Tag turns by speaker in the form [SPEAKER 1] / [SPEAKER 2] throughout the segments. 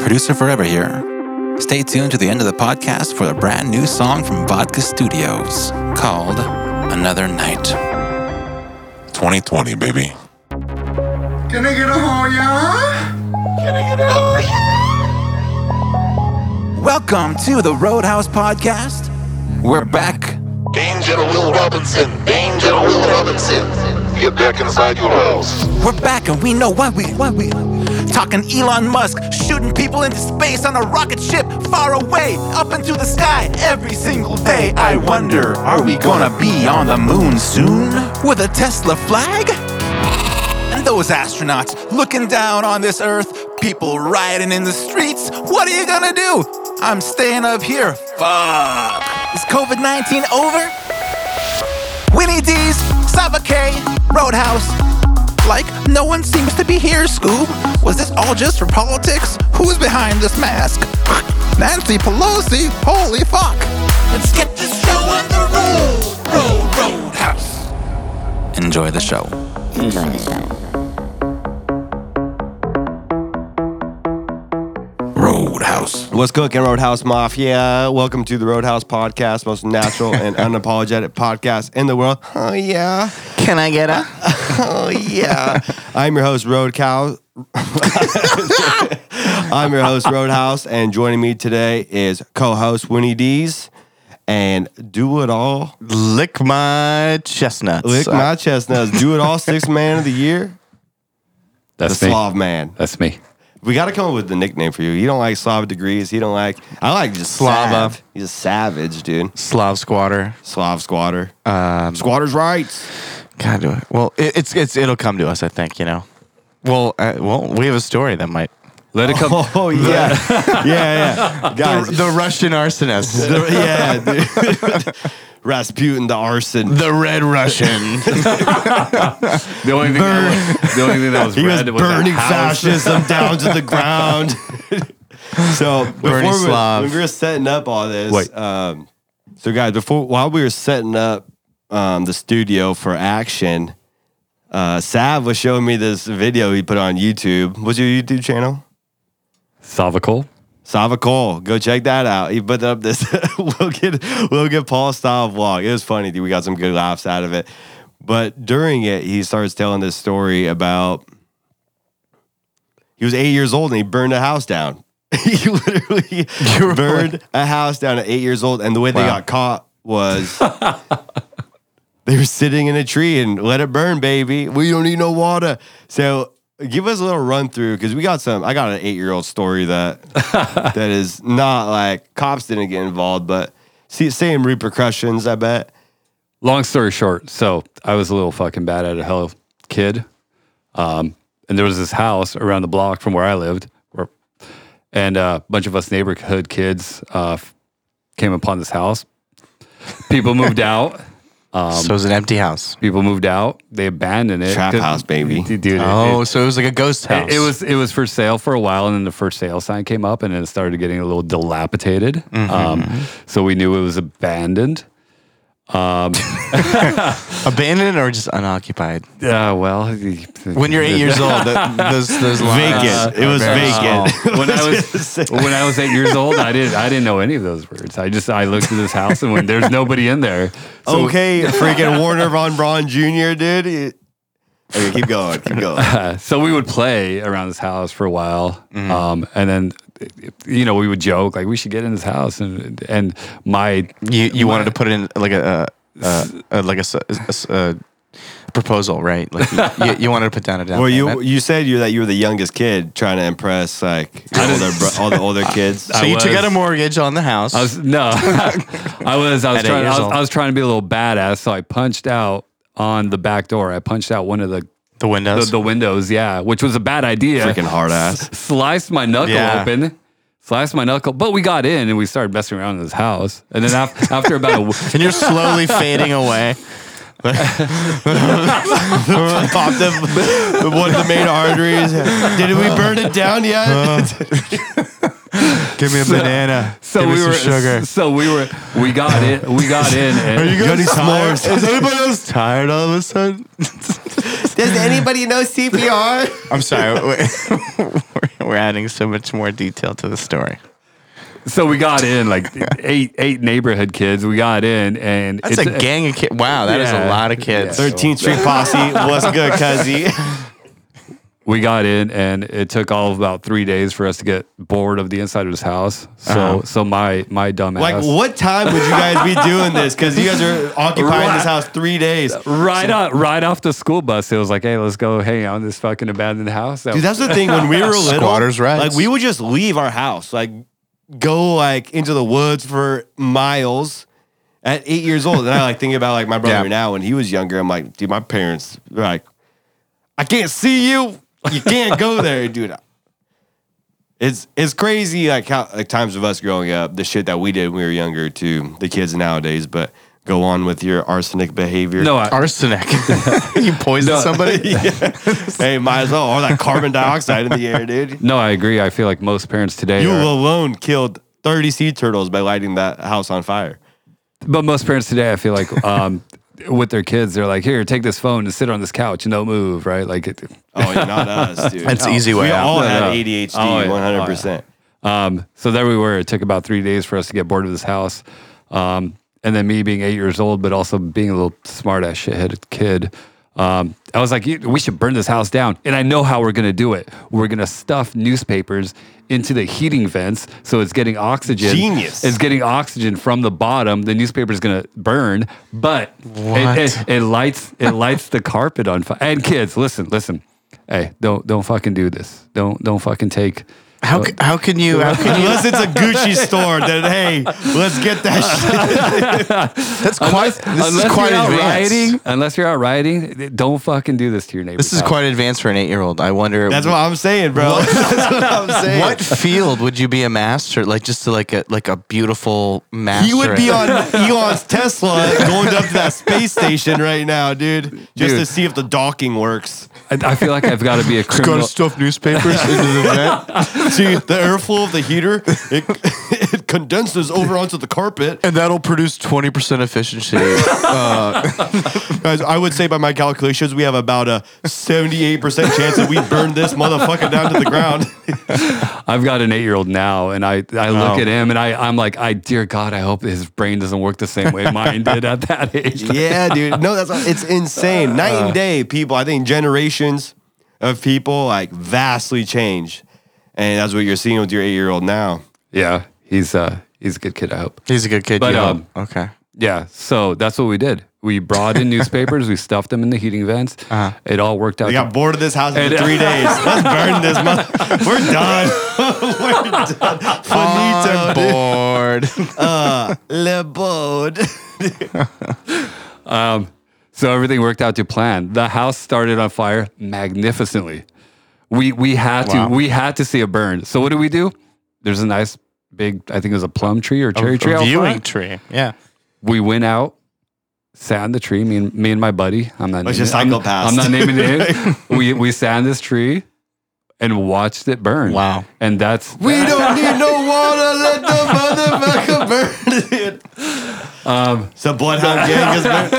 [SPEAKER 1] producer forever here. Stay tuned to the end of the podcast for a brand new song from Vodka Studios called Another Night.
[SPEAKER 2] 2020, baby.
[SPEAKER 3] Can I get a home, y'all? Can I get a home,
[SPEAKER 1] Welcome to the Roadhouse Podcast. We're back.
[SPEAKER 2] Danger Will Robinson. Danger Will Robinson. Get back inside your house.
[SPEAKER 1] We're back and we know why we why we talking Elon Musk, shooting people into space on a rocket ship far away, up into the sky every single day. I wonder, are we gonna be on the moon soon with a Tesla flag? And those astronauts looking down on this earth, people rioting in the streets. What are you gonna do? I'm staying up here. Fuck. Is COVID 19 over? Winnie D's, Savake, Roadhouse, like, no one seems to be here, Scoob. Was this all just for politics? Who's behind this mask? Nancy Pelosi? Holy fuck! Let's get this show on the road! Road, roadhouse! Enjoy the show.
[SPEAKER 4] Enjoy the show.
[SPEAKER 1] Roadhouse.
[SPEAKER 5] What's cooking, Roadhouse Mafia? Welcome to the Roadhouse Podcast, most natural and unapologetic podcast in the world. Oh yeah,
[SPEAKER 4] Can I get a?
[SPEAKER 5] oh yeah. I'm your host, Road Cow. I'm your host, Roadhouse, and joining me today is co-host Winnie Dees and Do It All,
[SPEAKER 4] Lick my chestnuts.
[SPEAKER 5] Lick My Chestnuts, Do It All Six Man of the Year,
[SPEAKER 6] That's
[SPEAKER 5] the
[SPEAKER 6] me.
[SPEAKER 5] Slav Man.
[SPEAKER 6] That's me.
[SPEAKER 5] We got to come up with the nickname for you. You don't like Slav degrees. He don't like. I like just Slava.
[SPEAKER 4] Slav.
[SPEAKER 5] He's a savage, dude.
[SPEAKER 4] Slav squatter.
[SPEAKER 5] Slav squatter. Squatters' rights.
[SPEAKER 4] God, do it. Well, it, it's it's it'll come to us, I think. You know. Well, uh, well, we have a story that might.
[SPEAKER 6] Let it come.
[SPEAKER 5] Oh yeah, yeah, yeah, guys.
[SPEAKER 4] The Russian arsonist.
[SPEAKER 5] the- yeah, dude. Rasputin the arson.
[SPEAKER 4] The Red Russian.
[SPEAKER 6] The only thing, that was, the only thing that was
[SPEAKER 5] He was
[SPEAKER 6] red was
[SPEAKER 5] burning
[SPEAKER 6] the house.
[SPEAKER 5] fascism down to the ground. so before
[SPEAKER 4] Bernie
[SPEAKER 5] we,
[SPEAKER 4] Slav.
[SPEAKER 5] when we were setting up all this,
[SPEAKER 6] Wait.
[SPEAKER 5] um, so guys, before while we were setting up um, the studio for action, uh, Sav was showing me this video he put on YouTube. What's your YouTube channel?
[SPEAKER 6] Salvacle.
[SPEAKER 5] Sava Cole, go check that out. He put up this we'll get we'll get Paul style vlog. It was funny, dude. We got some good laughs out of it. But during it, he starts telling this story about he was eight years old and he burned a house down. he literally burned a house down at eight years old. And the way they
[SPEAKER 4] Wow.
[SPEAKER 5] got caught was they were sitting in a tree and let it burn, baby. We don't need no water. So give us a little run through because we got some. I got an eight year old story that that is not like cops didn't get involved, but see, same repercussions. I bet.
[SPEAKER 6] Long story short, so I was a little fucking bad at a hell kid, um, and there was this house around the block from where I lived, where, and uh, a bunch of us neighborhood kids uh, f- came upon this house. People moved out.
[SPEAKER 4] so it was an empty house.
[SPEAKER 6] People moved out. They abandoned it.
[SPEAKER 5] Trap
[SPEAKER 6] 'cause-
[SPEAKER 5] house, baby.
[SPEAKER 6] Dude, it-
[SPEAKER 4] Oh, so it was like a ghost house.
[SPEAKER 6] It, it was it was for sale for a while, and then the for sale sign came up, and then it started getting a little dilapidated. Um, so we knew it was abandoned.
[SPEAKER 4] abandoned or just unoccupied.
[SPEAKER 6] Yeah, Uh, well,
[SPEAKER 4] When you're eight years old, that, those those lines
[SPEAKER 5] Vacant. It
[SPEAKER 4] are
[SPEAKER 5] was
[SPEAKER 4] very
[SPEAKER 5] vacant.
[SPEAKER 4] small.
[SPEAKER 6] when I was when I was eight years old, I didn't I didn't know any of those words. I just I looked at this house, and when there's nobody in there, so
[SPEAKER 5] okay, freaking Warner Von Braun Jr. Dude. It- Okay, keep going. Keep going.
[SPEAKER 6] so we would play around this house for a while, um, and then you know we would joke like we should get in this house, and and my
[SPEAKER 4] You you wanted to put in like a, uh uh like a, s- a s- a proposal, right? Like you, you, you wanted to put down a down.
[SPEAKER 5] Well, you
[SPEAKER 4] payment.
[SPEAKER 5] you said you that you were the youngest kid trying to impress like your older bro- all the older kids.
[SPEAKER 4] so
[SPEAKER 6] I
[SPEAKER 4] you took
[SPEAKER 6] was-
[SPEAKER 4] out a mortgage on the house.
[SPEAKER 6] I was no, I was I was
[SPEAKER 4] At eight
[SPEAKER 6] trying I
[SPEAKER 4] years
[SPEAKER 6] was,
[SPEAKER 4] old.
[SPEAKER 6] I was trying to be a little badass, so I punched out on the back door. I punched out one of the
[SPEAKER 4] the
[SPEAKER 6] the,
[SPEAKER 4] windows.
[SPEAKER 6] the windows, yeah, which was a bad idea.
[SPEAKER 5] Freaking hard ass.
[SPEAKER 6] S- sliced my knuckle
[SPEAKER 4] Yeah.
[SPEAKER 6] open. Sliced my knuckle, but we got in and we started messing around in this house. And then after, after about a w-
[SPEAKER 4] and you're slowly fading away.
[SPEAKER 5] Popped up one of the main arteries. Did we burn it down yet?
[SPEAKER 4] Give me a banana.
[SPEAKER 6] so we were so we were we got in we got in and
[SPEAKER 5] You got any s'mores?
[SPEAKER 4] Is anybody else tired all of a sudden?
[SPEAKER 5] Does anybody know CPR?
[SPEAKER 4] I'm sorry. We're, We're adding so much more detail to the story.
[SPEAKER 6] So we got in like eight eight neighborhood kids. We got in and
[SPEAKER 4] That's a gang of kids. Wow, that is
[SPEAKER 6] Yeah.
[SPEAKER 4] a lot of kids.
[SPEAKER 6] Yeah.
[SPEAKER 5] 13th Street Posse. What's good, cuzzy?
[SPEAKER 6] we got in and it took all of about three days for us to get bored of the inside of this house. So so my my dumb
[SPEAKER 5] Uh-huh. Like,
[SPEAKER 6] ass
[SPEAKER 5] what time would you guys be doing this? Because you guys are occupying
[SPEAKER 6] Right.
[SPEAKER 5] this house three days.
[SPEAKER 6] right off right off the school bus, it was like, hey, let's go hang out in this fucking abandoned house. That
[SPEAKER 5] Dude, that's the thing. When we were little,
[SPEAKER 4] Squatters'
[SPEAKER 5] Like
[SPEAKER 4] rights.
[SPEAKER 5] we would just leave our house, like go like into the woods for miles. At eight years old, and I like think about like my brother
[SPEAKER 4] Yeah.
[SPEAKER 5] now when he was younger. I'm like, dude, my parents they're like, I can't see you. You can't go there, dude. It's it's crazy like how like times of us growing up, the shit that we did when we were younger to the kids nowadays. But go on with your arsenic behavior.
[SPEAKER 6] no, I,
[SPEAKER 4] Arsenic. you poisoned somebody?
[SPEAKER 5] hey, might as well. All that carbon dioxide in the air, dude.
[SPEAKER 6] no, I agree. I feel like most parents today,
[SPEAKER 5] You
[SPEAKER 6] are-
[SPEAKER 5] alone killed 30 sea turtles by lighting that house on fire.
[SPEAKER 6] but most parents today, I feel like um, with their kids, they're like, here, take this phone and sit on this couch and don't move, right? Like, it,
[SPEAKER 5] Oh, you're not us, dude.
[SPEAKER 4] That's
[SPEAKER 5] No. Oh,
[SPEAKER 4] easy way
[SPEAKER 5] We
[SPEAKER 4] out.
[SPEAKER 5] all
[SPEAKER 6] No,
[SPEAKER 5] had
[SPEAKER 6] no.
[SPEAKER 5] ADHD,
[SPEAKER 6] Oh, yeah.
[SPEAKER 5] 100%.
[SPEAKER 6] Um, so there we were. It took about three days for us to get bored of this house. Um, and then me being eight years old, but also being a little smart ass shithead kid, um, I was like, "You- we should burn this house down. And I know how we're going to do it. We're going to stuff newspapers into the heating vents. So it's getting oxygen.
[SPEAKER 5] Genius.
[SPEAKER 6] It's getting oxygen from the bottom. The newspaper's going to burn, but it, it, it lights it lights the carpet on fire. And kids, listen, listen. Hey, don't don't fucking do this. Don't don't fucking take
[SPEAKER 4] How, c- how can you? How can you
[SPEAKER 5] Unless it's a Gucci store, then hey, let's get that shit.
[SPEAKER 4] that's quite. this is
[SPEAKER 6] unless
[SPEAKER 4] quite
[SPEAKER 6] you're out
[SPEAKER 4] advanced.
[SPEAKER 6] rioting, unless you're out rioting, don't fucking do this to your neighbor.
[SPEAKER 4] This is quite advanced for an eight-year-old. I wonder.
[SPEAKER 5] That's what I'm saying, bro. That's what I'm saying.
[SPEAKER 4] What field would you be a master? Like just to like a like a beautiful master.
[SPEAKER 5] You would be
[SPEAKER 4] at-
[SPEAKER 5] on Elon's Tesla going up to that space station right now, dude, just to
[SPEAKER 6] Dude.
[SPEAKER 5] see if the docking works.
[SPEAKER 6] I, I feel like I've got to be a criminal.
[SPEAKER 4] stuff newspapers into the vent,
[SPEAKER 5] See, the airflow of the heater, it, it condenses over onto the carpet.
[SPEAKER 4] and that'll produce twenty percent efficiency.
[SPEAKER 5] Guys, I would say by my calculations, we have about a 78% chance that we burn this motherfucker down to the ground.
[SPEAKER 6] I've got an eight-year-old now, and I, I look
[SPEAKER 5] Oh.
[SPEAKER 6] at him and I I'm like, I dear God, I hope his brain doesn't work the same way mine did at that age.
[SPEAKER 5] yeah, dude. No, that's it's insane. Night and day, people. I think generations of people like vastly change. And that's what you're seeing with your eight year old now.
[SPEAKER 6] Yeah, he's uh he's a good kid. I hope.
[SPEAKER 4] He's a good kid.
[SPEAKER 6] But,
[SPEAKER 4] you know.
[SPEAKER 6] um,
[SPEAKER 4] okay.
[SPEAKER 6] Yeah, so that's what we did. We brought in newspapers, we stuffed them in the heating vents.
[SPEAKER 4] Uh-huh.
[SPEAKER 6] It all worked out.
[SPEAKER 5] They
[SPEAKER 6] to-
[SPEAKER 5] got bored of this house for
[SPEAKER 6] And-
[SPEAKER 5] three days. Let's burn this mother. We're done. We're done. Finito, dude.
[SPEAKER 4] board.
[SPEAKER 5] Le board.
[SPEAKER 6] So everything worked out to plan. The house started on fire magnificently. We we had
[SPEAKER 4] Wow.
[SPEAKER 6] to we had to see a burn. So what do we do? There's a nice big I think it was a plum tree or cherry tree. out
[SPEAKER 4] viewing
[SPEAKER 6] front.
[SPEAKER 4] tree. Yeah.
[SPEAKER 6] We went out, sat in the tree. Me and me and my buddy. I'm not.
[SPEAKER 5] Bunch
[SPEAKER 6] naming-
[SPEAKER 5] of
[SPEAKER 6] I'm, not-
[SPEAKER 5] psychopaths.
[SPEAKER 6] I'm not naming names. we we sat in this tree and watched it burn.
[SPEAKER 4] Wow.
[SPEAKER 6] And that's
[SPEAKER 5] We don't need no water. Let the motherfucker burn it. Um, so Bloodhound Gang is burnt.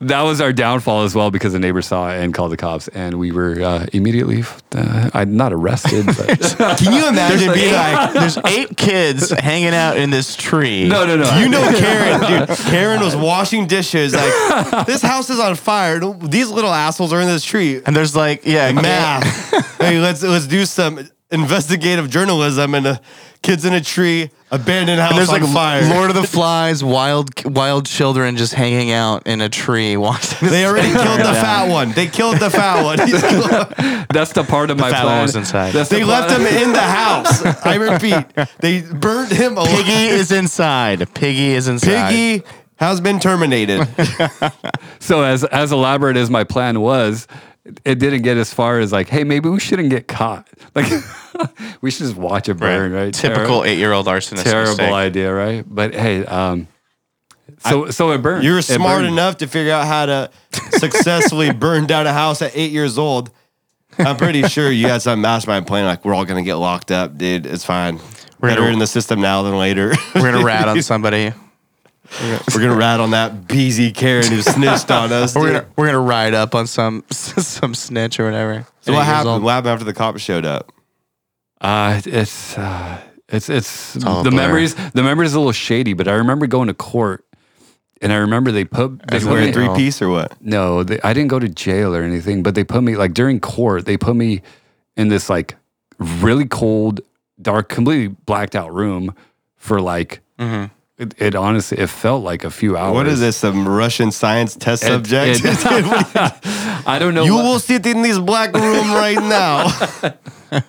[SPEAKER 6] that was our downfall as well because the neighbor saw it and called the cops and we were uh, immediately uh, I'm not arrested but.
[SPEAKER 5] Can you imagine being like,
[SPEAKER 4] There's eight kids hanging out in this tree.
[SPEAKER 6] No, no, no.
[SPEAKER 5] you know, Karen, dude. Karen was washing dishes. Like, this house is on fire. These little assholes are in this tree.
[SPEAKER 4] And there's like, yeah,
[SPEAKER 5] Math. hey, let's let's do some investigative journalism and uh, kids in a tree, abandoned house
[SPEAKER 4] And there's
[SPEAKER 5] on
[SPEAKER 4] like
[SPEAKER 5] fire.
[SPEAKER 4] Lord of the Flies, wild wild children just hanging out in a tree watching.
[SPEAKER 5] they already killed the fat one. They killed the fat one. He's killed-
[SPEAKER 6] That's the part of my
[SPEAKER 4] fat one
[SPEAKER 6] plan.
[SPEAKER 4] was inside.
[SPEAKER 6] That's
[SPEAKER 5] They
[SPEAKER 6] the
[SPEAKER 5] left
[SPEAKER 6] plan-
[SPEAKER 5] him in the house. I repeat, they burned him alive.
[SPEAKER 4] Piggy is inside. Piggy is inside.
[SPEAKER 5] Piggy has been terminated.
[SPEAKER 6] So as as elaborate as my plan was, it didn't get as far as like, hey, maybe we shouldn't get caught. Like, we should just watch it burn, right?
[SPEAKER 4] Typical eight year old arsonist.
[SPEAKER 6] Ter- terrible
[SPEAKER 4] mistake.
[SPEAKER 6] idea, right? But hey, um, so so it burned.
[SPEAKER 5] You're
[SPEAKER 6] It
[SPEAKER 5] smart
[SPEAKER 6] burned.
[SPEAKER 5] enough to figure out how to successfully burn down a house at eight years old. I'm pretty sure you had some mastermind plan like we're all gonna get locked up, dude. It's fine.
[SPEAKER 4] We're
[SPEAKER 5] Better
[SPEAKER 4] gonna-
[SPEAKER 5] in the system now than later.
[SPEAKER 4] We're gonna rat on somebody.
[SPEAKER 5] we're gonna rat on that BZ Karen who snitched on us.
[SPEAKER 4] We're
[SPEAKER 5] dude.
[SPEAKER 4] gonna we're gonna ride up on some some snitch or whatever.
[SPEAKER 5] so what
[SPEAKER 4] Eight years
[SPEAKER 5] happened?
[SPEAKER 4] old.
[SPEAKER 5] What happened after the cops showed up?
[SPEAKER 6] Uh, it's uh, it's it's,
[SPEAKER 4] all a
[SPEAKER 6] the
[SPEAKER 4] blur.
[SPEAKER 6] memories. The memories a little shady, but I remember going to court, and I remember they put they
[SPEAKER 5] Did you
[SPEAKER 6] put
[SPEAKER 5] wear
[SPEAKER 6] me-
[SPEAKER 5] a three piece or what?
[SPEAKER 6] No, they, I didn't go to jail or anything, but they put me like during court. They put me in this like really cold, dark, completely blacked out room for like it, it. Honestly, it felt like a few hours.
[SPEAKER 5] Mm-hmm. What is this? Some Russian science test
[SPEAKER 6] It-
[SPEAKER 5] subject?
[SPEAKER 6] it- I don't know.
[SPEAKER 5] you
[SPEAKER 6] what-
[SPEAKER 5] will sit in this black room right now.
[SPEAKER 6] I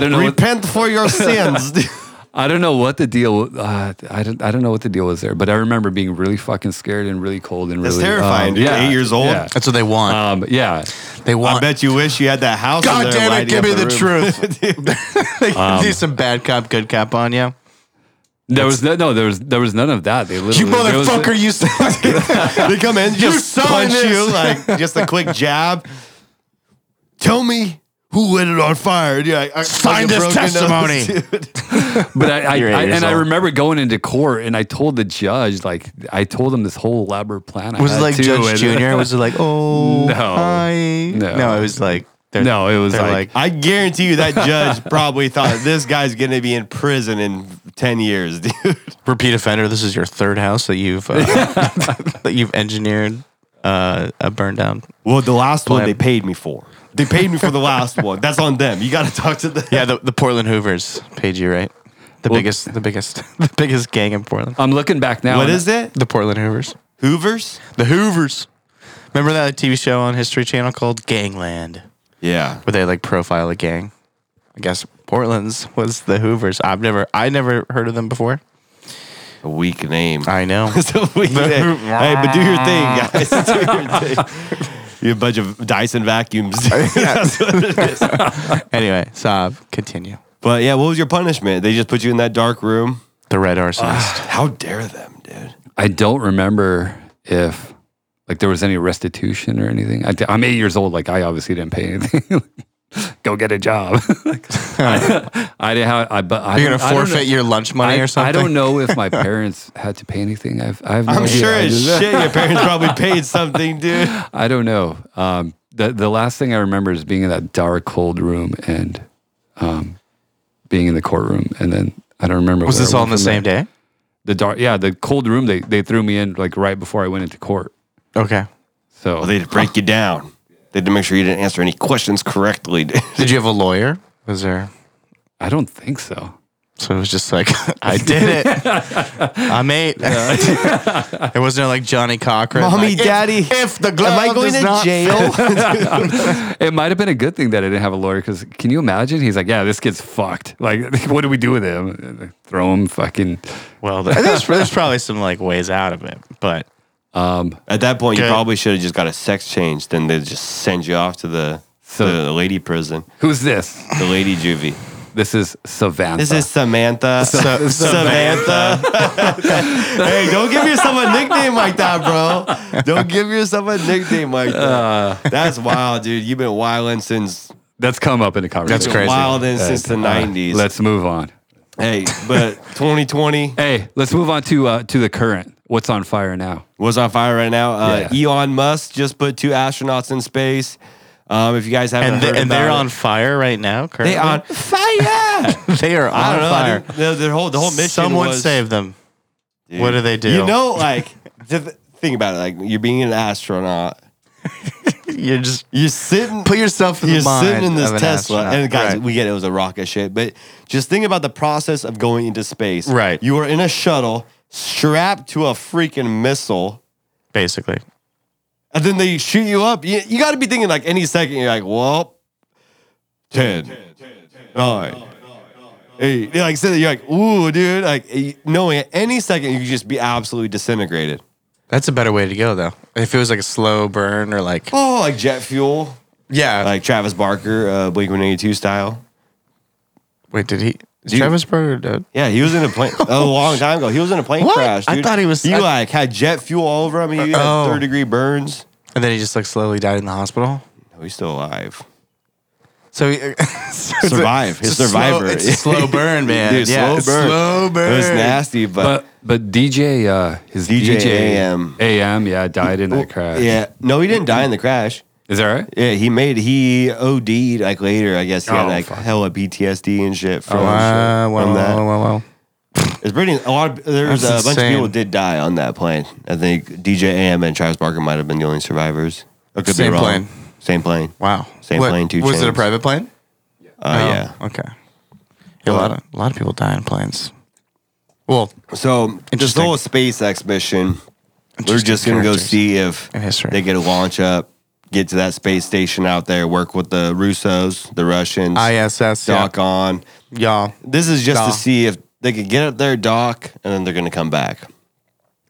[SPEAKER 6] don't know. what-
[SPEAKER 5] Repent for your sins.
[SPEAKER 6] I don't know what the deal. Uh, I don't. I don't know what the deal was there, but I remember being really fucking scared and really cold and
[SPEAKER 5] That's
[SPEAKER 6] really
[SPEAKER 5] terrifying,
[SPEAKER 6] um,
[SPEAKER 5] dude. Eight years old.
[SPEAKER 6] Yeah.
[SPEAKER 4] That's what they want.
[SPEAKER 6] Um, yeah.
[SPEAKER 4] they
[SPEAKER 5] I
[SPEAKER 4] want.
[SPEAKER 5] bet you wish you had that house. in
[SPEAKER 4] God
[SPEAKER 5] there
[SPEAKER 4] damn it!
[SPEAKER 5] lighting
[SPEAKER 4] Give
[SPEAKER 5] up Um,
[SPEAKER 4] me the,
[SPEAKER 5] room.
[SPEAKER 4] truth. they do some bad cop, good cop on you.
[SPEAKER 6] There was no, no. There was there was none of that. They literally
[SPEAKER 4] You
[SPEAKER 6] there was-
[SPEAKER 4] motherfucker! You
[SPEAKER 5] They come in, just
[SPEAKER 4] saw
[SPEAKER 5] punch
[SPEAKER 4] this.
[SPEAKER 5] you, like just a quick jab. Tell me who lit it on fire. Yeah, I, I,
[SPEAKER 4] Sign
[SPEAKER 5] like a
[SPEAKER 4] this
[SPEAKER 5] broken nose,
[SPEAKER 4] testimony.
[SPEAKER 5] dude.
[SPEAKER 6] But I, I,
[SPEAKER 4] You're eight
[SPEAKER 6] I
[SPEAKER 4] years
[SPEAKER 6] and I
[SPEAKER 4] old.
[SPEAKER 6] remember going into court and I told the judge like I told him this whole elaborate plan. I
[SPEAKER 4] was
[SPEAKER 6] had
[SPEAKER 4] it like
[SPEAKER 6] too,
[SPEAKER 4] Judge
[SPEAKER 6] Uh, and-
[SPEAKER 4] Junior? Was it like oh
[SPEAKER 6] No.
[SPEAKER 4] hi.
[SPEAKER 6] No.
[SPEAKER 4] it was like they're-
[SPEAKER 6] No, it was
[SPEAKER 4] they're
[SPEAKER 6] like,
[SPEAKER 5] I guarantee you that judge probably thought this guy's gonna be in prison in ten years, dude.
[SPEAKER 4] repeat offender. This is your third house that you've uh, that you've engineered uh, a burn down.
[SPEAKER 5] Well, the last one
[SPEAKER 4] Plan.
[SPEAKER 5] they paid me for. They paid me for the last one. That's on them. You got to talk to them.
[SPEAKER 4] Yeah, the, the Portland Hoovers paid you right. The biggest, the biggest, the biggest gang in Portland.
[SPEAKER 6] I'm looking back now.
[SPEAKER 5] What
[SPEAKER 6] and-
[SPEAKER 5] is it?
[SPEAKER 4] The Portland Hoovers.
[SPEAKER 5] Hoovers?
[SPEAKER 4] The Hoovers. Remember that TV show on History Channel called Gangland,
[SPEAKER 5] Yeah.
[SPEAKER 4] where they like profile a gang. I guess Portland's was the Hoovers. I've never, I never heard of them before.
[SPEAKER 5] A weak name.
[SPEAKER 4] I know.
[SPEAKER 5] It's a weak name. Hey, but do your thing, guys. Do your thing. You're a bunch of Dyson vacuums. That's what it is.
[SPEAKER 4] anyway, Saab, continue.
[SPEAKER 5] But yeah, what was your punishment? They just put you in that dark room.
[SPEAKER 4] The Red Arsonist.
[SPEAKER 5] How dare them, dude?
[SPEAKER 6] I don't remember if like there was any restitution or anything. I, am eight years old. Like I obviously didn't pay anything. Go get a job. Like, I, I didn't have. I, but I
[SPEAKER 4] You're
[SPEAKER 6] don't-
[SPEAKER 4] gonna
[SPEAKER 6] I don't know-
[SPEAKER 4] forfeit your lunch
[SPEAKER 6] I,
[SPEAKER 4] money or something.
[SPEAKER 6] I don't know if my parents had to pay anything. I've, I have no
[SPEAKER 5] I'm
[SPEAKER 6] idea.
[SPEAKER 5] sure
[SPEAKER 6] I
[SPEAKER 5] as
[SPEAKER 6] just-
[SPEAKER 5] shit your parents probably paid something, dude.
[SPEAKER 6] I don't know. Um, the the last thing I remember is being in that dark, cold room and um, being in the courtroom, and then I don't remember.
[SPEAKER 4] Was
[SPEAKER 6] where
[SPEAKER 4] this
[SPEAKER 6] I
[SPEAKER 4] all on
[SPEAKER 6] went
[SPEAKER 4] the
[SPEAKER 6] from
[SPEAKER 4] same
[SPEAKER 6] there.
[SPEAKER 4] day?
[SPEAKER 6] The dark, yeah, the cold room. They they threw me in like right before I went into court.
[SPEAKER 4] Okay.
[SPEAKER 6] So
[SPEAKER 5] Well, they had to break you down. They had to make sure you didn't answer any questions correctly, dude.
[SPEAKER 4] Did you have a lawyer? Was there?
[SPEAKER 6] I don't think so.
[SPEAKER 4] So it was just like, I did it. I'm eight. it wasn't like Johnny Cochran.
[SPEAKER 5] Mommy,
[SPEAKER 4] like,
[SPEAKER 5] daddy,
[SPEAKER 4] If, if the glove
[SPEAKER 5] Am I going
[SPEAKER 4] does
[SPEAKER 5] to
[SPEAKER 4] not
[SPEAKER 5] jail?
[SPEAKER 6] It might have been a good thing that I didn't have a lawyer because can you imagine? He's like, yeah, this kid's fucked. Like, what do we do with him? Throw him fucking.
[SPEAKER 4] Well, there- there's, there's probably some like ways out of it, but
[SPEAKER 5] At that point,
[SPEAKER 4] Okay.
[SPEAKER 5] you probably should have just got a sex change. Then they just send you off to the,
[SPEAKER 6] So-
[SPEAKER 5] to the lady prison,
[SPEAKER 6] Who's this?
[SPEAKER 5] the lady juvie.
[SPEAKER 6] This is Savannah.
[SPEAKER 5] This is Samantha. Samantha. hey, don't give yourself a nickname like that, bro. Don't give yourself a nickname like that.
[SPEAKER 4] Uh.
[SPEAKER 5] That's wild, dude. You've been wilding since
[SPEAKER 6] that's come up in the conversation.
[SPEAKER 4] That's crazy.
[SPEAKER 5] wilding since the
[SPEAKER 6] Uh,
[SPEAKER 5] '90s.
[SPEAKER 6] Let's move on.
[SPEAKER 5] hey, but 2020
[SPEAKER 6] Hey, let's move on to uh, to the current. What's on fire now?
[SPEAKER 5] What's on fire right now? Uh, Elon Musk just put two astronauts in space. Um, if you guys haven't
[SPEAKER 4] and,
[SPEAKER 5] heard
[SPEAKER 4] they, and
[SPEAKER 5] about
[SPEAKER 4] they're
[SPEAKER 5] it-
[SPEAKER 4] on fire right now. Currently.
[SPEAKER 5] They on fire.
[SPEAKER 4] They are on
[SPEAKER 5] I don't know. I
[SPEAKER 4] fire.
[SPEAKER 5] didn't- The, the whole the whole mission.
[SPEAKER 4] Someone
[SPEAKER 5] was,
[SPEAKER 4] save them.
[SPEAKER 5] dude,
[SPEAKER 4] What do they do?
[SPEAKER 5] You know, like the th- think about it. Like you're being an astronaut.
[SPEAKER 4] You're just
[SPEAKER 5] You're sitting.
[SPEAKER 4] put yourself in
[SPEAKER 5] You're
[SPEAKER 4] the mind.
[SPEAKER 5] sitting in this
[SPEAKER 4] of an
[SPEAKER 5] Tesla,
[SPEAKER 4] astronaut.
[SPEAKER 5] and guys,
[SPEAKER 4] Right.
[SPEAKER 5] we get it was a rocket ship, but just think about the process of going into space.
[SPEAKER 4] Right.
[SPEAKER 5] You are in a shuttle strapped to a freaking missile.
[SPEAKER 4] basically.
[SPEAKER 5] and then they shoot you up. You, you got to be thinking like any second you're like, well, 10, nine, eight. Yeah, Like so you're like, ooh, dude. Like eh, knowing at any second you could just be absolutely disintegrated.
[SPEAKER 4] That's a better way to go though. If it was like a slow burn or like
[SPEAKER 5] Oh, like jet fuel,
[SPEAKER 4] yeah,
[SPEAKER 5] like Travis Barker, uh, Blink One Eighty Two style.
[SPEAKER 4] wait, did he? Is
[SPEAKER 5] Dude.
[SPEAKER 4] Travis Berger dead?
[SPEAKER 5] Yeah, he was in a plane a long time ago. He was in a plane
[SPEAKER 4] What?
[SPEAKER 5] crash.
[SPEAKER 4] I
[SPEAKER 5] Dude.
[SPEAKER 4] thought he was-
[SPEAKER 5] He
[SPEAKER 4] I-
[SPEAKER 5] like had jet fuel all over him. He had
[SPEAKER 4] Oh.
[SPEAKER 5] third degree burns.
[SPEAKER 4] And then he just like slowly died in the hospital.
[SPEAKER 5] No, he's still alive.
[SPEAKER 4] So he so it's a-
[SPEAKER 5] Survive. His
[SPEAKER 4] it's a
[SPEAKER 5] survivor.
[SPEAKER 4] Slow, it's a slow burn, man.
[SPEAKER 5] Dude,
[SPEAKER 4] yeah,
[SPEAKER 5] slow
[SPEAKER 4] it's
[SPEAKER 5] burn.
[SPEAKER 4] Slow burn.
[SPEAKER 5] It was nasty, but
[SPEAKER 6] But but DJ uh, his
[SPEAKER 5] DJ
[SPEAKER 6] DJ,
[SPEAKER 5] AM.
[SPEAKER 6] AM yeah died in that crash.
[SPEAKER 5] Yeah. No, he didn't die in the crash.
[SPEAKER 6] Is that right?
[SPEAKER 5] Yeah, he made he OD'd like later. I guess he had
[SPEAKER 6] Oh,
[SPEAKER 5] like
[SPEAKER 6] fuck.
[SPEAKER 5] hella PTSD and shit from,
[SPEAKER 4] Oh, wow, wow,
[SPEAKER 5] from that.
[SPEAKER 4] wow, wow, wow.
[SPEAKER 5] It's pretty. A lot. Of, there's uh,
[SPEAKER 4] That's
[SPEAKER 5] a bunch of
[SPEAKER 4] insane.
[SPEAKER 5] people did die on that plane. I think DJ AM and Travis Barker might have been the only survivors. I could
[SPEAKER 4] Same
[SPEAKER 5] be wrong.
[SPEAKER 4] plane.
[SPEAKER 5] Same plane.
[SPEAKER 4] Wow.
[SPEAKER 5] Same plane, two
[SPEAKER 4] Was it a
[SPEAKER 5] chains.
[SPEAKER 4] private plane?
[SPEAKER 5] Oh yeah.
[SPEAKER 4] Okay. Yeah, a lot of a lot of people die in planes. Well,
[SPEAKER 5] So this
[SPEAKER 4] Interesting.
[SPEAKER 5] whole SpaceX mission, we're
[SPEAKER 4] Interesting
[SPEAKER 5] just gonna go
[SPEAKER 4] characters.
[SPEAKER 5] see if
[SPEAKER 4] And history.
[SPEAKER 5] they get a launch up, get to that space station out there, work with the Russos, the Russians,
[SPEAKER 4] ISS, Ah, yeah.
[SPEAKER 5] dock on.
[SPEAKER 4] y'all.
[SPEAKER 5] This is just
[SPEAKER 4] Doc.
[SPEAKER 5] to see if they could get up there, dock, and then they're gonna come back.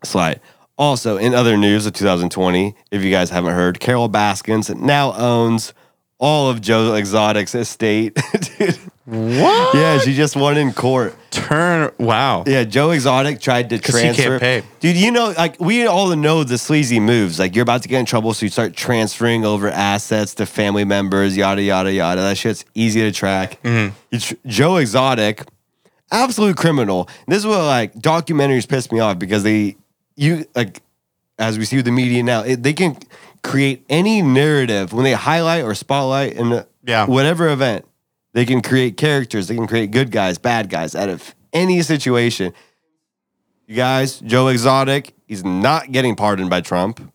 [SPEAKER 5] Slide. Also, in other news of 2020, if you guys haven't heard, Carol Baskins now owns all of Joe Exotic's estate. Dude.
[SPEAKER 4] What?
[SPEAKER 5] Yeah, she just won in court.
[SPEAKER 4] Turn. Wow.
[SPEAKER 5] Yeah, Joe Exotic tried to
[SPEAKER 4] 'Cause he can't
[SPEAKER 5] transfer.
[SPEAKER 4] pay.
[SPEAKER 5] Dude, you know, like we all know the sleazy moves. Like you're about to get in trouble, so you start transferring over assets to family members, yada yada yada. That shit's easy to track.
[SPEAKER 4] Mm-hmm.
[SPEAKER 5] You tr- Joe Exotic, absolute criminal. And this is what like documentaries piss me off because they you like as we see with the media now, it, they can create any narrative when they highlight or spotlight in
[SPEAKER 4] Yeah.
[SPEAKER 5] whatever event. They can create characters. They can create good guys, bad guys out of any situation. You guys, Joe Exotic, he's not getting pardoned by Trump.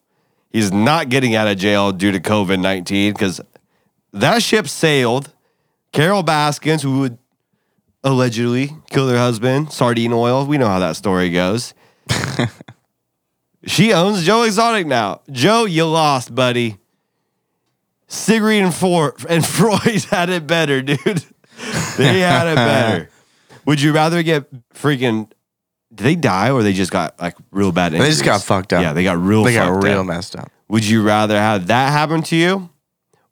[SPEAKER 5] He's not getting out of jail due to COVID 19 because that ship sailed. Carol Baskins, who would allegedly kill her husband, sardine oil. We know how that story goes. She owns Joe Exotic now. Joe, you lost, buddy. Sigrid and, For- and Freud had it better, dude. They had it better. Would you rather get freaking? Did they die or they just got like real bad
[SPEAKER 4] They
[SPEAKER 5] injuries?
[SPEAKER 4] just got fucked up.
[SPEAKER 5] Yeah, they got real.
[SPEAKER 4] They got
[SPEAKER 5] fucked
[SPEAKER 4] real
[SPEAKER 5] up.
[SPEAKER 4] messed up.
[SPEAKER 5] Would you rather have that happen to you,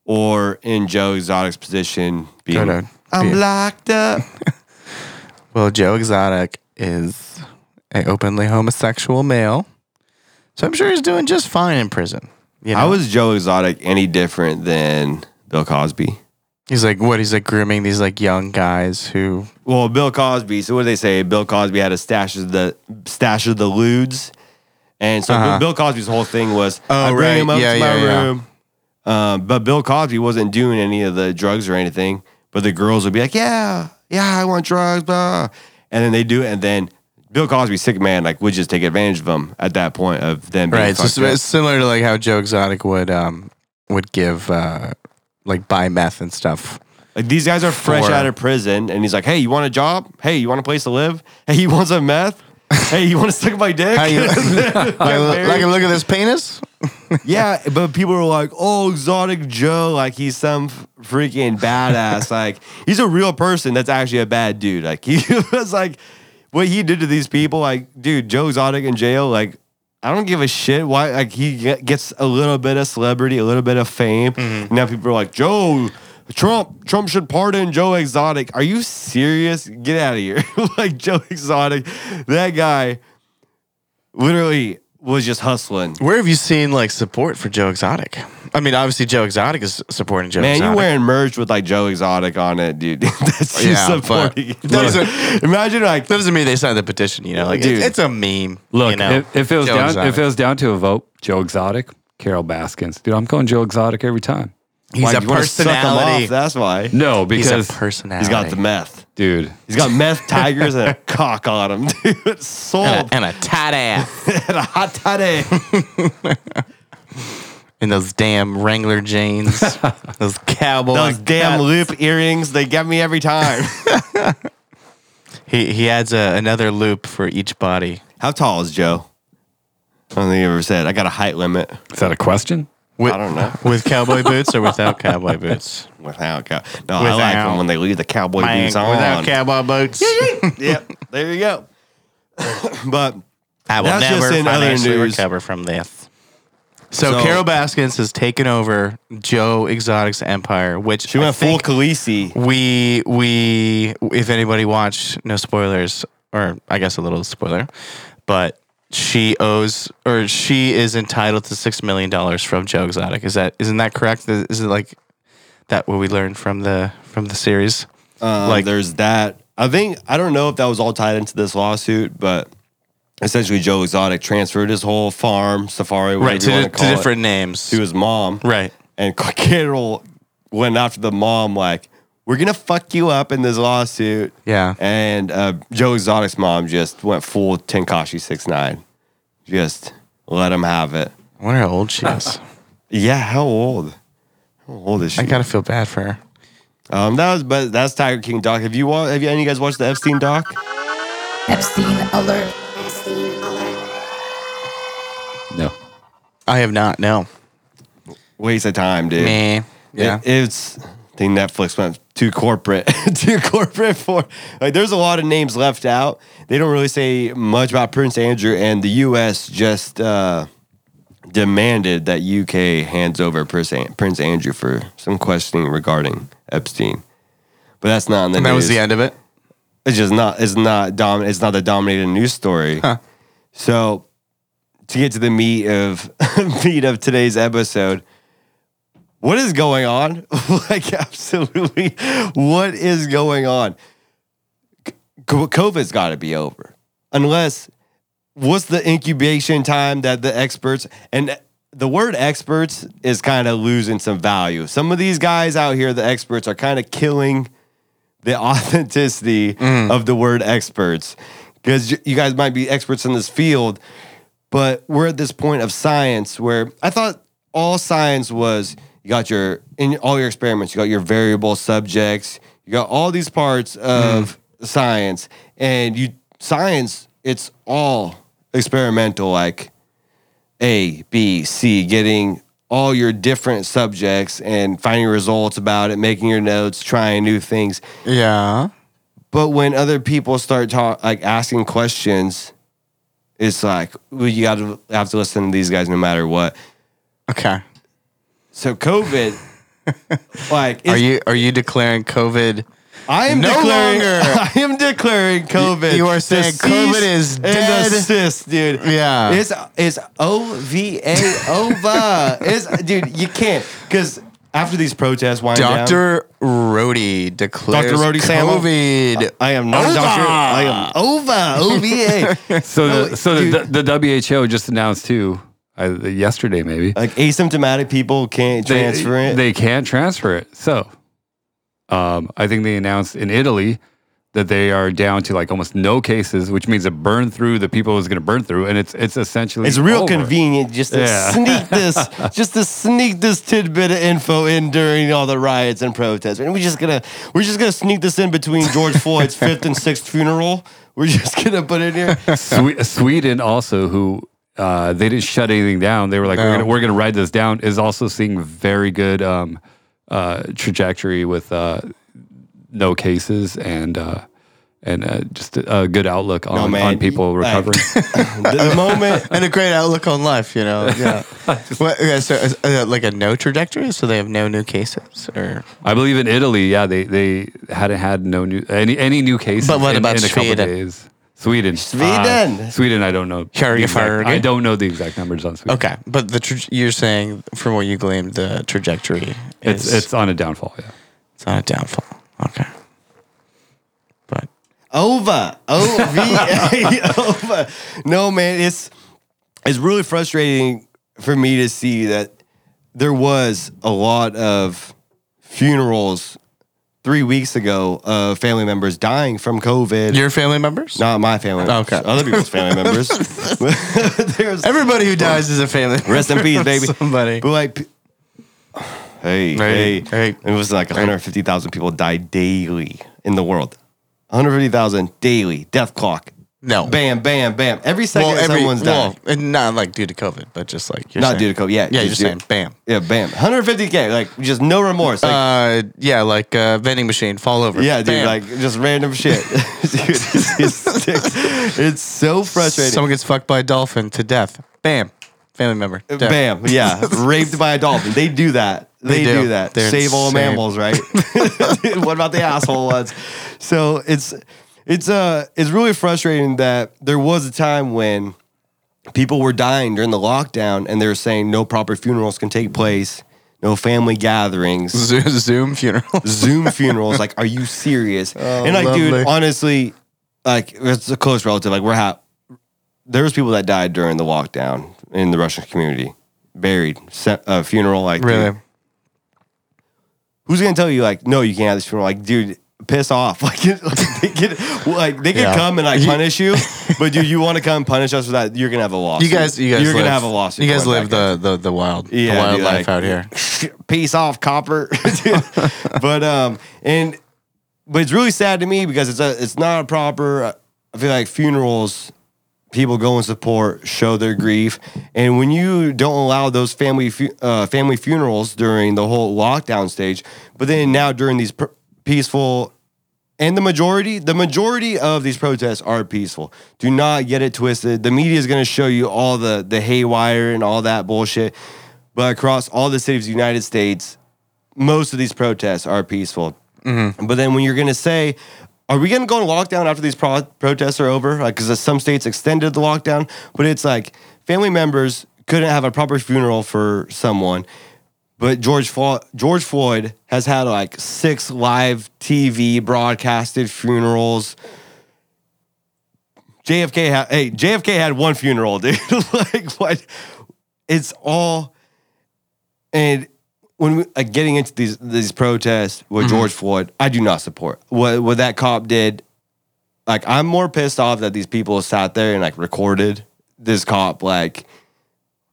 [SPEAKER 5] or in Joe Exotic's position, being
[SPEAKER 4] Go to-
[SPEAKER 5] I'm
[SPEAKER 4] be-
[SPEAKER 5] locked up?
[SPEAKER 4] Well, Joe Exotic is a openly homosexual male, so I'm sure he's doing just fine in prison. You know?
[SPEAKER 5] How is Joe Exotic any different than Bill Cosby?
[SPEAKER 4] he's like what? He's like grooming these like young guys who
[SPEAKER 5] Well, Bill Cosby. So what do they say? Bill Cosby had a stash of the stash of the lewds, and so
[SPEAKER 4] Uh-huh.
[SPEAKER 5] Bill Cosby's whole thing was
[SPEAKER 4] Oh,
[SPEAKER 5] I bring
[SPEAKER 4] right.
[SPEAKER 5] him up
[SPEAKER 4] Yeah,
[SPEAKER 5] to
[SPEAKER 4] yeah,
[SPEAKER 5] my
[SPEAKER 4] yeah.
[SPEAKER 5] room. Um, but Bill Cosby wasn't doing any of the drugs or anything. But the girls would be like, "Yeah, yeah, I want drugs," blah. And then they do it, and then Bill Cosby, sick man, like would just take advantage of them at that point of them being
[SPEAKER 4] right. So
[SPEAKER 5] fucked
[SPEAKER 4] it's,
[SPEAKER 5] up.
[SPEAKER 4] it's similar to like how Joe Exotic would um would give uh like buy meth and stuff.
[SPEAKER 5] Like these guys are fresh
[SPEAKER 4] For-
[SPEAKER 5] out of prison, and he's like, "Hey, you want a job? Hey, you want a place to live? Hey, you want some meth? Hey, you want to suck my dick?"
[SPEAKER 4] How you like, like
[SPEAKER 5] married.
[SPEAKER 4] look at this penis?
[SPEAKER 5] yeah, but people are like, "Oh, Exotic Joe, like he's some f- freaking badass. like he's a real person. That's actually a bad dude. Like he was like, what he did to these people. Like, dude, Joe Exotic in jail. Like, I don't give a shit. Why? Like he ge- gets a little bit of celebrity, a little bit of fame. Now people are like, Joe." Trump, Trump should pardon Joe Exotic. Are you serious? Get out of here! like Joe Exotic, that guy, literally was just hustling.
[SPEAKER 4] Where have you seen like support for Joe Exotic? I mean, obviously Joe Exotic is supporting Joe
[SPEAKER 5] Man,
[SPEAKER 4] Exotic.
[SPEAKER 5] you wearing merch with like Joe Exotic on it, dude. That's just
[SPEAKER 4] Yeah, but-
[SPEAKER 5] supporting.
[SPEAKER 4] Those
[SPEAKER 5] Look, Imagine like
[SPEAKER 4] That doesn't mean they signed the petition, you know. Like
[SPEAKER 5] Dude.
[SPEAKER 4] it's, it's a meme.
[SPEAKER 6] Look,
[SPEAKER 4] you know?
[SPEAKER 6] if, if it was
[SPEAKER 4] Joe
[SPEAKER 6] down,
[SPEAKER 4] Exotic.
[SPEAKER 6] if it was down to a vote, Joe Exotic, Carol Baskins, dude, I'm going Joe Exotic every time.
[SPEAKER 4] he's
[SPEAKER 5] why
[SPEAKER 4] a
[SPEAKER 5] you wanna suck him
[SPEAKER 4] personality.
[SPEAKER 5] Off, that's why
[SPEAKER 6] No,
[SPEAKER 4] he's
[SPEAKER 6] because
[SPEAKER 4] a personality.
[SPEAKER 5] he's got the meth.
[SPEAKER 6] dude,
[SPEAKER 5] He's got meth tigers and a cock on him, dude.
[SPEAKER 4] and
[SPEAKER 5] Sold
[SPEAKER 4] a, and a tight ass
[SPEAKER 5] and a hot toddy.
[SPEAKER 4] and those damn Wrangler jeans, those cowboy.
[SPEAKER 5] Those damn
[SPEAKER 4] hats.
[SPEAKER 5] loop earrings, they get me every time.
[SPEAKER 4] He he adds a, another loop for each body.
[SPEAKER 5] How tall is Joe? I don't think he ever said. I got a height limit.
[SPEAKER 6] is that a question?
[SPEAKER 4] With,
[SPEAKER 5] I don't know.
[SPEAKER 4] With cowboy boots or without cowboy boots?
[SPEAKER 5] Without cow. No, I like
[SPEAKER 4] Without.
[SPEAKER 5] them when they leave the cowboy
[SPEAKER 4] Man,
[SPEAKER 5] boots on.
[SPEAKER 4] without cowboy boots,
[SPEAKER 5] yep. There you go. but
[SPEAKER 4] I will
[SPEAKER 5] That's just
[SPEAKER 4] never
[SPEAKER 5] in other
[SPEAKER 4] financially
[SPEAKER 5] news.
[SPEAKER 4] recover from this. So,
[SPEAKER 5] So-
[SPEAKER 4] Carol Baskins has taken over Joe Exotic's empire, which
[SPEAKER 5] she
[SPEAKER 4] I
[SPEAKER 5] went full
[SPEAKER 4] think
[SPEAKER 5] Khaleesi.
[SPEAKER 4] we we if anybody watched no spoilers or I guess a little spoiler, but she owes or she is entitled to six million dollars from Joe Exotic. Is that isn't that correct? Is is it like that what we learned from the from the series?
[SPEAKER 5] Um,
[SPEAKER 4] Like-
[SPEAKER 5] there's that. I think I don't know if that was all tied into this lawsuit, but essentially Joe Exotic transferred his whole farm, safari, whatever
[SPEAKER 4] Right
[SPEAKER 5] you
[SPEAKER 4] to,
[SPEAKER 5] want to
[SPEAKER 4] to
[SPEAKER 5] call it,
[SPEAKER 4] different names.
[SPEAKER 5] to his mom,
[SPEAKER 4] Right.
[SPEAKER 5] And Carol went after the mom like, "We're gonna fuck you up in this lawsuit."
[SPEAKER 4] Yeah.
[SPEAKER 5] And uh, Joe Exotic's mom just went full Tenkashi six nine, just let him have it.
[SPEAKER 4] I wonder how old she is.
[SPEAKER 5] Yeah, how old? How old is she?
[SPEAKER 4] I gotta feel bad for her.
[SPEAKER 5] um, that was but that's Tiger King doc. Have you wa- have you any of you guys watched the Epstein doc?
[SPEAKER 7] Epstein alert.
[SPEAKER 6] No.
[SPEAKER 4] I have not. No.
[SPEAKER 5] Waste of time, dude.
[SPEAKER 4] Meh. Yeah.
[SPEAKER 5] It- it's I think Netflix went too corporate, too corporate for like. There's a lot of names left out. They don't really say much about Prince Andrew, and the U.S. just uh, demanded that U.K. hands over Prince, An- Prince Andrew for some questioning regarding Epstein. But that's not in the
[SPEAKER 4] and that
[SPEAKER 5] news.
[SPEAKER 4] was the end of it.
[SPEAKER 5] It's just not. It's not dom. It's not the dominating news story. So to get to the meat of meat of today's episode, what is going on? like absolutely, what is going on? Co- COVID's got to be over, unless what's the incubation time that the experts and the word experts is kind of losing some value. Some of these guys out here, the experts, are kind of killing the authenticity of the word experts because you guys might be experts in this field but we're at this point of science where i thought all science was you got your in all your experiments you got your variable subjects you got all these parts of science and you science it's all experimental like a, B, C, getting all your different subjects and finding results about it, making your notes, trying new things.
[SPEAKER 4] Yeah.
[SPEAKER 5] But when other people start talk, like asking questions, it's like well, you got to have to listen to these guys no matter what.
[SPEAKER 4] Okay.
[SPEAKER 5] So COVID, like,
[SPEAKER 4] Are
[SPEAKER 5] it's-
[SPEAKER 4] you are you declaring COVID?
[SPEAKER 5] I am
[SPEAKER 4] no
[SPEAKER 5] declaring,
[SPEAKER 4] longer-
[SPEAKER 5] I am declaring COVID.
[SPEAKER 4] you are saying
[SPEAKER 5] deceased
[SPEAKER 4] COVID is
[SPEAKER 5] and
[SPEAKER 4] dead.
[SPEAKER 5] Assist, dude.
[SPEAKER 4] Yeah.
[SPEAKER 5] It's it's O V A over. It's dude, you can't because after these protests wind down.
[SPEAKER 4] Doctor Rhodey declares
[SPEAKER 5] Dr. Rhodey Sammo?
[SPEAKER 4] COVID.
[SPEAKER 5] I am not a doctor. I am over. OVA.
[SPEAKER 6] So
[SPEAKER 5] Oh,
[SPEAKER 6] the so the,
[SPEAKER 5] dude.
[SPEAKER 6] the WHO just announced too, I, yesterday maybe.
[SPEAKER 5] like asymptomatic people can't transfer
[SPEAKER 6] they,
[SPEAKER 5] it.
[SPEAKER 6] They can't transfer it. So um, I think they announced in Italy that they are down to like almost no cases, which means it burned through the people it was going to burn through, and it's it's essentially
[SPEAKER 5] it's real
[SPEAKER 6] over.
[SPEAKER 5] convenient just to
[SPEAKER 6] Yeah.
[SPEAKER 5] sneak this, just to sneak this tidbit of info in during all the riots and protests. And we're just gonna, we're just gonna sneak this in between George Floyd's fifth and sixth funeral. We're just gonna put it here.
[SPEAKER 6] Swe- Sweden also who. Uh, they didn't shut anything down. They were like, we're gonna we're gonna ride this down. Is also seeing very good um, uh, trajectory with uh, no cases and uh, and uh, just a, a good outlook on,
[SPEAKER 5] man.
[SPEAKER 6] on people
[SPEAKER 5] Like-
[SPEAKER 6] recovering.
[SPEAKER 5] The moment
[SPEAKER 4] and a great outlook on life, you know. Yeah. what, okay, so is, uh, like a no trajectory, so they have no new cases, or
[SPEAKER 6] I believe in Italy, yeah, they they hadn't had no new any any new cases.
[SPEAKER 4] But what
[SPEAKER 6] in,
[SPEAKER 4] about
[SPEAKER 6] in a couple
[SPEAKER 4] Sweden?
[SPEAKER 6] days. Sweden, Uh,
[SPEAKER 5] Sweden.
[SPEAKER 6] Sweden. I don't know. the
[SPEAKER 4] Kjörg-
[SPEAKER 6] exact- I
[SPEAKER 4] Kjörg.
[SPEAKER 6] don't know the exact numbers on Sweden.
[SPEAKER 4] okay, but the tra- you're saying from what you gleaned, the trajectory
[SPEAKER 6] it's
[SPEAKER 4] is
[SPEAKER 6] it's on a downfall. Yeah,
[SPEAKER 4] it's on a downfall. Okay, but
[SPEAKER 5] Over. O-V-A. over. No, man, it's it's really frustrating for me to see that there was a lot of funerals three weeks ago of family members dying from COVID.
[SPEAKER 4] your family members,
[SPEAKER 5] not my family members.
[SPEAKER 4] Okay.
[SPEAKER 5] Other people's family members. There's
[SPEAKER 4] everybody who dies is a family.
[SPEAKER 5] Rest in peace, baby.
[SPEAKER 4] Somebody.
[SPEAKER 5] But like, p- hey,
[SPEAKER 4] Hey,
[SPEAKER 5] hey,
[SPEAKER 4] hey.
[SPEAKER 5] it was like 150,000 people die daily in the world. 150,000 daily death clock.
[SPEAKER 4] No.
[SPEAKER 5] Bam, bam, bam. Every second
[SPEAKER 4] Well, every,
[SPEAKER 5] someone's
[SPEAKER 4] well,
[SPEAKER 5] dying.
[SPEAKER 4] and not like due to COVID, but just like you're
[SPEAKER 5] Not
[SPEAKER 4] saying.
[SPEAKER 5] due to COVID. Yeah,
[SPEAKER 4] Yeah, you're
[SPEAKER 5] just
[SPEAKER 4] saying
[SPEAKER 5] due-
[SPEAKER 4] bam.
[SPEAKER 5] Yeah, bam. 150k. Like just no remorse. Like,
[SPEAKER 4] Uh, yeah, like uh, vending machine fall over.
[SPEAKER 5] yeah, dude.
[SPEAKER 4] Bam.
[SPEAKER 5] Like just random shit. Dude, it's, it's- it's so frustrating.
[SPEAKER 4] Someone gets fucked by a dolphin to death. Bam. Family member. death.
[SPEAKER 5] Uh, Bam. Yeah. Raped by a dolphin. They do that. They,
[SPEAKER 4] do.
[SPEAKER 5] do. that.
[SPEAKER 4] They're
[SPEAKER 5] Save all
[SPEAKER 4] insane.
[SPEAKER 5] mammals, right? Dude, what about the asshole ones? So it's it's uh it's really frustrating that there was a time when people were dying during the lockdown and they were saying no proper funerals can take place, no family gatherings.
[SPEAKER 4] Zoom, Zoom funeral.
[SPEAKER 5] Zoom funerals. Like, are you serious? and like,
[SPEAKER 4] Oh, lovely.
[SPEAKER 5] dude, honestly, like it's a close relative. Like, we're ha- there was people that died during the lockdown in the Russian community, buried, sent a uh, funeral. Like, dude,
[SPEAKER 4] Really?
[SPEAKER 5] who's gonna tell you like, no, you can't have this funeral? Like, dude, piss off. Like, like they could, like they could
[SPEAKER 4] Yeah.
[SPEAKER 5] come and like
[SPEAKER 4] You-
[SPEAKER 5] punish you, but dude, you want to come punish us for that? You're gonna have a loss.
[SPEAKER 4] You guys, you guys,
[SPEAKER 5] you're
[SPEAKER 4] live-
[SPEAKER 5] gonna have a loss.
[SPEAKER 4] You guys live the, the the wild,
[SPEAKER 5] Yeah,
[SPEAKER 4] the wild
[SPEAKER 5] dude, like-
[SPEAKER 4] life out here.
[SPEAKER 5] peace off, copper. Dude. but um, and but it's really sad to me because it's a, it's not a proper. uh, I feel like funerals, people go and support, show their grief, and when you don't allow those family fu- uh, family funerals during the whole lockdown stage, but then now during these pr- peaceful. And the majority, the majority of these protests are peaceful. Do not get it twisted. The media is going to show you all the the haywire and all that bullshit. But across all the cities of the United States, most of these protests are peaceful. But then when you're going to say, are we going to go on lockdown after these pro- protests are over? Like, because some states extended the lockdown, but it's like family members couldn't have a proper funeral for someone. But George Floyd, George Floyd has had like six live TV broadcasted funerals. JFK had hey JFK had one funeral, dude. like what? It's all and when we, like getting into these these protests with George Floyd, I do not support what what that cop did. Like I'm more pissed off that these people sat there and like recorded this cop like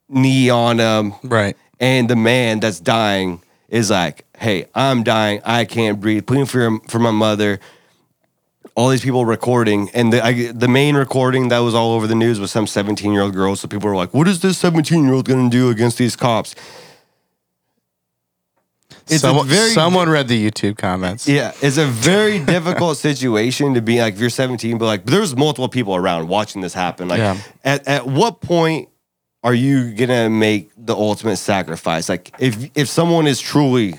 [SPEAKER 5] knee on him,
[SPEAKER 4] Right.
[SPEAKER 5] and the man that's dying is like, "Hey, I'm dying. I can't breathe. Pleading for your, for my mother." All these people recording, and the I, the main recording that was all over the news was some 17 year old girl. So people were like, "What is this 17 year old going to do against these cops?" It's a
[SPEAKER 4] someone,
[SPEAKER 5] very-
[SPEAKER 4] someone read the YouTube comments.
[SPEAKER 5] Yeah, it's a very difficult situation to be like if you're 17, but like there's multiple people around watching this happen. Like,
[SPEAKER 4] Yeah.
[SPEAKER 5] at at what point are you gonna make the ultimate sacrifice? Like, if if someone is truly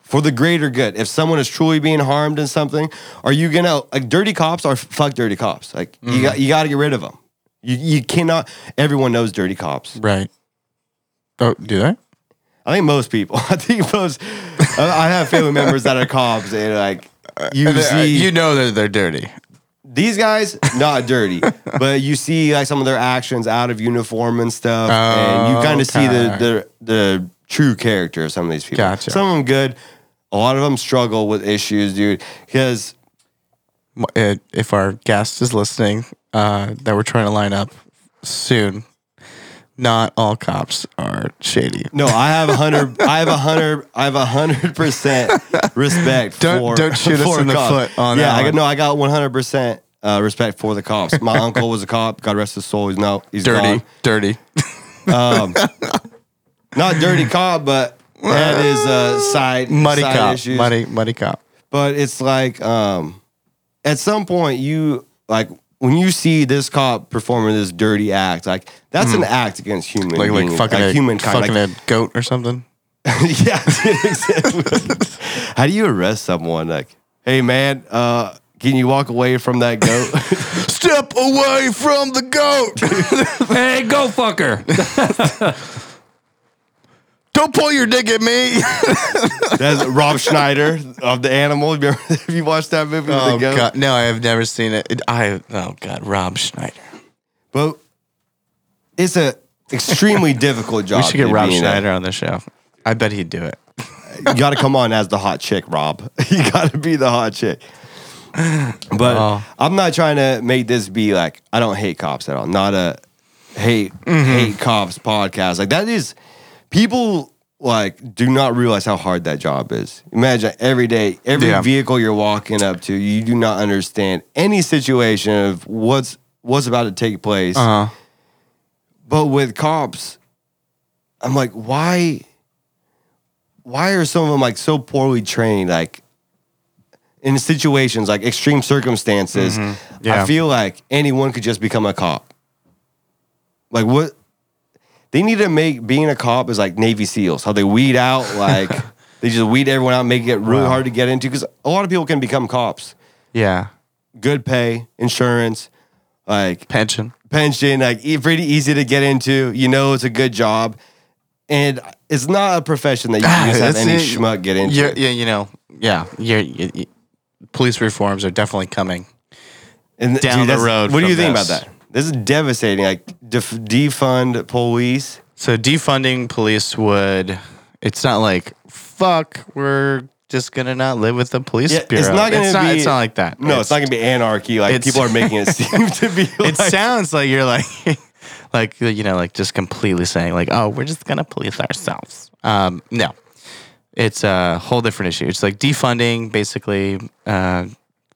[SPEAKER 5] for the greater good, if someone is truly being harmed in something, are you gonna like dirty cops are fuck dirty cops? Like
[SPEAKER 4] Mm-hmm.
[SPEAKER 5] you got you got to get rid of them. You you cannot. Everyone knows dirty cops.
[SPEAKER 4] Right. Oh, do they?
[SPEAKER 5] I think most people. I think most. I I have family members that are cops and like. You,
[SPEAKER 4] Uh,
[SPEAKER 5] see,
[SPEAKER 4] you know that they're dirty.
[SPEAKER 5] These guys not dirty, but you see like some of their actions out of uniform and stuff, and
[SPEAKER 4] Oh,
[SPEAKER 5] you kind of see the, the the true character of some of these people.
[SPEAKER 4] Gotcha.
[SPEAKER 5] Some of them good, a lot of them struggle with issues, dude. Because
[SPEAKER 4] M- uh, If our guest is listening, uh, that we're trying to line up soon. Not all cops are shady.
[SPEAKER 5] no, I have a hundred, I have a hundred, I have a hundred percent respect.
[SPEAKER 4] Don't-
[SPEAKER 5] for,
[SPEAKER 4] don't shoot us
[SPEAKER 5] for
[SPEAKER 4] in the
[SPEAKER 5] cops.
[SPEAKER 4] foot on
[SPEAKER 5] yeah,
[SPEAKER 4] that
[SPEAKER 5] I got
[SPEAKER 4] one.
[SPEAKER 5] no, I got one hundred percent uh, respect for the cops. My uncle was a cop. God rest his soul. He's no, he's
[SPEAKER 4] Dirty,
[SPEAKER 5] gone.
[SPEAKER 4] dirty.
[SPEAKER 5] Um, not dirty cop, but that is a side
[SPEAKER 4] Muddy
[SPEAKER 5] side
[SPEAKER 4] cop.
[SPEAKER 5] issues.
[SPEAKER 4] Muddy, muddy cop.
[SPEAKER 5] But it's like um, at some point you like when you see this cop performing this dirty act, like that's an act against human,
[SPEAKER 4] Hmm. Like, like
[SPEAKER 5] being-
[SPEAKER 4] fucking, a,
[SPEAKER 5] humankind.
[SPEAKER 4] fucking
[SPEAKER 5] like,
[SPEAKER 4] a goat or something.
[SPEAKER 5] yeah, dude, exactly. How do you arrest someone? Like, hey man, uh, can you walk away from that goat?
[SPEAKER 4] Step away from the goat.
[SPEAKER 6] hey, go fucker.
[SPEAKER 4] Don't pull your dick at me.
[SPEAKER 5] that's Rob Schneider of the Animal. You remember- Have you watched that movie? with
[SPEAKER 4] Oh
[SPEAKER 5] the goat?
[SPEAKER 4] god, no, I have never seen it. It- I oh god, Rob Schneider.
[SPEAKER 5] But it's a extremely difficult job.
[SPEAKER 4] We should get
[SPEAKER 5] dude,
[SPEAKER 4] Rob
[SPEAKER 5] being a-
[SPEAKER 4] Schneider on the show. I bet he'd do it.
[SPEAKER 5] you got to come on as the hot chick, Rob. You got to be the hot chick. But
[SPEAKER 4] Oh.
[SPEAKER 5] I'm not trying to make this be like I don't hate cops at all. Not a hate
[SPEAKER 4] Mm-hmm.
[SPEAKER 5] hate cops podcast. Like that is people like do not realize how hard that job is. Imagine every day, every
[SPEAKER 4] Yeah.
[SPEAKER 5] vehicle you're walking up to, you do not understand any situation of what's what's about to take place.
[SPEAKER 4] Uh-huh.
[SPEAKER 5] But with cops, I'm like, why? Why are some of them like so poorly trained? Like in situations like extreme circumstances,
[SPEAKER 4] Yeah.
[SPEAKER 5] I feel like anyone could just become a cop. Like what? They need to make being a cop is like Navy SEALs. How they weed out like they just weed everyone out, make it really hard to get into because a lot of people can become cops.
[SPEAKER 4] Yeah.
[SPEAKER 5] Good pay, insurance, like
[SPEAKER 4] Pension.
[SPEAKER 5] pension, like e- pretty easy to get into. You know, it's a good job, and it's not a profession that you can just have
[SPEAKER 4] Ah, That's
[SPEAKER 5] any
[SPEAKER 4] it.
[SPEAKER 5] schmuck get into.
[SPEAKER 4] You're, yeah, you know, yeah. You're, you, you- police reforms are definitely coming.
[SPEAKER 5] and,
[SPEAKER 4] down the
[SPEAKER 5] that's-
[SPEAKER 4] road
[SPEAKER 5] What do
[SPEAKER 4] from
[SPEAKER 5] you think
[SPEAKER 4] this.
[SPEAKER 5] about that? This is devastating. Like def- defund police.
[SPEAKER 4] So defunding police would. It's not like fuck. We're just gonna not live with the police
[SPEAKER 5] Yeah,
[SPEAKER 4] bureau.
[SPEAKER 5] it's not gonna
[SPEAKER 4] it's
[SPEAKER 5] be.
[SPEAKER 4] Not, it's not like that.
[SPEAKER 5] No, it's, not gonna be anarchy. Like
[SPEAKER 4] it's-
[SPEAKER 5] people are making it seem to be. Like,
[SPEAKER 4] It sounds like you're like, like you know, like just completely saying like, oh, we're just gonna police ourselves. Um, no, it's a whole different issue. It's like defunding, basically, uh,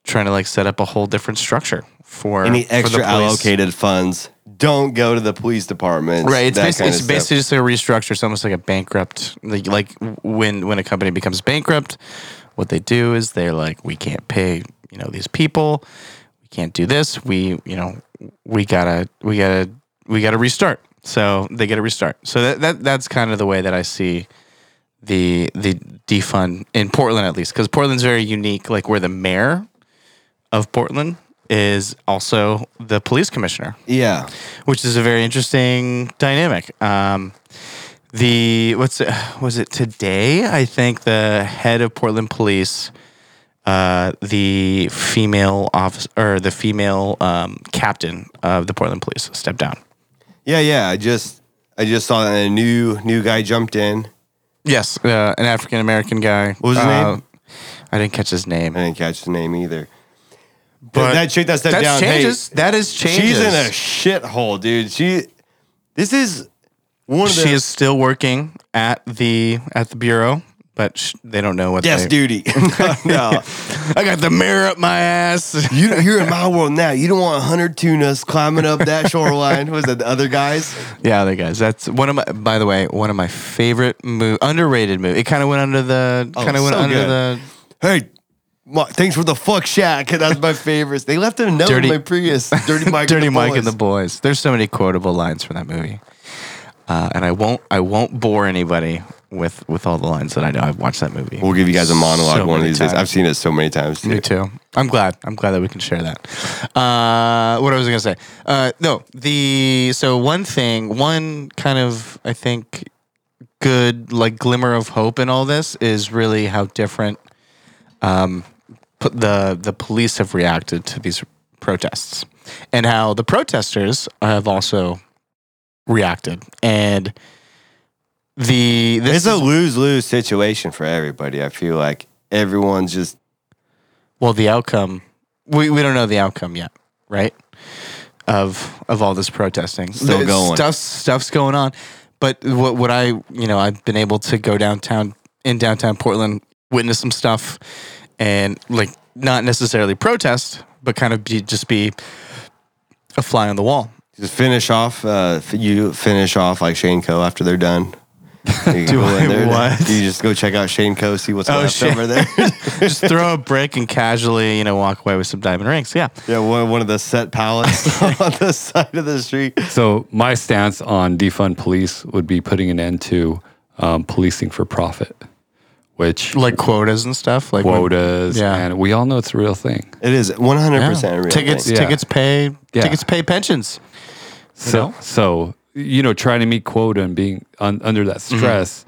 [SPEAKER 4] trying to like set up a whole different structure for
[SPEAKER 5] any
[SPEAKER 4] for the
[SPEAKER 5] extra
[SPEAKER 4] police.
[SPEAKER 5] allocated funds don't go to the police department.
[SPEAKER 4] Right. It's basically, it's basically just a restructure. It's almost like a bankrupt. Like, like when when a company becomes bankrupt, what they do is they're like, we can't pay you know these people. We can't do this. We you know we gotta we gotta we gotta restart. So they get a restart. So that, that that's kind of the way that I see the the defund in Portland at least because Portland's very unique. Like where the mayor of Portland is also the police commissioner
[SPEAKER 5] yeah.
[SPEAKER 4] which is a very interesting dynamic. Um, the what's it, was it today? I think the head of Portland Police, uh, the female officer or the female um, captain of the Portland Police, stepped down.
[SPEAKER 5] Yeah, yeah. I just I just saw that a new new guy jumped in.
[SPEAKER 4] Yes, uh, an African American guy. What
[SPEAKER 5] was his name?
[SPEAKER 4] I didn't catch his name.
[SPEAKER 5] I didn't catch his name either.
[SPEAKER 4] But
[SPEAKER 5] But that chick that stepped
[SPEAKER 4] That's
[SPEAKER 5] down. hey,
[SPEAKER 4] changes. that is changes.
[SPEAKER 5] She's in a shithole, dude. She this is one of the
[SPEAKER 4] she is still working at the at the bureau, but sh- they don't know what.
[SPEAKER 5] desk
[SPEAKER 4] they,
[SPEAKER 5] duty. no, no.
[SPEAKER 4] I got the mirror up my ass.
[SPEAKER 5] You, you're in my world now. You don't want 100 tunas climbing up that shoreline. Was that the other guys?
[SPEAKER 4] Yeah, other guys. That's one of my. By the way, one of my favorite move, underrated movie. It kind of went under the. kind of went
[SPEAKER 5] Oh, so
[SPEAKER 4] under
[SPEAKER 5] good.
[SPEAKER 4] the.
[SPEAKER 5] Hey, Ma- thanks for the fuck shack. That's my favorite. They left a note
[SPEAKER 4] Dirty-
[SPEAKER 5] in my previous Dirty Mike.
[SPEAKER 4] Dirty
[SPEAKER 5] and the
[SPEAKER 4] Mike
[SPEAKER 5] Boys.
[SPEAKER 4] and the Boys. There's so many quotable lines from that movie, uh, and I won't. I won't bore anybody with with all the lines that I know. I've watched that movie.
[SPEAKER 5] We'll give you guys a monologue
[SPEAKER 4] So
[SPEAKER 5] one of
[SPEAKER 4] many
[SPEAKER 5] these days.
[SPEAKER 4] times.
[SPEAKER 5] I've seen it so many times. Too.
[SPEAKER 4] Me too. I'm glad. I'm glad that we can share that. Uh, what I was I gonna say? Uh, no, the so one thing, one kind of I think good like glimmer of hope in all this is really how different um, put the the police have reacted to these protests, and how the protesters have also reacted and. The this
[SPEAKER 5] It's a lose lose situation for everybody. I feel like everyone's just
[SPEAKER 4] well the outcome we, we don't know the outcome yet right of of all this protesting
[SPEAKER 5] Still
[SPEAKER 4] The-
[SPEAKER 5] going.
[SPEAKER 4] stuff's stuff's going on but what what i you know i've been able to go downtown in downtown portland witness some stuff and like not necessarily protest but kind of be just be a fly on the wall
[SPEAKER 5] just finish off. Uh, f- you finish off like Shane Co. after they're done. You Do
[SPEAKER 4] I what?
[SPEAKER 5] You just go check out Shane Co. See what's
[SPEAKER 4] Oh,
[SPEAKER 5] left
[SPEAKER 4] shit.
[SPEAKER 5] over there.
[SPEAKER 4] just throw a brick and casually you know walk away with some diamond rings yeah
[SPEAKER 5] yeah, one, one of the set pallets on the side of the street.
[SPEAKER 6] So my stance on defund police would be putting an end to um, policing for profit, which
[SPEAKER 4] like quotas and stuff like when-
[SPEAKER 6] quotas,
[SPEAKER 4] yeah.
[SPEAKER 6] and we all know it's a real thing.
[SPEAKER 5] It is 100
[SPEAKER 4] yeah.
[SPEAKER 5] percent real.
[SPEAKER 4] tickets
[SPEAKER 5] thing.
[SPEAKER 6] Yeah.
[SPEAKER 4] tickets pay
[SPEAKER 6] Yeah.
[SPEAKER 4] tickets pay pensions
[SPEAKER 6] So,
[SPEAKER 4] know?
[SPEAKER 6] so you know, trying to meet quota and being un, under that
[SPEAKER 4] Mm-hmm.
[SPEAKER 6] stress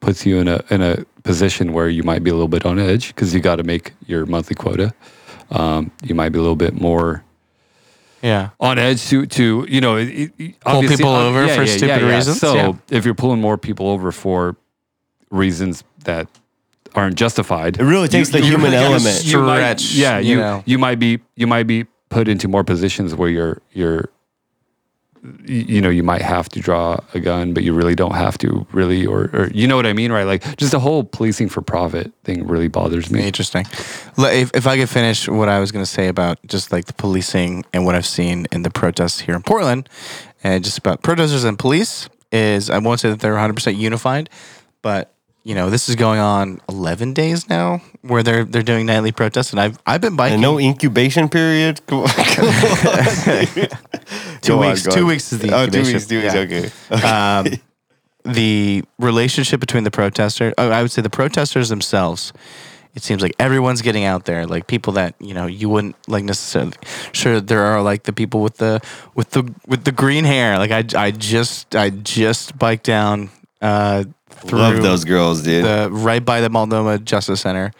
[SPEAKER 6] puts you in a in a position where you might be a little bit on edge because you got to make your monthly quota. Um, you might be a little bit more
[SPEAKER 4] yeah
[SPEAKER 6] on edge to to you know it- it- it-
[SPEAKER 4] Pull
[SPEAKER 6] obviously-
[SPEAKER 4] people over for stupid reasons,
[SPEAKER 6] So
[SPEAKER 4] yeah.
[SPEAKER 6] if you're pulling more people over for reasons that aren't justified,
[SPEAKER 5] It really takes the human
[SPEAKER 4] really gotta
[SPEAKER 5] element.
[SPEAKER 4] s-
[SPEAKER 6] might,
[SPEAKER 4] stretch,
[SPEAKER 6] yeah,
[SPEAKER 4] you
[SPEAKER 6] you
[SPEAKER 4] know.
[SPEAKER 6] you might be you might be put into more positions where you're you're you you know you might have to draw a gun but you really don't have to really or, or you know what i mean right like just the whole policing for profit thing really bothers me
[SPEAKER 4] Interesting. Le- If, if I could finish what I was going to say about just like the policing and what I've seen in the protests here in Portland, and just about protesters and police, is I won't say that they're 100% unified, but you know this is going on 11 days now where they're they're doing nightly protests, and I've I've been biking
[SPEAKER 5] And no incubation period. Come on, come on.
[SPEAKER 4] two
[SPEAKER 5] Go on,
[SPEAKER 4] weeks.
[SPEAKER 5] go
[SPEAKER 4] two
[SPEAKER 5] on.
[SPEAKER 4] weeks is the
[SPEAKER 5] Oh, two
[SPEAKER 4] incubation.
[SPEAKER 5] weeks. Two weeks.
[SPEAKER 4] Yeah.
[SPEAKER 5] Okay.
[SPEAKER 4] um, the relationship between the protester, oh, I would say the protesters themselves. It seems like everyone's getting out there, like people that you know you wouldn't like necessarily. Sure, there are like the people with the with the with the green hair. Like I, I just I just biked down uh, through
[SPEAKER 5] Love those girls, dude.
[SPEAKER 4] the right by the Multnomah Justice Center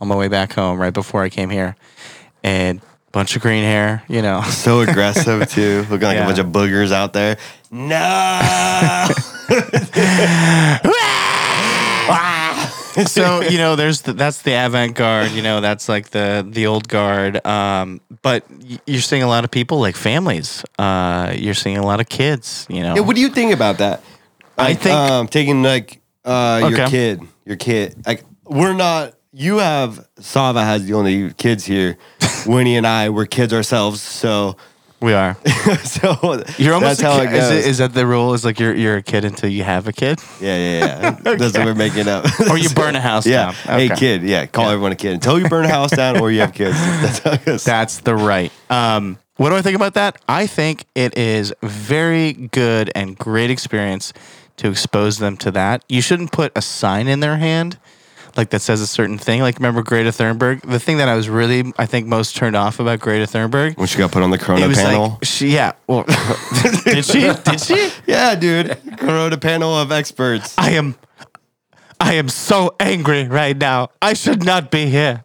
[SPEAKER 4] on my way back home, right before I came here, and bunch of green hair, you know.
[SPEAKER 5] so aggressive too, looking like
[SPEAKER 4] Yeah.
[SPEAKER 5] a bunch of boogers out there. No.
[SPEAKER 4] so you know there's the, that's the avant garde you know that's like the the old guard um but y- you're seeing a lot of people like families uh you're seeing a lot of kids you know
[SPEAKER 5] Yeah, what do you think about that?
[SPEAKER 4] I
[SPEAKER 5] Like,
[SPEAKER 4] think-
[SPEAKER 5] um, taking like uh, your
[SPEAKER 4] Okay.
[SPEAKER 5] kid, your kid. Like we're not. You have Sava has the only kids here. Winnie and I were kids ourselves, so
[SPEAKER 4] we are
[SPEAKER 5] so
[SPEAKER 4] you're almost
[SPEAKER 5] that's how
[SPEAKER 4] a
[SPEAKER 5] it
[SPEAKER 4] kid. Is,
[SPEAKER 5] goes.
[SPEAKER 4] it, is that the rule is like you're you're a kid until you have a kid
[SPEAKER 5] yeah, yeah, yeah. That's what we're making up.
[SPEAKER 4] or you burn a house
[SPEAKER 5] yeah,
[SPEAKER 4] down
[SPEAKER 5] hey kid, yeah. Call everyone a kid until you burn a house down or you have kids. That's how it goes.
[SPEAKER 4] That's the right. Um, what do I think about that? I think it is very good and great experience to expose them to that. You shouldn't put a sign in their hand like that says a certain thing. Like remember Greta Thunberg? The thing that I was really I think most turned off about Greta Thunberg.
[SPEAKER 5] When she got put on the Corona
[SPEAKER 4] it was
[SPEAKER 5] panel.
[SPEAKER 4] like she yeah. Well, did she? Did she?
[SPEAKER 5] yeah, dude. Corona panel of experts.
[SPEAKER 4] I am I am so angry right now. I should not be here.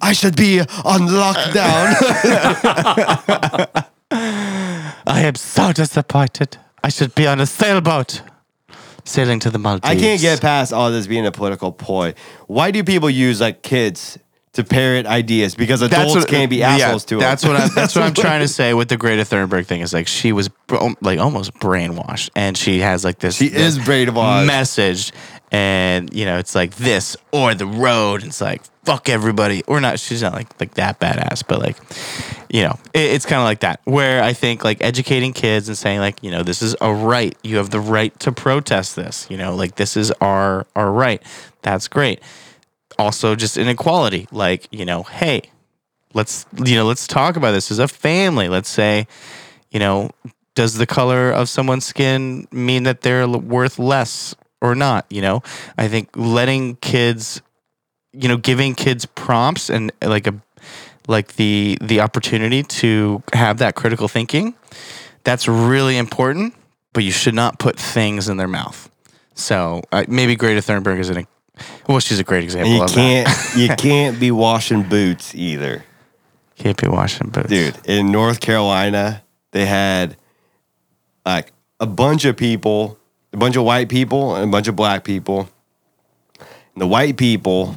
[SPEAKER 5] I should be on lockdown.
[SPEAKER 4] I am so disappointed. I should be on a sailboat sailing to the Maldives.
[SPEAKER 5] I can't get past all this being a political ploy. Why do people use like kids to parrot ideas? Because adults can't be
[SPEAKER 4] yeah,
[SPEAKER 5] assholes to 'em.
[SPEAKER 4] That's what I'm, that's what I'm trying to say with the Greta Thunberg thing is like she was br- like almost brainwashed, and she has like this.
[SPEAKER 5] She
[SPEAKER 4] this
[SPEAKER 5] is brainwashed.
[SPEAKER 4] message, and you know it's like this or the road. It's like fuck everybody or not. She's not like like that badass, but like you know it, it's kind of like that where I think like educating kids and saying like you know this is a right. You have the right to protest this. You know like this is our our right. That's great. Also, just inequality. Like you know, hey, let's you know let's talk about this as a family let's say you know does the color of someone's skin mean that they're l- worth less or not you know i think letting kids you know giving kids prompts and like a like the the opportunity to have that critical thinking that's really important but you should not put things in their mouth so uh, maybe greta thunberg is an well she's a great
[SPEAKER 5] And
[SPEAKER 4] example
[SPEAKER 5] you
[SPEAKER 4] of
[SPEAKER 5] can't
[SPEAKER 4] that
[SPEAKER 5] you can't be washing boots either.
[SPEAKER 4] can't be washing boots
[SPEAKER 5] Dude, in North Carolina, they had like a bunch of people, a bunch of white people and a bunch of black people. And the white people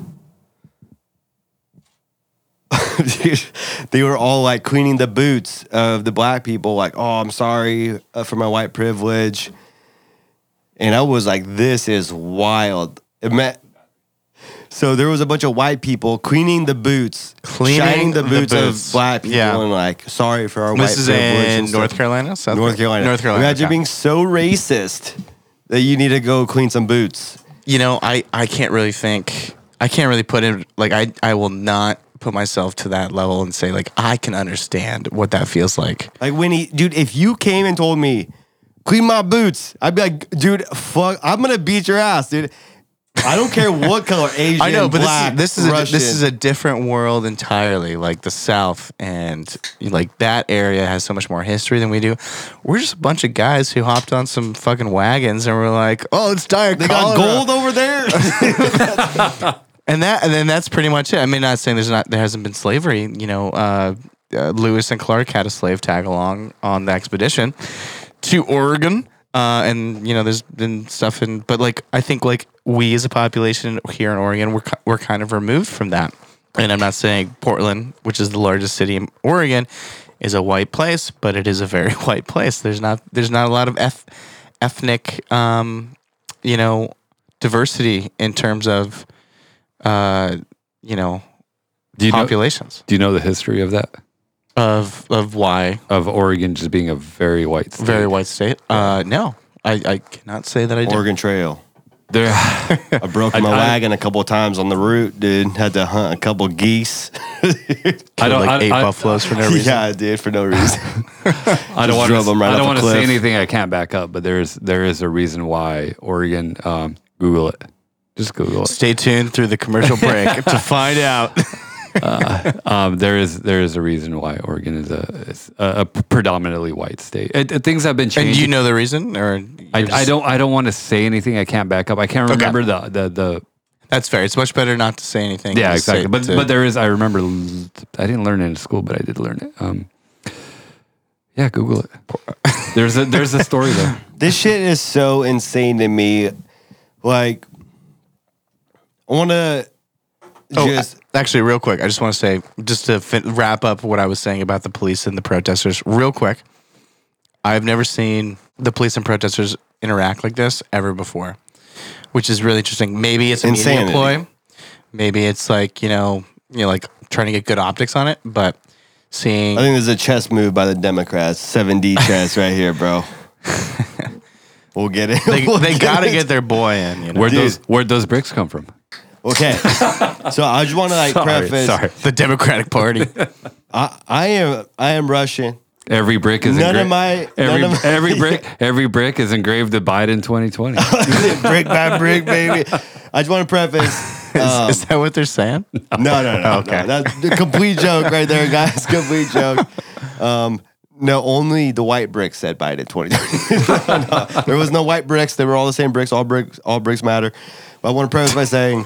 [SPEAKER 5] Dude, they were all like cleaning the boots of the black people, like, oh, I'm sorry uh, for my white privilege. And I was like, this is wild. It meant, so there was a bunch of white people cleaning the boots,
[SPEAKER 4] Cleaning
[SPEAKER 5] shining the
[SPEAKER 4] the
[SPEAKER 5] boots,
[SPEAKER 4] boots.
[SPEAKER 5] of black people,
[SPEAKER 4] Yeah.
[SPEAKER 5] and like, sorry for our
[SPEAKER 4] This
[SPEAKER 5] white
[SPEAKER 4] is
[SPEAKER 5] privilege.
[SPEAKER 4] in
[SPEAKER 5] and stuff.
[SPEAKER 4] North Carolina, South
[SPEAKER 5] North Carolina.
[SPEAKER 4] North Carolina.
[SPEAKER 5] Imagine
[SPEAKER 4] okay.
[SPEAKER 5] being so racist that you need to go clean some boots.
[SPEAKER 4] You know, I I can't really think. I can't really put in like I I will not put myself to that level and say like I can understand what that feels like.
[SPEAKER 5] Like Winnie, dude, if you came and told me, clean my boots, I'd be like, dude, fuck, I'm gonna beat your ass, dude. I don't care what color, Asian,
[SPEAKER 4] I know, but
[SPEAKER 5] black,
[SPEAKER 4] this is this is a,
[SPEAKER 5] Russian.
[SPEAKER 4] this is a different world entirely. Like the South and like that area has so much more history than we do. We're just a bunch of guys who hopped on some fucking wagons and we're like, oh, it's dire.
[SPEAKER 5] they got
[SPEAKER 4] cholera.
[SPEAKER 5] gold over there.
[SPEAKER 4] And that, and then that's pretty much it. I mean, not saying there's not, there hasn't been slavery. You know, uh, uh, Lewis and Clark had a slave tag along on the expedition to Oregon, uh, and you know, there's been stuff in, but like I think like we as a population here in Oregon, we're ki- we're kind of removed from that. And I'm not saying Portland, which is the largest city in Oregon, is a white place, but it is a very white place. There's not there's not a lot of eth- ethnic, um, you know, diversity in terms of uh, you know,
[SPEAKER 6] Do you know, do
[SPEAKER 4] populations
[SPEAKER 6] you know the history of that?
[SPEAKER 4] of of why
[SPEAKER 6] Of Oregon just being a very white state.
[SPEAKER 4] very white state. Uh, no, I, I cannot say that I do.
[SPEAKER 5] Oregon Trail.
[SPEAKER 6] There,
[SPEAKER 5] I broke my
[SPEAKER 6] I-
[SPEAKER 5] wagon a couple of times on the route, dude. Had to hunt a couple geese.
[SPEAKER 6] I don't,
[SPEAKER 4] like
[SPEAKER 6] I,
[SPEAKER 4] eight
[SPEAKER 6] I,
[SPEAKER 4] buffaloes for no reason.
[SPEAKER 5] yeah, I did for no reason.
[SPEAKER 6] I don't
[SPEAKER 5] Just
[SPEAKER 6] want
[SPEAKER 5] drove
[SPEAKER 6] to.
[SPEAKER 5] 'em right
[SPEAKER 6] I
[SPEAKER 5] off a
[SPEAKER 6] don't want to say
[SPEAKER 5] cliff.
[SPEAKER 6] anything I can't back up, but there is there is a reason why Oregon. Um, Google it. Just Google it.
[SPEAKER 4] Stay tuned through the commercial break to find out.
[SPEAKER 6] Um, there is there is a reason why Oregon is a is a, a predominantly white state. It, it- things have been changing.
[SPEAKER 4] And you know the reason, or
[SPEAKER 6] I,
[SPEAKER 4] you're
[SPEAKER 6] I
[SPEAKER 4] just-
[SPEAKER 6] don't I don't want to say anything I can't back up. I can't
[SPEAKER 4] Okay.
[SPEAKER 6] remember the the the
[SPEAKER 4] That's fair. It's much better not to say anything.
[SPEAKER 6] yeah
[SPEAKER 4] to say-
[SPEAKER 6] exactly. but
[SPEAKER 4] to-
[SPEAKER 6] but there is I remember l- I didn't learn it in school, but I did learn it. Um, yeah, Google it. There's a there's a story there.
[SPEAKER 5] This shit is so insane to me. Like, want to
[SPEAKER 4] Oh,
[SPEAKER 5] just
[SPEAKER 4] a- actually, real quick, I just want to say, just to fin- wrap up what I was saying about the police and the protesters, real quick. I've never seen the police and protesters interact like this ever before, which is really interesting. Maybe it's a media
[SPEAKER 5] Insanity.
[SPEAKER 4] ploy. Maybe it's like you know, you know, like trying to get good optics on it, but seeing
[SPEAKER 5] I think there's a chess move by the Democrats, 7D chess right here, bro. we'll get it.
[SPEAKER 4] they,
[SPEAKER 5] We'll
[SPEAKER 4] they got to
[SPEAKER 5] it.
[SPEAKER 4] get their boy in. You know?
[SPEAKER 6] Where'd
[SPEAKER 5] Dude.
[SPEAKER 6] those Where'd those bricks come from?
[SPEAKER 5] Okay. So I just want to like
[SPEAKER 6] Sorry,
[SPEAKER 5] preface
[SPEAKER 6] sorry.
[SPEAKER 4] the Democratic Party.
[SPEAKER 5] I, I am I am Russian.
[SPEAKER 6] Every brick is
[SPEAKER 5] None of
[SPEAKER 6] engra-
[SPEAKER 5] my-
[SPEAKER 6] every,
[SPEAKER 5] none of my-
[SPEAKER 6] every brick every brick is engraved to Biden 2020.
[SPEAKER 5] brick by brick, baby. I just want to preface. um,
[SPEAKER 4] is that what they're saying?
[SPEAKER 5] No, no, no. okay. That's a complete joke right there, guys. Complete joke. Um, no, only the white bricks said Biden 2020. No, no. there was no white bricks. They were all the same bricks. All bricks, all bricks matter. But I want to preface by saying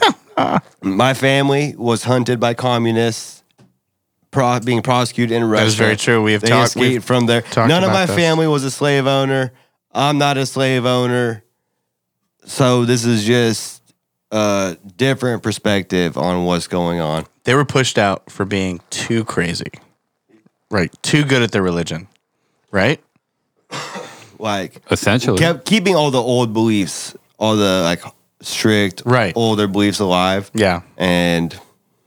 [SPEAKER 5] my family was hunted by communists, pro- being prosecuted in Russia.
[SPEAKER 4] is very true. We have
[SPEAKER 5] they
[SPEAKER 4] talked-
[SPEAKER 5] escaped
[SPEAKER 4] we've
[SPEAKER 5] from there.
[SPEAKER 4] talked
[SPEAKER 5] None of my
[SPEAKER 4] about this.
[SPEAKER 5] family was a slave owner. I'm not a slave owner. So this is just a different perspective on what's going on.
[SPEAKER 4] They were pushed out for being too crazy, right? Too good at their religion, right?
[SPEAKER 5] Like
[SPEAKER 6] Essentially,
[SPEAKER 5] kept keeping all the old beliefs, all the like strict
[SPEAKER 4] Right.
[SPEAKER 5] older beliefs alive.
[SPEAKER 4] Yeah.
[SPEAKER 5] And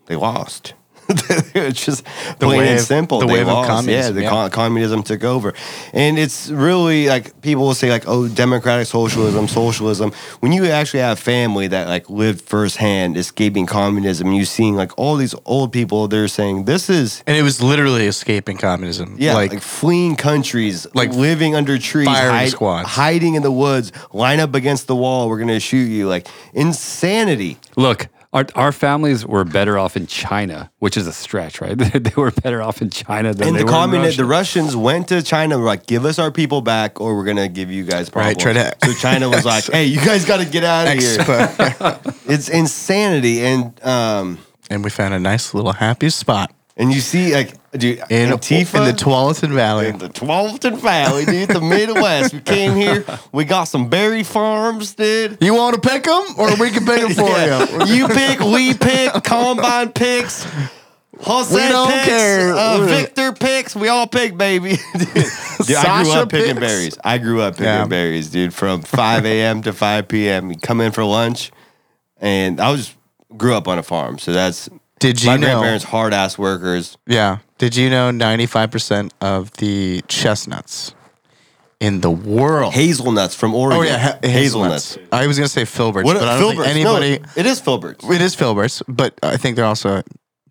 [SPEAKER 5] they lost. it's just plain and
[SPEAKER 4] wave-
[SPEAKER 5] simple.
[SPEAKER 4] the
[SPEAKER 5] they
[SPEAKER 4] wave of
[SPEAKER 5] lost.
[SPEAKER 4] communism,
[SPEAKER 5] yeah, the
[SPEAKER 4] yeah.
[SPEAKER 5] co- communism took over, and it's really like people will say like, "Oh, democratic socialism, socialism." When you actually have family that like lived firsthand escaping communism, you seeing like all these old people, they're saying this is
[SPEAKER 4] And it was literally escaping communism.
[SPEAKER 5] Yeah, like,
[SPEAKER 4] Like,
[SPEAKER 5] fleeing countries,
[SPEAKER 4] Like
[SPEAKER 5] like living under trees,
[SPEAKER 4] firing squads.
[SPEAKER 5] hiding in the woods, line up against the wall. We're gonna shoot you. Like insanity.
[SPEAKER 6] look, our, our families were better off in China, which is a stretch, right? they were better off in China than
[SPEAKER 5] And
[SPEAKER 6] they
[SPEAKER 5] the
[SPEAKER 6] were in
[SPEAKER 5] communi-
[SPEAKER 6] Russia.
[SPEAKER 5] the Russians went to China. Were like, give us our people back, or we're gonna give you guys problems.
[SPEAKER 4] Right, try to-
[SPEAKER 5] so China was like, hey, you guys got to get out of here.
[SPEAKER 4] expo-
[SPEAKER 5] It's insanity, and um,
[SPEAKER 4] and we found a nice little happy spot
[SPEAKER 5] and you see like, dude,
[SPEAKER 4] in, in
[SPEAKER 5] Antifa
[SPEAKER 4] the Tualatin Valley.
[SPEAKER 5] in the Twelveton Valley, dude, the Midwest. We came here. We got some berry farms, dude.
[SPEAKER 4] You want to pick them, or we can pick them for
[SPEAKER 5] Yeah.
[SPEAKER 4] you?
[SPEAKER 5] you pick, we pick, Combine picks, Jose
[SPEAKER 4] We don't
[SPEAKER 5] picks,
[SPEAKER 4] care.
[SPEAKER 5] Uh,
[SPEAKER 4] We're-
[SPEAKER 5] Victor picks. We all pick, baby. dude, I grew
[SPEAKER 4] Sasha
[SPEAKER 5] up picking
[SPEAKER 4] picks.
[SPEAKER 5] berries. I grew up picking
[SPEAKER 4] Yeah.
[SPEAKER 5] berries, dude, from 5 a.m. to 5 p.m. You come in for lunch, and I was grew up on a farm, so that's
[SPEAKER 4] Did
[SPEAKER 5] my
[SPEAKER 4] you know?
[SPEAKER 5] grandparents hard ass workers.
[SPEAKER 4] Yeah. Did you know 95% of the chestnuts in the world?
[SPEAKER 5] Hazelnuts from Oregon.
[SPEAKER 4] oh yeah, ha- hazelnuts.
[SPEAKER 5] hazelnuts.
[SPEAKER 4] I was gonna say filberts,
[SPEAKER 5] What
[SPEAKER 4] but I don't think
[SPEAKER 5] Filberts?
[SPEAKER 4] anybody.
[SPEAKER 5] No, it is Filberts.
[SPEAKER 4] It is filberts, but I think they're also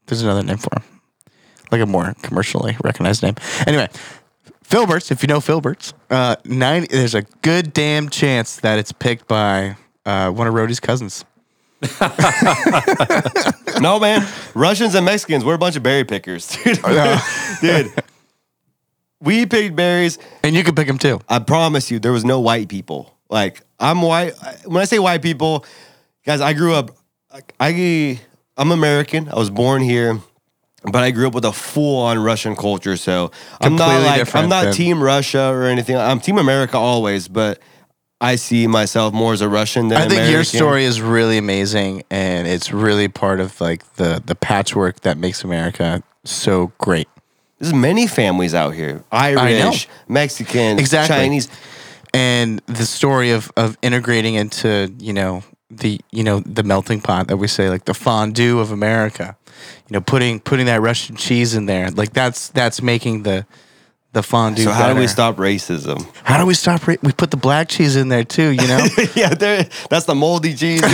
[SPEAKER 4] there's another name for them, like a more commercially recognized name. Anyway, filberts. If you know filberts, uh, nine. There's a good damn chance that it's picked by uh, one of Rhodey's cousins.
[SPEAKER 5] No, man. Russians and Mexicans, we're a bunch of berry pickers, dude. dude. We picked berries.
[SPEAKER 4] And you can pick them too.
[SPEAKER 5] I promise you, there was no white people. Like, I'm white. When I say white people, guys, I grew up, I, I'm American. I was born here, but I grew up with a full on Russian culture. So I'm not
[SPEAKER 4] Completely
[SPEAKER 5] like,
[SPEAKER 4] different
[SPEAKER 5] I'm not
[SPEAKER 4] than-
[SPEAKER 5] Team Russia or anything. I'm Team America always, but I see myself more as a Russian than
[SPEAKER 4] I think
[SPEAKER 5] American.
[SPEAKER 4] your story is really amazing, and it's really part of like the the patchwork that makes America so great.
[SPEAKER 5] There's many families out here Irish, Mexican,
[SPEAKER 4] Exactly.
[SPEAKER 5] Chinese.
[SPEAKER 4] and the story of of integrating into you know the you know the melting pot that we say like the fondue of America, you know putting putting that Russian cheese in there like that's that's making the the fondue.
[SPEAKER 5] So how do we
[SPEAKER 4] better.
[SPEAKER 5] stop racism?
[SPEAKER 4] How do we stop? Ra- we put the black cheese in there too. You know.
[SPEAKER 5] yeah, there- that's the moldy cheese.
[SPEAKER 4] no.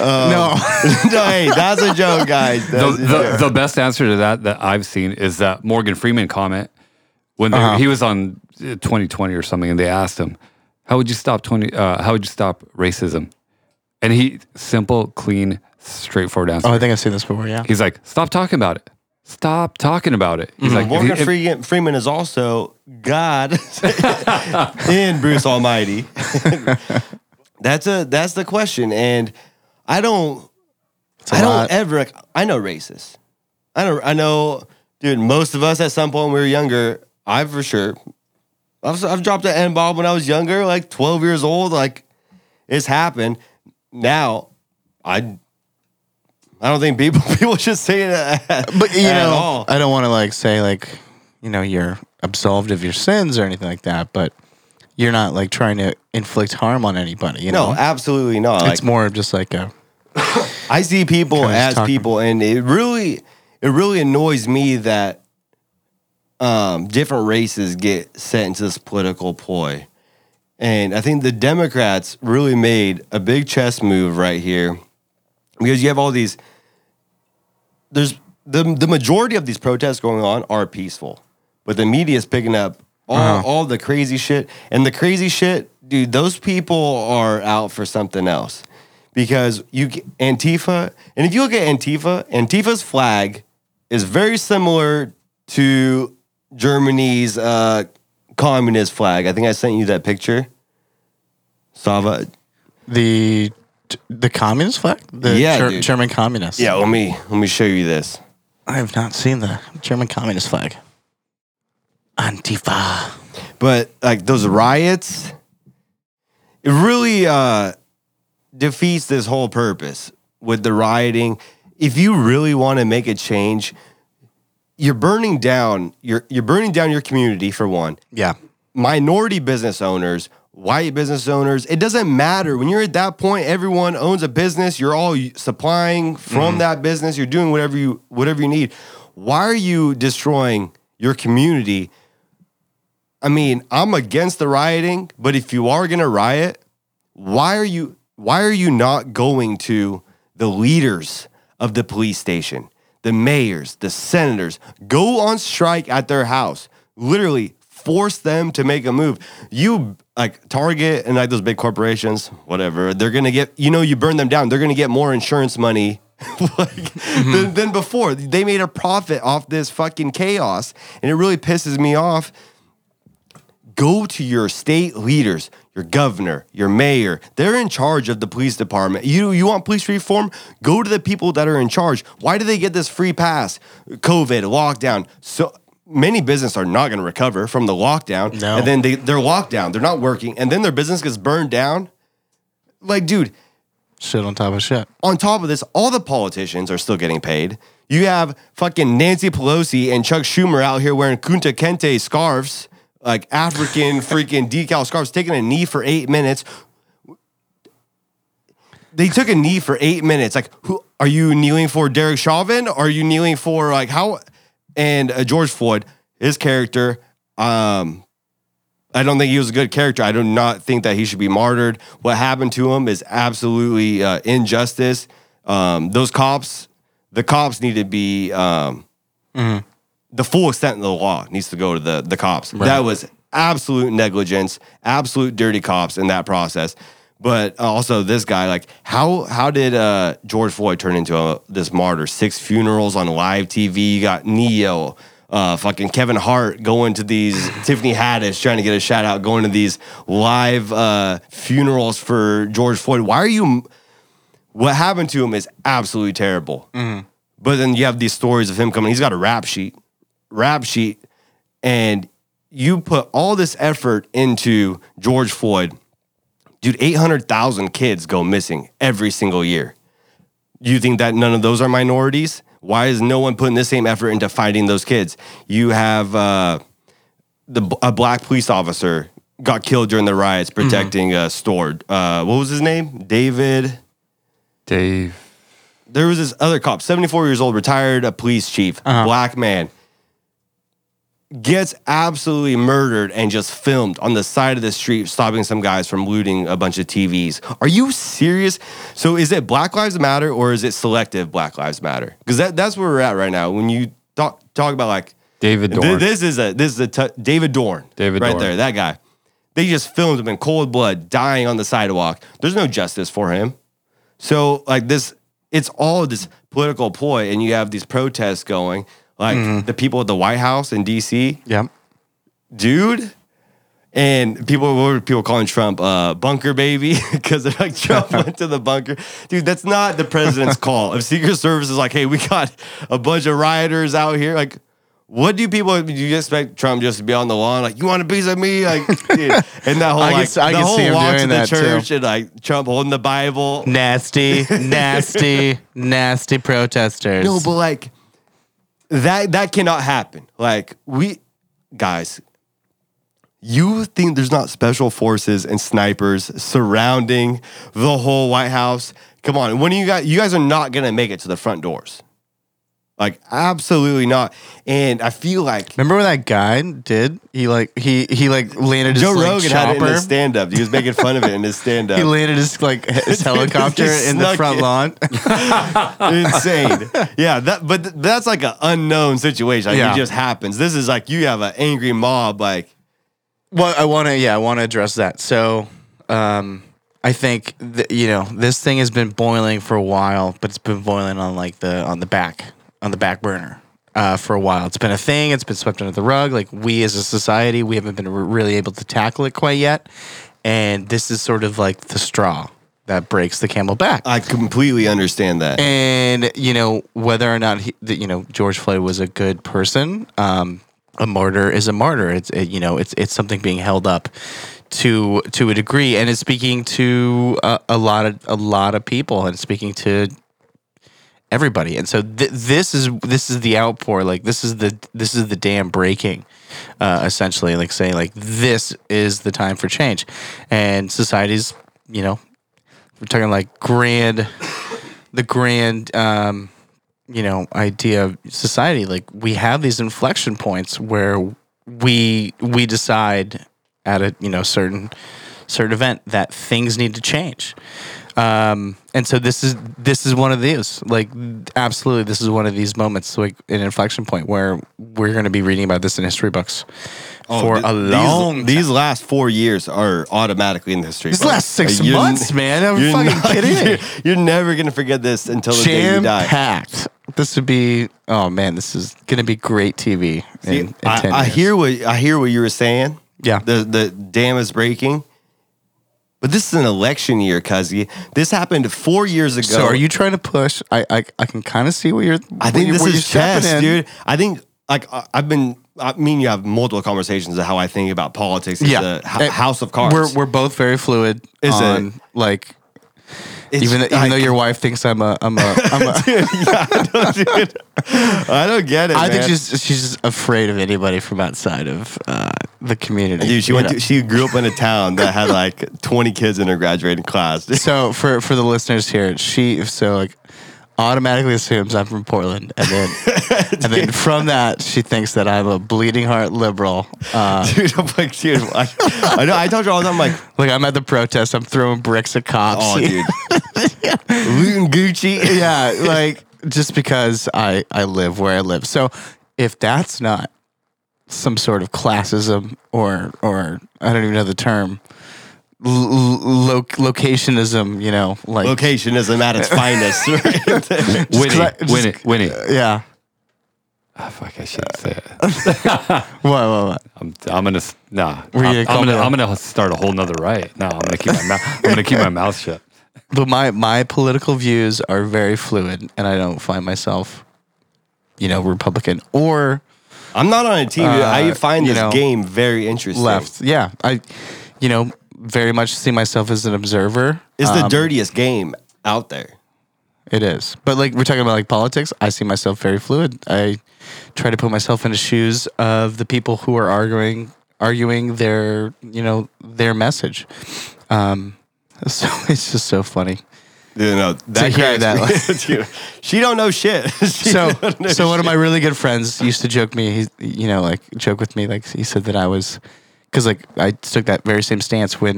[SPEAKER 5] no, hey, that's a joke, guys.
[SPEAKER 6] the,
[SPEAKER 5] That's a
[SPEAKER 6] the,
[SPEAKER 5] joke.
[SPEAKER 6] the best answer to that that I've seen is that Morgan Freeman comment when they,
[SPEAKER 5] Uh-huh.
[SPEAKER 6] he was on uh, 2020 or something, and they asked him, "How would you stop 20? Uh, how would you stop racism?" And he simple, clean, straightforward answer.
[SPEAKER 4] Oh, I think I've seen this before. Yeah.
[SPEAKER 6] He's like, "Stop talking about it. Stop talking about it." He's like,
[SPEAKER 5] Mm-hmm. Morgan
[SPEAKER 6] if he- if-
[SPEAKER 5] Freeman, Freeman is also God in Bruce Almighty. that's a that's the question, and I don't
[SPEAKER 4] a
[SPEAKER 5] I don't
[SPEAKER 4] lot.
[SPEAKER 5] ever like, I know racists. I know I know, dude. Most of us at some point when we were younger. I for sure. I've I've dropped an N bomb when I was younger, like twelve years old. Like it's happened. Now I I don't think people people should say that.
[SPEAKER 4] But you
[SPEAKER 5] at
[SPEAKER 4] know,
[SPEAKER 5] all.
[SPEAKER 4] I don't want to like say like you know you're absolved of your sins or anything like that. But you're not like trying to inflict harm on anybody. You
[SPEAKER 5] no,
[SPEAKER 4] know,
[SPEAKER 5] absolutely not.
[SPEAKER 4] it's more of just like a
[SPEAKER 5] I see people
[SPEAKER 4] Kinda just
[SPEAKER 5] as
[SPEAKER 4] talking.
[SPEAKER 5] people, and it really, it really annoys me that um, different races get sent into this political ploy. And I think the Democrats really made a big chess move right here because you have all these. There's the the majority of these protests going on are peaceful, but the media is picking up all all the crazy shit and the crazy shit, dude. Those people are out for something else because you c- Antifa, and if you look at Antifa, Antifa's flag is very similar to Germany's uh, communist flag. I think I sent you that picture, Sava.
[SPEAKER 4] the the communist flag. The
[SPEAKER 5] Yeah,
[SPEAKER 4] Ger-
[SPEAKER 5] dude.
[SPEAKER 4] German communists.
[SPEAKER 5] Yeah, let me let me show you this.
[SPEAKER 4] I have not seen the German communist flag. Antifa.
[SPEAKER 5] but like those riots it really uh defeats this whole purpose with the rioting if you really want to make a change you're burning down you're you're burning down your community for one
[SPEAKER 4] Yeah.
[SPEAKER 5] minority business owners, white business owners. It doesn't matter. When you're at that point, everyone owns a business. You're all supplying from that business. You're doing whatever you whatever you need. Why are you destroying your community? I mean, I'm against the rioting, but if you are going to riot, why are you why are you not going to the leaders of the police station the mayors the senators go on strike at their house literally force them to make a move you like target and like those big corporations whatever they're gonna get you know you burn them down they're gonna get more insurance money like, than, than before they made a profit off this fucking chaos and it really pisses me off go to your state leaders, your governor, your mayor. They're in charge of the police department. You you want police reform? Go to the people that are in charge. Why do they get this free pass? COVID, lockdown. So many businesses are not going to recover from the lockdown.
[SPEAKER 4] No.
[SPEAKER 5] And then they, they're locked down. They're not working. And then their business gets burned down. Like, dude,
[SPEAKER 4] Shit on top of shit.
[SPEAKER 5] on top of this, all the politicians are still getting paid. You have fucking Nancy Pelosi and Chuck Schumer out here wearing Kunta Kente scarves, like African freaking decal scarves, taking a knee for eight minutes. They took a knee for eight minutes. Like, who are you kneeling for? Derek Chauvin? Are you kneeling for like how? And uh, George Floyd, his character. Um, I don't think he was a good character. I do not think that he should be martyred. What happened to him is absolutely uh, injustice. Um, those cops, the cops need to be um, the full extent of the law needs to go to the the cops. That was absolute negligence, absolute dirty cops in that process. But uh, also this guy, like how how did uh, George Floyd turn into a, this martyr? Six funerals on live TV. You got Neo, uh, fucking Kevin Hart going to these Tiffany Haddish trying to get a shout out, going to these live uh, funerals for George Floyd. Why are you? What happened to him is absolutely terrible. But then you have these stories of him coming. He's got a rap sheet, rap sheet, and you put all this effort into George Floyd. Dude, 800,000 kids go missing every single year. You think that none of those are minorities? Why is no one putting the same effort into finding those kids? You have uh, the a black police officer got killed during the riots protecting a store. Uh, what was his name? David
[SPEAKER 6] Dave.
[SPEAKER 5] there was this other cop, 74 years old, retired, a police chief, black man, gets absolutely murdered and just filmed on the side of the street, stopping some guys from looting a bunch of TVs. Are you serious? So is it Black Lives Matter or is it selective Black Lives Matter? Because that, that's where we're at right now. When you talk, talk about like,
[SPEAKER 6] David
[SPEAKER 5] Th-
[SPEAKER 6] Dorn.
[SPEAKER 5] This is a this is a t- David Dorn.
[SPEAKER 6] David
[SPEAKER 5] right
[SPEAKER 6] Dorn.
[SPEAKER 5] there, that guy. They just filmed him in cold blood, dying on the sidewalk. There's no justice for him. So like this, it's all this political ploy, and you have these protests going. Like
[SPEAKER 6] Mm-hmm.
[SPEAKER 5] the people at the White House in D.C.
[SPEAKER 4] Yep.
[SPEAKER 5] Dude. And people what were people calling Trump uh, bunker baby because they're like Trump went to the bunker. Dude, that's not the president's call. If Secret Service is like, hey, we got a bunch of rioters out here, like, What do people? Do you expect Trump just to be on the lawn like you want a piece of me? Like, dude, and that whole
[SPEAKER 4] I can
[SPEAKER 5] like
[SPEAKER 4] s- I
[SPEAKER 5] the
[SPEAKER 4] can
[SPEAKER 5] whole
[SPEAKER 4] see him
[SPEAKER 5] walk to
[SPEAKER 4] doing
[SPEAKER 5] the
[SPEAKER 4] that, too.
[SPEAKER 5] church and like Trump holding the Bible.
[SPEAKER 4] Nasty, nasty, nasty protesters.
[SPEAKER 5] No, but like that that cannot happen. Like we guys, you think there's not special forces and snipers surrounding the whole White House? Come on, when you guys you guys are not gonna make it to the front doors. Like absolutely not. And I feel like
[SPEAKER 4] Remember when that guy did? He like he he like landed
[SPEAKER 5] Joe
[SPEAKER 4] his like,
[SPEAKER 5] Rogan had it in
[SPEAKER 4] chopper.
[SPEAKER 5] his stand up. He was making fun of it in his stand
[SPEAKER 4] he
[SPEAKER 5] up.
[SPEAKER 4] landed his like his helicopter
[SPEAKER 5] He
[SPEAKER 4] in the
[SPEAKER 5] snuck
[SPEAKER 4] front
[SPEAKER 5] it.
[SPEAKER 4] lawn.
[SPEAKER 5] Insane. Yeah, that but th- that's like an unknown situation. Like
[SPEAKER 4] Yeah.
[SPEAKER 5] it just happens. This is like you have an angry mob like
[SPEAKER 4] well, I want to yeah, I want to address that. So, um, I think that, you know this thing has been boiling for a while, but it's been boiling on like the on the back on the back burner uh, for a while. It's been a thing. It's been swept under the rug. Like we as a society, we haven't been re- really able to tackle it quite yet, and this is sort of like the straw that breaks the camel back.
[SPEAKER 5] I completely understand that.
[SPEAKER 4] and you know whether or not he, that you know George Floyd was a good person. Um, a martyr is a martyr. It's it, you know it's it's something being held up to to a degree, and it's speaking to a, a lot of a lot of people, and it's speaking to everybody. And so th- this is this is the outpour. Like this is the this is the dam breaking, uh, essentially. Like saying like this is the time for change, and society's you know we're talking like grand the grand um you know idea of society like we have these inflection points where we we decide at a you know certain certain event that things need to change um and so this is this is one of these like absolutely this is one of these moments like an inflection point where we're going to be reading about this in history books for
[SPEAKER 5] Oh, th-
[SPEAKER 4] a
[SPEAKER 5] these-
[SPEAKER 4] long
[SPEAKER 5] These, last four years are automatically in history.
[SPEAKER 4] These
[SPEAKER 5] books.
[SPEAKER 4] last six
[SPEAKER 5] Like, you're n-
[SPEAKER 4] months, man. Are you
[SPEAKER 5] you're
[SPEAKER 4] fucking kidding me?
[SPEAKER 5] You're, you're never gonna forget this until the day you
[SPEAKER 4] jam
[SPEAKER 5] die.
[SPEAKER 4] packed. This would be oh man, this is gonna be great TV. in, in 10
[SPEAKER 5] I, I
[SPEAKER 4] years.
[SPEAKER 5] hear what I hear what you were saying.
[SPEAKER 4] Yeah.
[SPEAKER 5] the the dam is breaking. But this is an election year, Cuzzy. This happened four years ago.
[SPEAKER 4] So are you trying to push? I I, I can kind of see what you're.
[SPEAKER 5] I think
[SPEAKER 4] where
[SPEAKER 5] this
[SPEAKER 4] you're
[SPEAKER 5] is
[SPEAKER 4] stepping
[SPEAKER 5] chess,
[SPEAKER 4] in.
[SPEAKER 5] dude. I think like I- I've been. I mean, you have multiple conversations of how I think about politics. It's
[SPEAKER 4] Yeah, Eh,
[SPEAKER 5] a ho- house of cards.
[SPEAKER 4] We're we're both very fluid.
[SPEAKER 5] It's a-
[SPEAKER 4] on, like
[SPEAKER 5] It's
[SPEAKER 4] even though, even
[SPEAKER 5] like-
[SPEAKER 4] though your wife thinks I'm a I'm a, I'm a
[SPEAKER 5] I don't get it.
[SPEAKER 4] I think
[SPEAKER 5] man.
[SPEAKER 4] she's she's just afraid of anybody from outside of uh, the community.
[SPEAKER 5] Dude, she
[SPEAKER 4] you
[SPEAKER 5] went.
[SPEAKER 4] know?
[SPEAKER 5] To, she grew up in a town that had like 20 kids in her graduating class.
[SPEAKER 4] so for for the listeners here, she so like automatically assumes I'm from Portland, and then and then from that she thinks that I'm a bleeding heart liberal. Uh,
[SPEAKER 5] Dude, I'm like, dude, I, I know. I told her all the time, like,
[SPEAKER 4] like I'm at the protest, I'm throwing bricks at cops.
[SPEAKER 5] oh, dude, looting Gucci.
[SPEAKER 4] yeah, like just because I I live where I live. So if that's not some sort of classism or or I don't even know the term. L- lo- locationism, you know, like
[SPEAKER 5] Locationism at its finest. right there.
[SPEAKER 6] Winnie,
[SPEAKER 4] I- just-
[SPEAKER 6] Winnie, Winnie.
[SPEAKER 4] yeah.
[SPEAKER 6] Ah, fuck, I shouldn't say it.
[SPEAKER 4] What, what, what?
[SPEAKER 6] I'm, I'm gonna s- nah.
[SPEAKER 4] Were you
[SPEAKER 6] I'm,
[SPEAKER 4] gonna
[SPEAKER 6] I'm
[SPEAKER 4] call
[SPEAKER 6] gonna
[SPEAKER 4] me
[SPEAKER 6] I'm gonna start a whole nother riot. No, I'm gonna keep my mouth. I'm gonna keep my mouth shut.
[SPEAKER 4] But my my political views are very fluid, and I don't find myself, you know, Republican or
[SPEAKER 5] I'm not on a team. dude. I
[SPEAKER 4] Uh,
[SPEAKER 5] find
[SPEAKER 4] you
[SPEAKER 5] this
[SPEAKER 4] know,
[SPEAKER 5] game very interesting.
[SPEAKER 4] left. Yeah, I, you know, very much see myself as an observer.
[SPEAKER 5] It's the
[SPEAKER 4] Um,
[SPEAKER 5] dirtiest game out there.
[SPEAKER 4] It is, but like we're talking about like politics, I see myself very fluid. I try to put myself in the shoes of the people who are arguing arguing their you know their message. Um, so it's just so funny.
[SPEAKER 5] You know that.
[SPEAKER 4] hear
[SPEAKER 5] cracks me- dude, she don't know shit. She
[SPEAKER 4] so
[SPEAKER 5] don't know
[SPEAKER 4] so one of my really good friends used to joke me he's you know like joke with me like he said that i was because like i took that very same stance when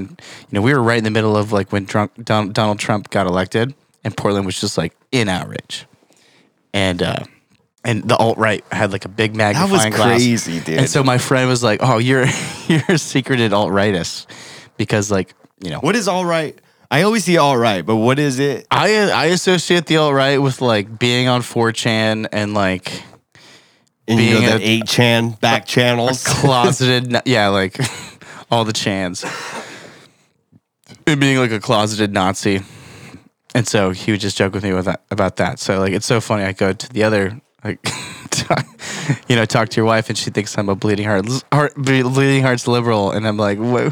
[SPEAKER 4] you know we were right in the middle of like when drunk Don, donald trump got elected and portland was just like in outrage and uh and the alt right had like a big magnifying
[SPEAKER 5] was
[SPEAKER 4] glass.
[SPEAKER 5] crazy, dude.
[SPEAKER 4] And so my friend was like, "Oh, you're you're a secreted alt rightist," because like you know
[SPEAKER 5] What is all right? I always see all right, but what is it?
[SPEAKER 4] I I associate the alt right with like being on 4chan and like
[SPEAKER 5] And you
[SPEAKER 4] Being
[SPEAKER 5] know
[SPEAKER 4] a-
[SPEAKER 5] the eight chan back channels.
[SPEAKER 4] closeted na- yeah like all the chans and being like a closeted nazi and so he would just joke with me with that, about that so like it's so funny i go to the other like you know, talk to your wife and she thinks I'm a bleeding heart, heart bleeding heart's liberal, and I'm like, where,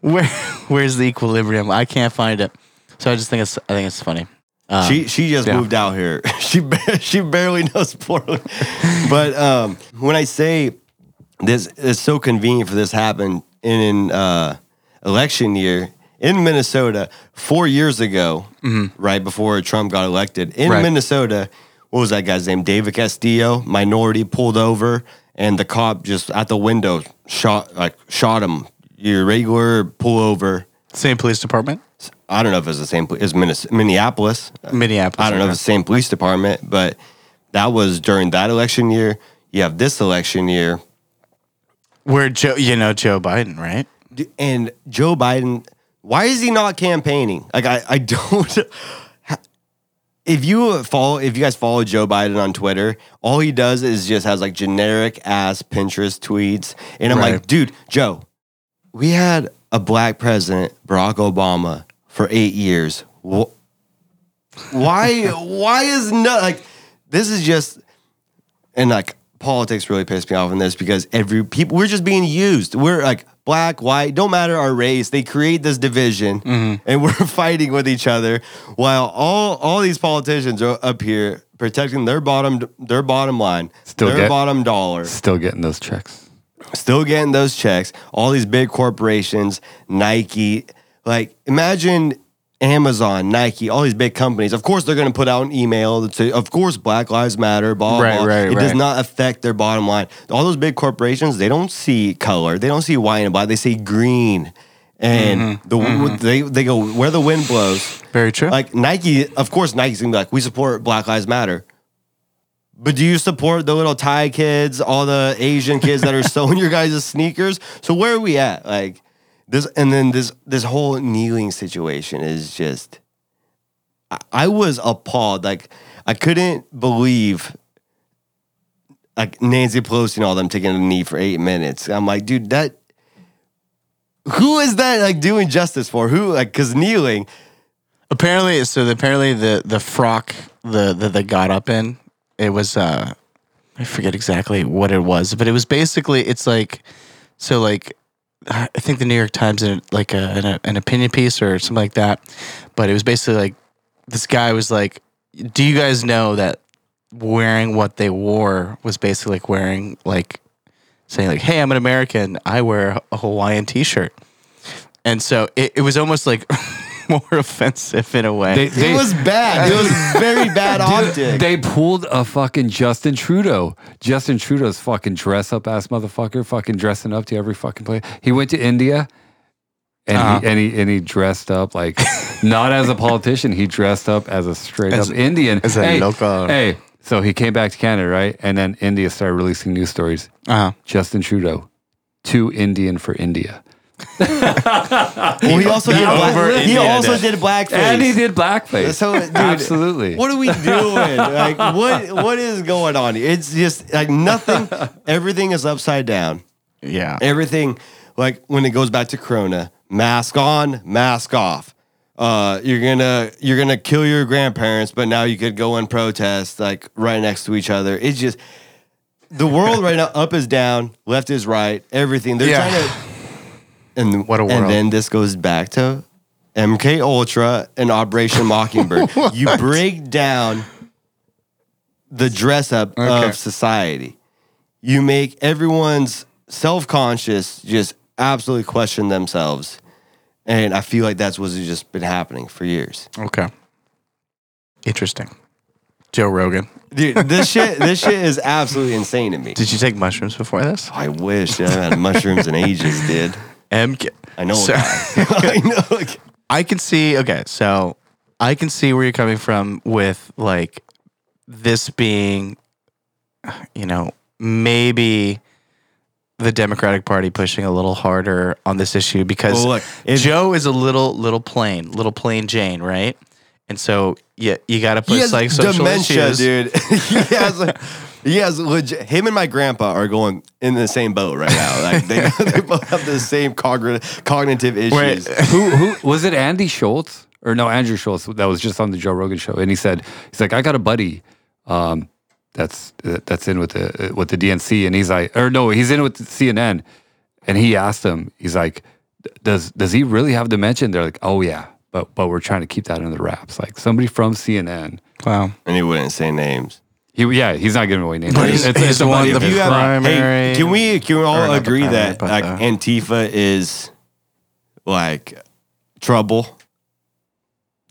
[SPEAKER 4] where, where's the equilibrium? I can't find it. So I just think it's, I think it's funny. Um,
[SPEAKER 5] She she just
[SPEAKER 4] yeah.
[SPEAKER 5] moved out here. She ba- she barely knows Portland. but um, when I say this, it's so convenient for this happen in in uh, election year in Minnesota four years ago, right before Trump got elected in
[SPEAKER 4] Mm-hmm. Right.
[SPEAKER 5] Minnesota. What was that guy's name? David Castillo. Minority pulled over, and the cop just at the window shot like shot him. Your regular pullover.
[SPEAKER 4] same police department,
[SPEAKER 5] I don't know if it's the same pl- as Minnes- Minneapolis.
[SPEAKER 4] Minneapolis.
[SPEAKER 5] I don't know if it's the same police department, but that was during that election year. You have this election year,
[SPEAKER 4] where Joe, you know, Joe Biden, right?
[SPEAKER 5] D- and Joe Biden. Why is he not campaigning? Like I, I don't. If you follow, if you guys follow Joe Biden on Twitter, all he does is just has like generic ass Pinterest tweets, and I'm like,
[SPEAKER 4] Right.
[SPEAKER 5] dude, Joe, we had a black president, Barack Obama, for eight years. Wh- Why? why is no like? This is just and like politics really pissed me off in this because every people we're just being used. We're like black, white, don't matter our race. They create this division
[SPEAKER 6] Mm-hmm.
[SPEAKER 5] and we're fighting with each other while all all these politicians are up here protecting their bottom their bottom line,
[SPEAKER 6] Still
[SPEAKER 5] their
[SPEAKER 6] get-
[SPEAKER 5] bottom dollar
[SPEAKER 6] Still getting those checks.
[SPEAKER 5] still getting those checks. All these big corporations, Nike, like imagine Amazon, Nike, all these big companies. Of course, they're going to put out an email that say, "Of course, Black Lives Matter." Blah blah.
[SPEAKER 4] Right,
[SPEAKER 5] blah.
[SPEAKER 4] right,
[SPEAKER 5] it does
[SPEAKER 4] right.
[SPEAKER 5] not affect their bottom line. All those big corporations, they don't see color, they don't see white and black, they see green, and the they they go where the wind blows.
[SPEAKER 4] Mm-hmm. Very true.
[SPEAKER 5] Like Nike, of course, Nike's gonna be like, we support Black Lives Matter. But do you support the little Thai kids, all the Asian kids that are selling your guys' sneakers? So where are we at? Like this, and then this this whole kneeling situation is just. I, I was appalled. Like I couldn't believe. Like Nancy Pelosi and all them taking a knee for eight minutes. I'm like, dude, that. Who is that like doing justice for? Who like because kneeling?
[SPEAKER 4] Apparently, so the, apparently the the frock the that they got up in it was uh I forget exactly what it was, but it was basically it's like so like I think the New York Times in like a, an, an opinion piece or something like that, but it was basically like this guy was like, "Do you guys know that wearing what they wore was basically like wearing like saying like, hey, I'm an American, I wear a Hawaiian T-shirt," and so it, it was almost like. More offensive in a way.
[SPEAKER 6] They, they,
[SPEAKER 5] it was bad. It was very bad optic.
[SPEAKER 6] they pulled a fucking Justin Trudeau. Justin Trudeau's fucking dress up ass motherfucker, fucking dressing up to every fucking place. He went to India and,
[SPEAKER 4] Uh-huh.
[SPEAKER 6] he, and he and he dressed up like not as a politician. He dressed up as a straight
[SPEAKER 4] As-
[SPEAKER 6] up Indian.
[SPEAKER 4] as a
[SPEAKER 6] hey,
[SPEAKER 4] local.
[SPEAKER 6] Hey, so he came back to Canada, right? And then India started releasing news stories.
[SPEAKER 4] uh-huh.
[SPEAKER 6] Justin Trudeau, too Indian for India,
[SPEAKER 5] well, he also did
[SPEAKER 4] over
[SPEAKER 5] black, he
[SPEAKER 4] India
[SPEAKER 5] also
[SPEAKER 4] did.
[SPEAKER 5] did blackface.
[SPEAKER 6] and he did blackface.
[SPEAKER 5] So, dude,
[SPEAKER 6] Absolutely.
[SPEAKER 5] What are we doing? Like, what what is going on? here? It's just like nothing. Everything is upside down.
[SPEAKER 4] Yeah.
[SPEAKER 5] Everything, like when it goes back to Corona, mask on, mask off. Uh, you're gonna you're gonna kill your grandparents, but now you could go and protest like right next to each other. It's just the world right now. Up is down, left is right. Everything they're
[SPEAKER 4] Yeah.
[SPEAKER 5] trying to. And
[SPEAKER 4] What a
[SPEAKER 5] And
[SPEAKER 4] world.
[SPEAKER 5] then this goes back to MK Ultra and Operation Mockingbird. you break down the dress up
[SPEAKER 4] Okay.
[SPEAKER 5] of society. You make everyone's self conscious just absolutely question themselves. And I feel like that's what's just been happening for years.
[SPEAKER 4] Okay. Interesting. Joe Rogan.
[SPEAKER 5] Dude, this shit this shit is absolutely insane to me.
[SPEAKER 4] Did you take mushrooms before this?
[SPEAKER 5] I wish I had mushrooms in ages, dude.
[SPEAKER 4] MK.
[SPEAKER 5] I know a
[SPEAKER 4] So-
[SPEAKER 5] guy. I know a guy.
[SPEAKER 4] I can see. Okay, so I can see where you're coming from with like this being, you know, maybe the Democratic Party pushing a little harder on this issue because
[SPEAKER 5] Well, look, if-
[SPEAKER 4] Joe is a little little plain, little plain Jane, right? And so yeah, you got to
[SPEAKER 5] he
[SPEAKER 4] push
[SPEAKER 5] has
[SPEAKER 4] like social
[SPEAKER 5] dementia,
[SPEAKER 4] issues.
[SPEAKER 5] dude. he has, like, he has legit. Him and my grandpa are going in the same boat right now. Like they, they both have the same cognitive cognitive issues.
[SPEAKER 6] who who was it Andy Schultz or no Andrew Schultz that was just on the Joe Rogan show and he said he's like I got a buddy um that's that's in with the with the DNC, and he's like, or no, he's in with CNN, and he asked him, he's like, does does he really have dementia? And they're like, oh yeah, but but we're trying to keep that under wraps. Like somebody from CNN,
[SPEAKER 4] Wow.
[SPEAKER 5] and he wouldn't say names.
[SPEAKER 6] he yeah, he's not giving away names.
[SPEAKER 4] he's-
[SPEAKER 6] It's-
[SPEAKER 4] he's the one
[SPEAKER 5] If
[SPEAKER 4] The
[SPEAKER 5] you have, hey,
[SPEAKER 4] primary-
[SPEAKER 5] can we can we
[SPEAKER 4] or
[SPEAKER 5] all
[SPEAKER 4] not the
[SPEAKER 5] agree
[SPEAKER 4] primary,
[SPEAKER 5] that
[SPEAKER 4] but
[SPEAKER 5] like
[SPEAKER 4] the-
[SPEAKER 5] Antifa is like trouble?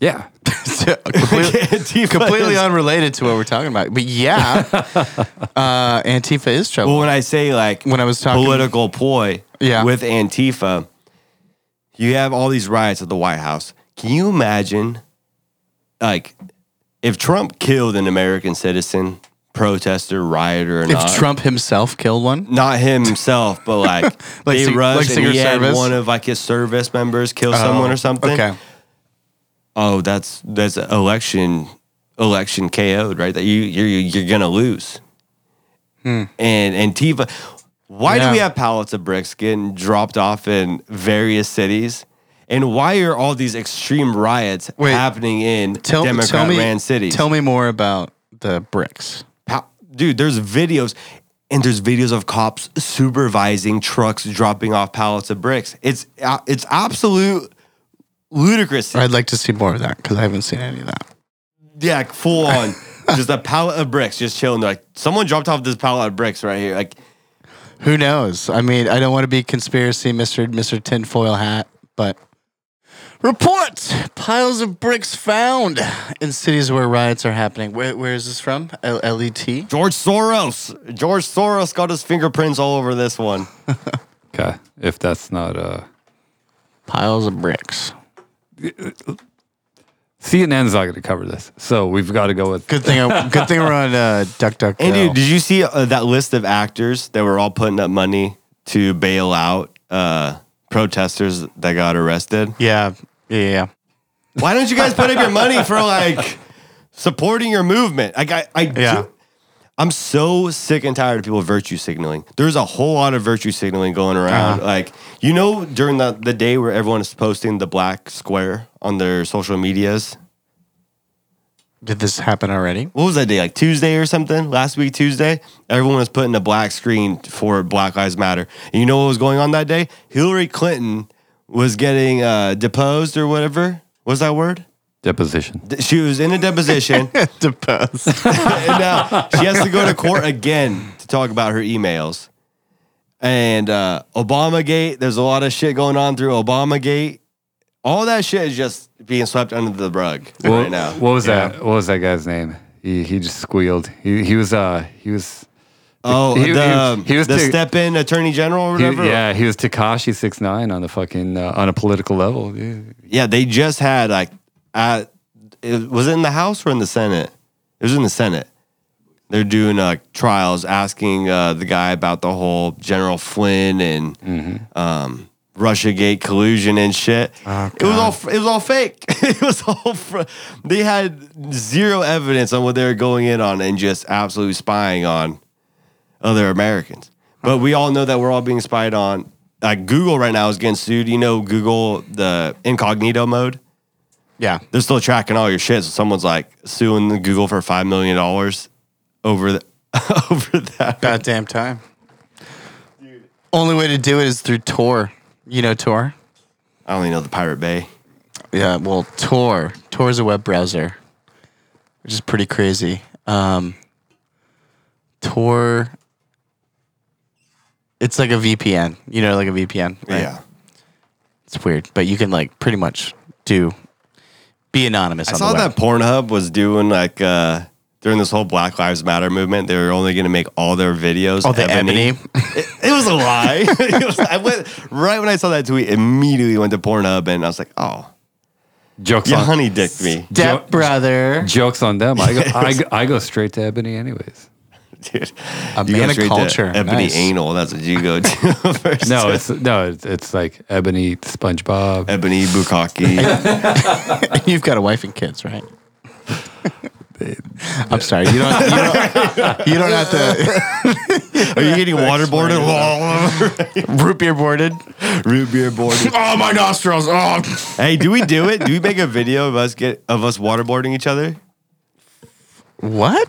[SPEAKER 6] yeah,
[SPEAKER 4] completely,
[SPEAKER 5] Antifa
[SPEAKER 4] completely
[SPEAKER 5] is-
[SPEAKER 4] unrelated to what we're talking about. But yeah, uh, Antifa is trouble.
[SPEAKER 5] Well, when I say like
[SPEAKER 4] When I was talking-
[SPEAKER 5] political ploy
[SPEAKER 4] Yeah.
[SPEAKER 5] with Antifa, you have all these riots at the White House. Can you imagine like if Trump killed an American citizen, protester, rioter, or
[SPEAKER 4] if
[SPEAKER 5] not?
[SPEAKER 4] Trump himself killed one,
[SPEAKER 5] not him himself, but like,
[SPEAKER 4] Like
[SPEAKER 5] they
[SPEAKER 4] sec- like
[SPEAKER 5] rushed and
[SPEAKER 4] secret
[SPEAKER 5] he had
[SPEAKER 4] service? Oh,
[SPEAKER 5] one of like his service members kill someone or something.
[SPEAKER 4] Okay.
[SPEAKER 5] Oh, that's that's election election KO'd right. That you you're you're gonna lose. And Antifa, why do
[SPEAKER 4] Hmm. Yeah.
[SPEAKER 5] we have pallets of bricks getting dropped off in various cities? And why are all these extreme riots
[SPEAKER 4] Wait.
[SPEAKER 5] happening in
[SPEAKER 4] Tell,
[SPEAKER 5] Democrat
[SPEAKER 4] tell me,
[SPEAKER 5] ran cities?
[SPEAKER 4] Tell me more about the bricks.
[SPEAKER 5] How, dude, there's videos and there's videos of cops supervising trucks dropping off pallets of bricks. It's uh, it's absolute ludicrous.
[SPEAKER 4] I'd like to see more of that because I haven't seen any of that.
[SPEAKER 5] Yeah, like, full on. just a pallet of bricks just chilling. They're like, someone dropped off this pallet of bricks right here. Like,
[SPEAKER 4] Who knows? I mean, I don't want to be conspiracy, Mister Mister Tinfoil Hat, but report piles of bricks found in cities where riots are happening. Where, where is this from? L- E LET.
[SPEAKER 5] George Soros. George Soros got his fingerprints all over this one.
[SPEAKER 6] okay. If that's not uh,
[SPEAKER 4] Piles of bricks.
[SPEAKER 6] CNN's not going to cover this, so we've got to go with
[SPEAKER 4] Good thing. I, good thing we're on uh, Duck Duck.
[SPEAKER 5] And
[SPEAKER 4] Go.
[SPEAKER 5] dude, did you see uh, that list of actors that were all putting up money to bail out uh, protesters that got arrested?
[SPEAKER 4] yeah, yeah, yeah.
[SPEAKER 5] Why don't you guys put up your money for like supporting your movement? Like I, I
[SPEAKER 4] Yeah.
[SPEAKER 5] do, I'm so sick and tired of people virtue signaling. There's a whole lot of virtue signaling going around. Like you know, during the the day where everyone is posting the black square on their social medias.
[SPEAKER 4] Did this happen already?
[SPEAKER 5] What was that day? Like Tuesday or something? Last week Tuesday, everyone was putting a black screen for Black Lives Matter. And you know what was going on that day? Hillary Clinton was getting uh, deposed or whatever. Was that word?
[SPEAKER 6] deposition.
[SPEAKER 5] She was in a deposition.
[SPEAKER 4] To post.
[SPEAKER 5] and now she has to go to court again to talk about her emails. And uh, Obamagate, there's a lot of shit going on through Obamagate. All that shit is just being swept under the rug
[SPEAKER 6] What,
[SPEAKER 5] right now.
[SPEAKER 6] what was that? What was that guy's name? He he just squealed. He he was uh he was
[SPEAKER 5] oh,
[SPEAKER 6] he- he
[SPEAKER 5] the,
[SPEAKER 6] was- he was
[SPEAKER 5] the
[SPEAKER 6] too-
[SPEAKER 5] step in attorney general or
[SPEAKER 6] he-
[SPEAKER 5] whatever?
[SPEAKER 6] yeah he was Takashi six nine on the fucking uh, on a political level. Yeah.
[SPEAKER 5] Yeah, they just had like, uh, it, was it in the House or in the Senate? It was in the Senate. They're doing uh, trials, asking uh, the guy about the whole General Flynn and um, RussiaGate collusion and shit. it was all it was all fake. it was all fr- they had zero evidence on what they were going in on and just absolutely spying on other Americans. But we all know that we're all being spied on. Like Google right now is getting sued. You know, Google the incognito mode.
[SPEAKER 4] Yeah.
[SPEAKER 5] They're still tracking all your shit. So someone's like suing the Google for five million dollars over the, over that.
[SPEAKER 4] Goddamn time. Only way to do it is through Tor. You know Tor?
[SPEAKER 5] I only know the Pirate Bay.
[SPEAKER 4] Yeah, well, Tor. Tor is a web browser, which is pretty crazy. Um, Tor, it's like a VPN, you know, like a VPN. right? It's weird, but you can like pretty much do, be anonymous
[SPEAKER 5] I
[SPEAKER 4] on
[SPEAKER 5] saw
[SPEAKER 4] the web.
[SPEAKER 5] that Pornhub was doing like uh, during this whole Black Lives Matter movement. They were only going to make all their videos.
[SPEAKER 4] Oh, the ebony.
[SPEAKER 5] It, it was a lie. It was- I went right when I saw that tweet. Immediately went to Pornhub and I was like, oh,
[SPEAKER 6] Jokes
[SPEAKER 5] you
[SPEAKER 6] on
[SPEAKER 5] honey dicked me,
[SPEAKER 4] Step brother.
[SPEAKER 6] jokes on them. I go, I, go, I go straight to Ebony anyways.
[SPEAKER 5] dude.
[SPEAKER 4] A
[SPEAKER 5] You go
[SPEAKER 4] man of
[SPEAKER 5] straight to
[SPEAKER 4] culture.
[SPEAKER 5] Ebony
[SPEAKER 4] Nice.
[SPEAKER 5] anal. That's what you go to. first.
[SPEAKER 6] No, it's no, it's, it's like Ebony SpongeBob.
[SPEAKER 5] Ebony Bukaki.
[SPEAKER 4] You've got a wife and kids, right? I'm sorry. You don't. You don't, you don't have to
[SPEAKER 5] Are you getting waterboarded?
[SPEAKER 4] root beer boarded.
[SPEAKER 5] Root beer boarded.
[SPEAKER 4] Oh, my nostrils. Oh,
[SPEAKER 5] hey, do we do it? Do we make a video of us get of us waterboarding each other?
[SPEAKER 4] what?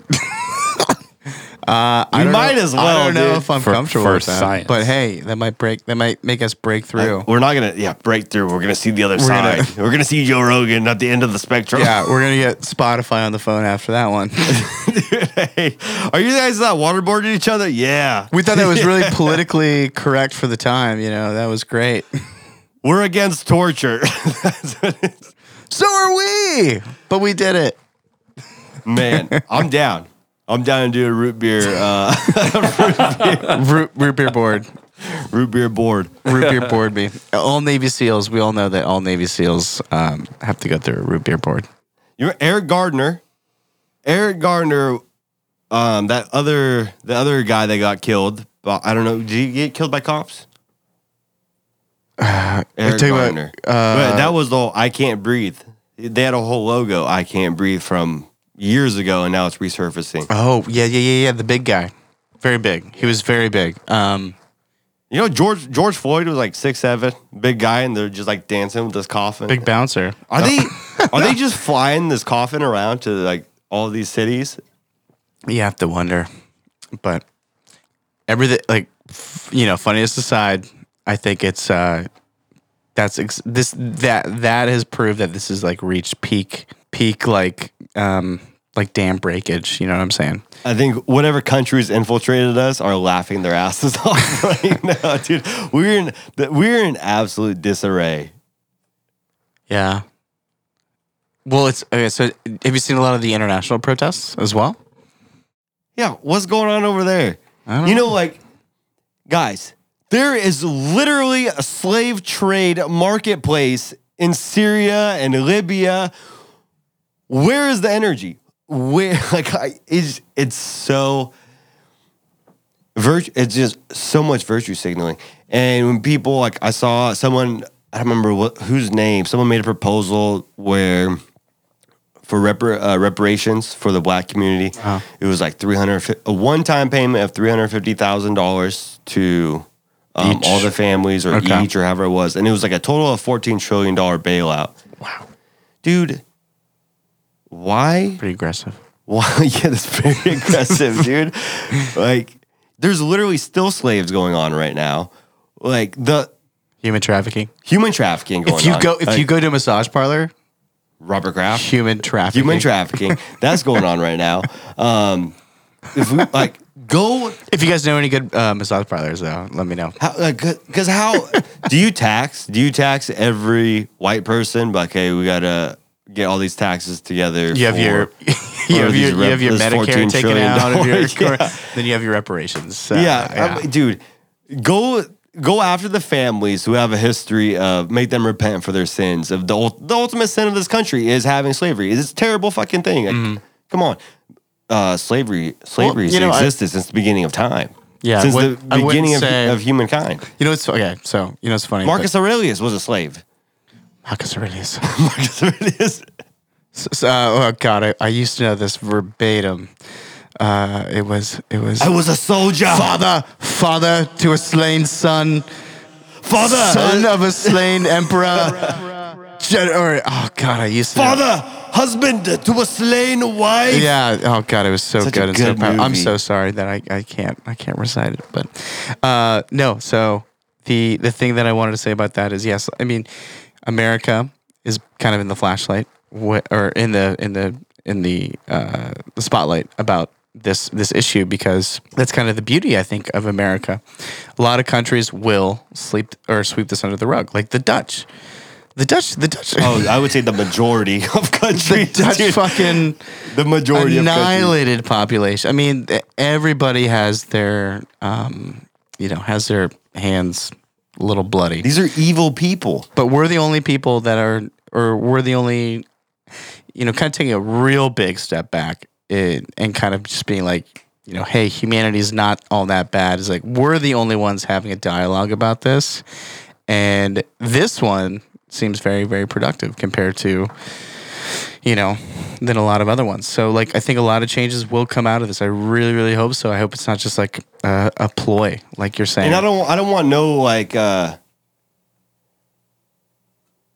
[SPEAKER 4] Uh, I
[SPEAKER 5] You
[SPEAKER 4] don't
[SPEAKER 5] might
[SPEAKER 4] know-
[SPEAKER 5] as well,
[SPEAKER 4] I don't know
[SPEAKER 5] dude.
[SPEAKER 4] if I'm
[SPEAKER 6] For-
[SPEAKER 4] comfortable
[SPEAKER 6] for
[SPEAKER 4] with that.
[SPEAKER 6] science.
[SPEAKER 4] But hey, that might break. That might make us break through.
[SPEAKER 5] We're not gonna, yeah, break through. We're gonna see the other
[SPEAKER 4] gonna-
[SPEAKER 5] side. we're gonna see Joe Rogan at the end of the spectrum.
[SPEAKER 4] yeah, we're gonna get Spotify on the phone after that one.
[SPEAKER 5] hey, are you guys not waterboarding each other? Yeah,
[SPEAKER 4] we thought that was really politically correct for the time. You know, that was great.
[SPEAKER 5] we're against torture. That's what it is.
[SPEAKER 4] So are we, but we did it.
[SPEAKER 5] Man, I'm down. I'm down to do a root beer, uh,
[SPEAKER 4] Root, root beer board,
[SPEAKER 5] root beer board.
[SPEAKER 4] root beer board me. All Navy SEALs. We all know that all Navy SEAls um, have to go through a root beer board.
[SPEAKER 5] You remember Eric Gardner? Eric Gardner, um, that other the other guy that got killed. uh, I don't know. Did he get killed by cops? Eric
[SPEAKER 4] tell you what, uh,
[SPEAKER 5] Gardner. but that was the whole I can't breathe. They had a whole logo I can't breathe from years ago, and now it's resurfacing.
[SPEAKER 4] Oh yeah, yeah, yeah, yeah. The big guy, very big. He was very big. Um,
[SPEAKER 5] You know, George George Floyd was like six seven, big guy, and they're just like dancing with this coffin.
[SPEAKER 4] big bouncer.
[SPEAKER 5] Are they are they just flying this coffin around to like all these cities?
[SPEAKER 4] You have to wonder, but everything like f- you know, funniest aside, I think it's uh, that's ex- this that that has proved that this is like reached peak peak like um like dam breakage. You know what I'm saying?
[SPEAKER 5] I think whatever countries infiltrated us are laughing their asses off right now, dude. We're in th- we're in absolute disarray.
[SPEAKER 4] Yeah. Well, it's okay. So, have you seen a lot of the international protests as well?
[SPEAKER 5] Yeah, what's going on over there?
[SPEAKER 4] don't
[SPEAKER 5] You know, like guys, there is literally a slave trade marketplace in Syria and Libya. Where is the energy? Where like I, it's it's so virtue it's just so much virtue signaling and when people like i saw someone i don't remember what, whose name someone made a proposal where for repar- uh, reparations for the black community it was like 300 a one-time payment of $350000 to um, all the families or
[SPEAKER 4] Okay.
[SPEAKER 5] each or however it was and it was like a total of $14 trillion bailout wow dude why
[SPEAKER 4] Pretty aggressive.
[SPEAKER 5] Wow, yeah, that's very aggressive, dude. Like, there's literally still slaves going on right now. Like the
[SPEAKER 4] Human trafficking.
[SPEAKER 5] human trafficking going on.
[SPEAKER 4] If you go, if
[SPEAKER 5] Like,
[SPEAKER 4] you go to a massage parlor,
[SPEAKER 5] Robert Kraft,
[SPEAKER 4] human trafficking.
[SPEAKER 5] human trafficking, that's going on right now. Um, if we like go,
[SPEAKER 4] If you guys know any good uh, massage parlors, though, let me know.
[SPEAKER 5] how, like, cause how do you tax? Do you tax every white person? Like, hey, we gotta get all these taxes together.
[SPEAKER 4] You have
[SPEAKER 5] for-
[SPEAKER 4] your, you
[SPEAKER 5] for
[SPEAKER 4] have
[SPEAKER 5] these
[SPEAKER 4] your, you
[SPEAKER 5] rep-
[SPEAKER 4] have your
[SPEAKER 5] this $14
[SPEAKER 4] Medicare taken
[SPEAKER 5] trillion
[SPEAKER 4] out of your,
[SPEAKER 5] dollars, yeah.
[SPEAKER 4] then you have your reparations. So,
[SPEAKER 5] yeah, I- dude, go go after the families who have a history of make them repent for their sins. Of the ul- the ultimate sin of this country is having slavery. It's a terrible fucking thing. Like, Come on, uh, slavery slavery
[SPEAKER 4] Mm-hmm. you know, I-
[SPEAKER 5] existed since the beginning of time.
[SPEAKER 4] Yeah, I
[SPEAKER 5] since the
[SPEAKER 4] wouldn't- I wouldn't
[SPEAKER 5] beginning of,
[SPEAKER 4] say-
[SPEAKER 5] of humankind.
[SPEAKER 4] you know it's okay. So you know it's funny.
[SPEAKER 5] Marcus Aurelius was a slave.
[SPEAKER 4] but- Marcus Aurelius.
[SPEAKER 5] Marcus Aurelius.
[SPEAKER 4] So- uh, oh God, I, I used to know this verbatim. Uh, it was it was
[SPEAKER 5] I was a soldier.
[SPEAKER 4] father father to a slain son
[SPEAKER 5] Father.
[SPEAKER 4] son of a slain emperor. Gen- or, oh God, I used to know-
[SPEAKER 5] Father. Husband to a slain wife.
[SPEAKER 4] Yeah. Oh God, it was so
[SPEAKER 5] Such a
[SPEAKER 4] good and so
[SPEAKER 5] good
[SPEAKER 4] powerful. I'm
[SPEAKER 5] movie.
[SPEAKER 4] so sorry that I, I can't I can't recite it, but uh, no. So the the thing that I wanted to say about that is yes, I mean America is kind of in the flashlight wh- or in the in the in the uh, the spotlight about this this issue because that's kind of the beauty I think of America. A lot of countries will sleep or sweep this under the rug, like the Dutch. The Dutch, the Dutch,
[SPEAKER 5] Oh, I would say the majority of
[SPEAKER 4] the
[SPEAKER 5] countries.
[SPEAKER 4] Dutch
[SPEAKER 5] dude.
[SPEAKER 4] fucking
[SPEAKER 5] the majority of countries.
[SPEAKER 4] annihilated population. I mean, th- everybody has their, um, you know, has their hands a little bloody.
[SPEAKER 5] These are evil people.
[SPEAKER 4] But we're the only people that are, or we're the only, you know, kind of taking a real big step back in, and kind of just being like, you know, hey, humanity's not all that bad. It's like we're the only ones having a dialogue about this, and this one seems very, very productive compared to you know, than a lot of other ones. So, like, I think a lot of changes will come out of this. I really, really hope so. I hope it's not just like uh, a ploy, like you're saying.
[SPEAKER 5] And I don't I don't want no like uh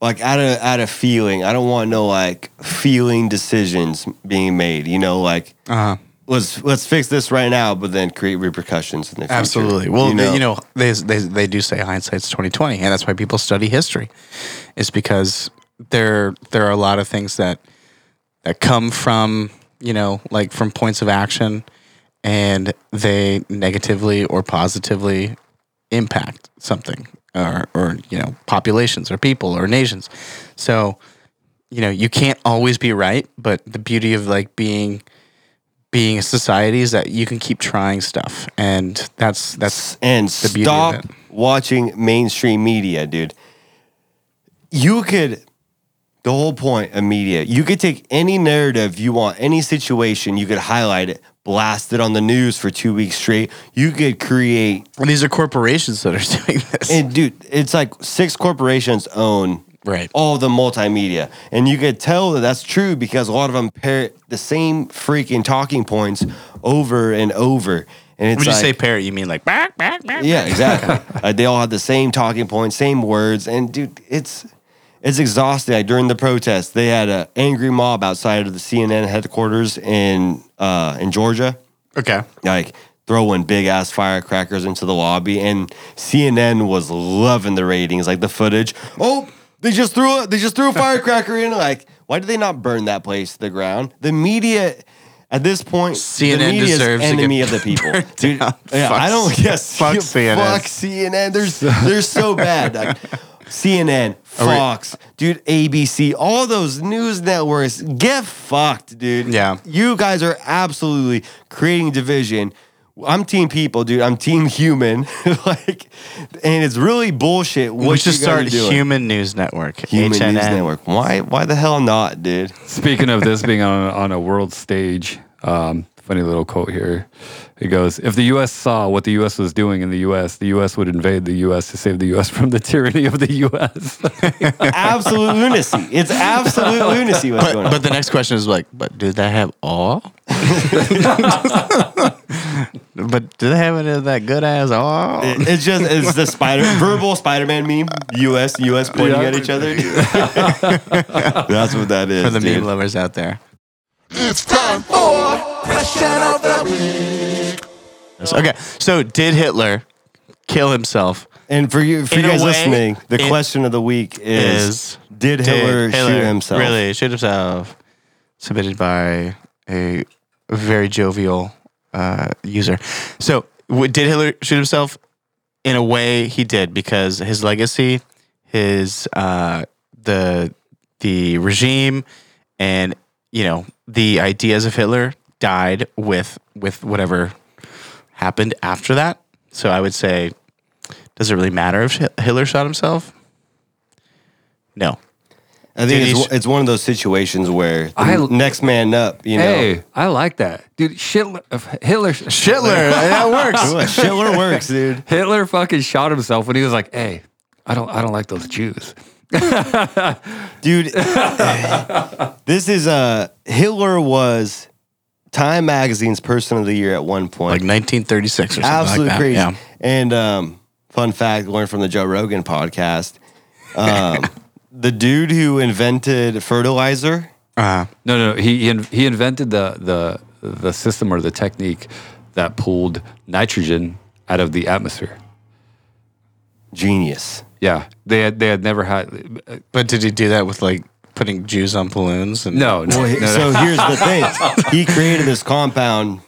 [SPEAKER 5] like out of out of feeling. I don't want no like feeling decisions being made, you know, like
[SPEAKER 4] uh,
[SPEAKER 5] let's let's fix this right now, but then create repercussions in the future.
[SPEAKER 4] Absolutely. Well, you know, you know they, they, they do say hindsight's 2020, and that's why people study history. It's because there there are a lot of things that that come from, you know, like from points of action and they negatively or positively impact something or or you know, populations or people or nations. So, you know, you can't always be right, but the beauty of like being being a society is that you can keep trying stuff and that's that's
[SPEAKER 5] and
[SPEAKER 4] the beauty of
[SPEAKER 5] stop
[SPEAKER 4] it.
[SPEAKER 5] watching mainstream media, dude. You could, the whole point of media, you could take any narrative you want, any situation, you could highlight it, blast it on the news for two weeks straight. You could create,
[SPEAKER 4] And these are corporations that are doing this.
[SPEAKER 5] and dude, it's like six corporations own
[SPEAKER 4] Right.
[SPEAKER 5] all the multimedia. And you could tell that that's true because a lot of them parrot the same freaking talking points over and over. And it's
[SPEAKER 4] when you
[SPEAKER 5] like,
[SPEAKER 4] say parrot, you mean like back, back, back.
[SPEAKER 5] Yeah, exactly. like they all had the same talking points, same words, and dude, it's it's exhausting. Like during the protest, they had an angry mob outside of the CNN headquarters in uh, in Georgia,
[SPEAKER 4] Okay.
[SPEAKER 5] like throwing big ass firecrackers into the lobby, and CNN was loving the ratings, like the footage. Oh, they just threw a, they just threw a firecracker in. Like, why did they not burn that place to the ground? The media. At this point, the
[SPEAKER 4] CNN
[SPEAKER 5] media is
[SPEAKER 4] deserves to get
[SPEAKER 5] enemy of the people.
[SPEAKER 4] burnt
[SPEAKER 5] Dude,
[SPEAKER 4] down.
[SPEAKER 5] yeah,
[SPEAKER 4] Fuck
[SPEAKER 5] I don't. Yes,
[SPEAKER 4] fuck
[SPEAKER 5] you-
[SPEAKER 4] CNN.
[SPEAKER 5] Fuck CNN. They're they're so bad. Like, CNN, Fox, dude, ABC, all those news networks get fucked, dude.
[SPEAKER 4] Yeah.
[SPEAKER 5] you guys are absolutely creating division. I'm team people, dude. I'm team human. like, and it's really bullshit. What
[SPEAKER 4] we
[SPEAKER 5] you
[SPEAKER 4] should start
[SPEAKER 5] guys are doing.
[SPEAKER 4] Human News Network.
[SPEAKER 5] Human
[SPEAKER 4] HNN.
[SPEAKER 5] News Network. Why? Why the hell not, dude?
[SPEAKER 6] Speaking of this being on, on a world stage, um, funny little quote here. It goes If the U.S. saw what the U.S. was doing in the U.S., the U.S. would invade the U.S. to save the U.S. from the tyranny of the U.S.
[SPEAKER 5] Absolute lunacy. It's absolute lunacy. What's going on?
[SPEAKER 4] But, but the next question is like, but do they have all? but do they have any of that good ass all?
[SPEAKER 5] It- It's just it's the spider verbal Spider-Man meme. U.S. U.S. pointing
[SPEAKER 6] Yeah.
[SPEAKER 5] at each other. That's what that is.
[SPEAKER 4] For the
[SPEAKER 5] dude.
[SPEAKER 4] meme lovers out there.
[SPEAKER 2] It's time for question of the
[SPEAKER 4] Okay. So did Hitler kill himself?
[SPEAKER 5] And for you, for
[SPEAKER 4] In
[SPEAKER 5] you
[SPEAKER 4] a
[SPEAKER 5] guys
[SPEAKER 4] way,
[SPEAKER 5] listening, the
[SPEAKER 4] it
[SPEAKER 5] question of the week is:
[SPEAKER 4] is-
[SPEAKER 5] Did
[SPEAKER 4] Did
[SPEAKER 5] Hitler, shoot himself?
[SPEAKER 4] Really, shoot himself. Submitted by a very jovial uh, user. So, w- did Hitler shoot himself? In a way, he did because his legacy, his uh, the the regime, and you know the ideas of Hitler died with with whatever happened after that. So I would say, does it really matter if Hit- Hitler shot himself? No,
[SPEAKER 5] I
[SPEAKER 4] Did
[SPEAKER 5] think
[SPEAKER 4] he
[SPEAKER 5] it's,
[SPEAKER 4] sh-
[SPEAKER 5] it's one of those situations where the
[SPEAKER 6] I-
[SPEAKER 5] next man up. You know,
[SPEAKER 6] hey, I like that. Dude, Hitler, Hitler,
[SPEAKER 4] Shitler. that works.
[SPEAKER 5] Look, Hitler works, dude.
[SPEAKER 6] Hitler fucking shot himself when he was like, hey, I don't, I don't like those Jews.
[SPEAKER 5] dude. this is uh Hitler was Time Magazine's Person of the Year at one point.
[SPEAKER 4] Like 1936 or something
[SPEAKER 5] Absolutely
[SPEAKER 4] like that.
[SPEAKER 5] crazy.
[SPEAKER 4] Yeah.
[SPEAKER 5] And um, fun fact, learned from the Joe Rogan podcast. Um, the dude who invented fertilizer,
[SPEAKER 4] Uh,
[SPEAKER 6] No, no, no. He he, in, he invented the the the system or the technique that pulled nitrogen out of the atmosphere.
[SPEAKER 5] genius.
[SPEAKER 6] Yeah, they had they had never had. uh,
[SPEAKER 4] but did he do that with like putting Jews on balloons? And
[SPEAKER 6] No, no, no, no.
[SPEAKER 5] So here's the thing: he created this compound,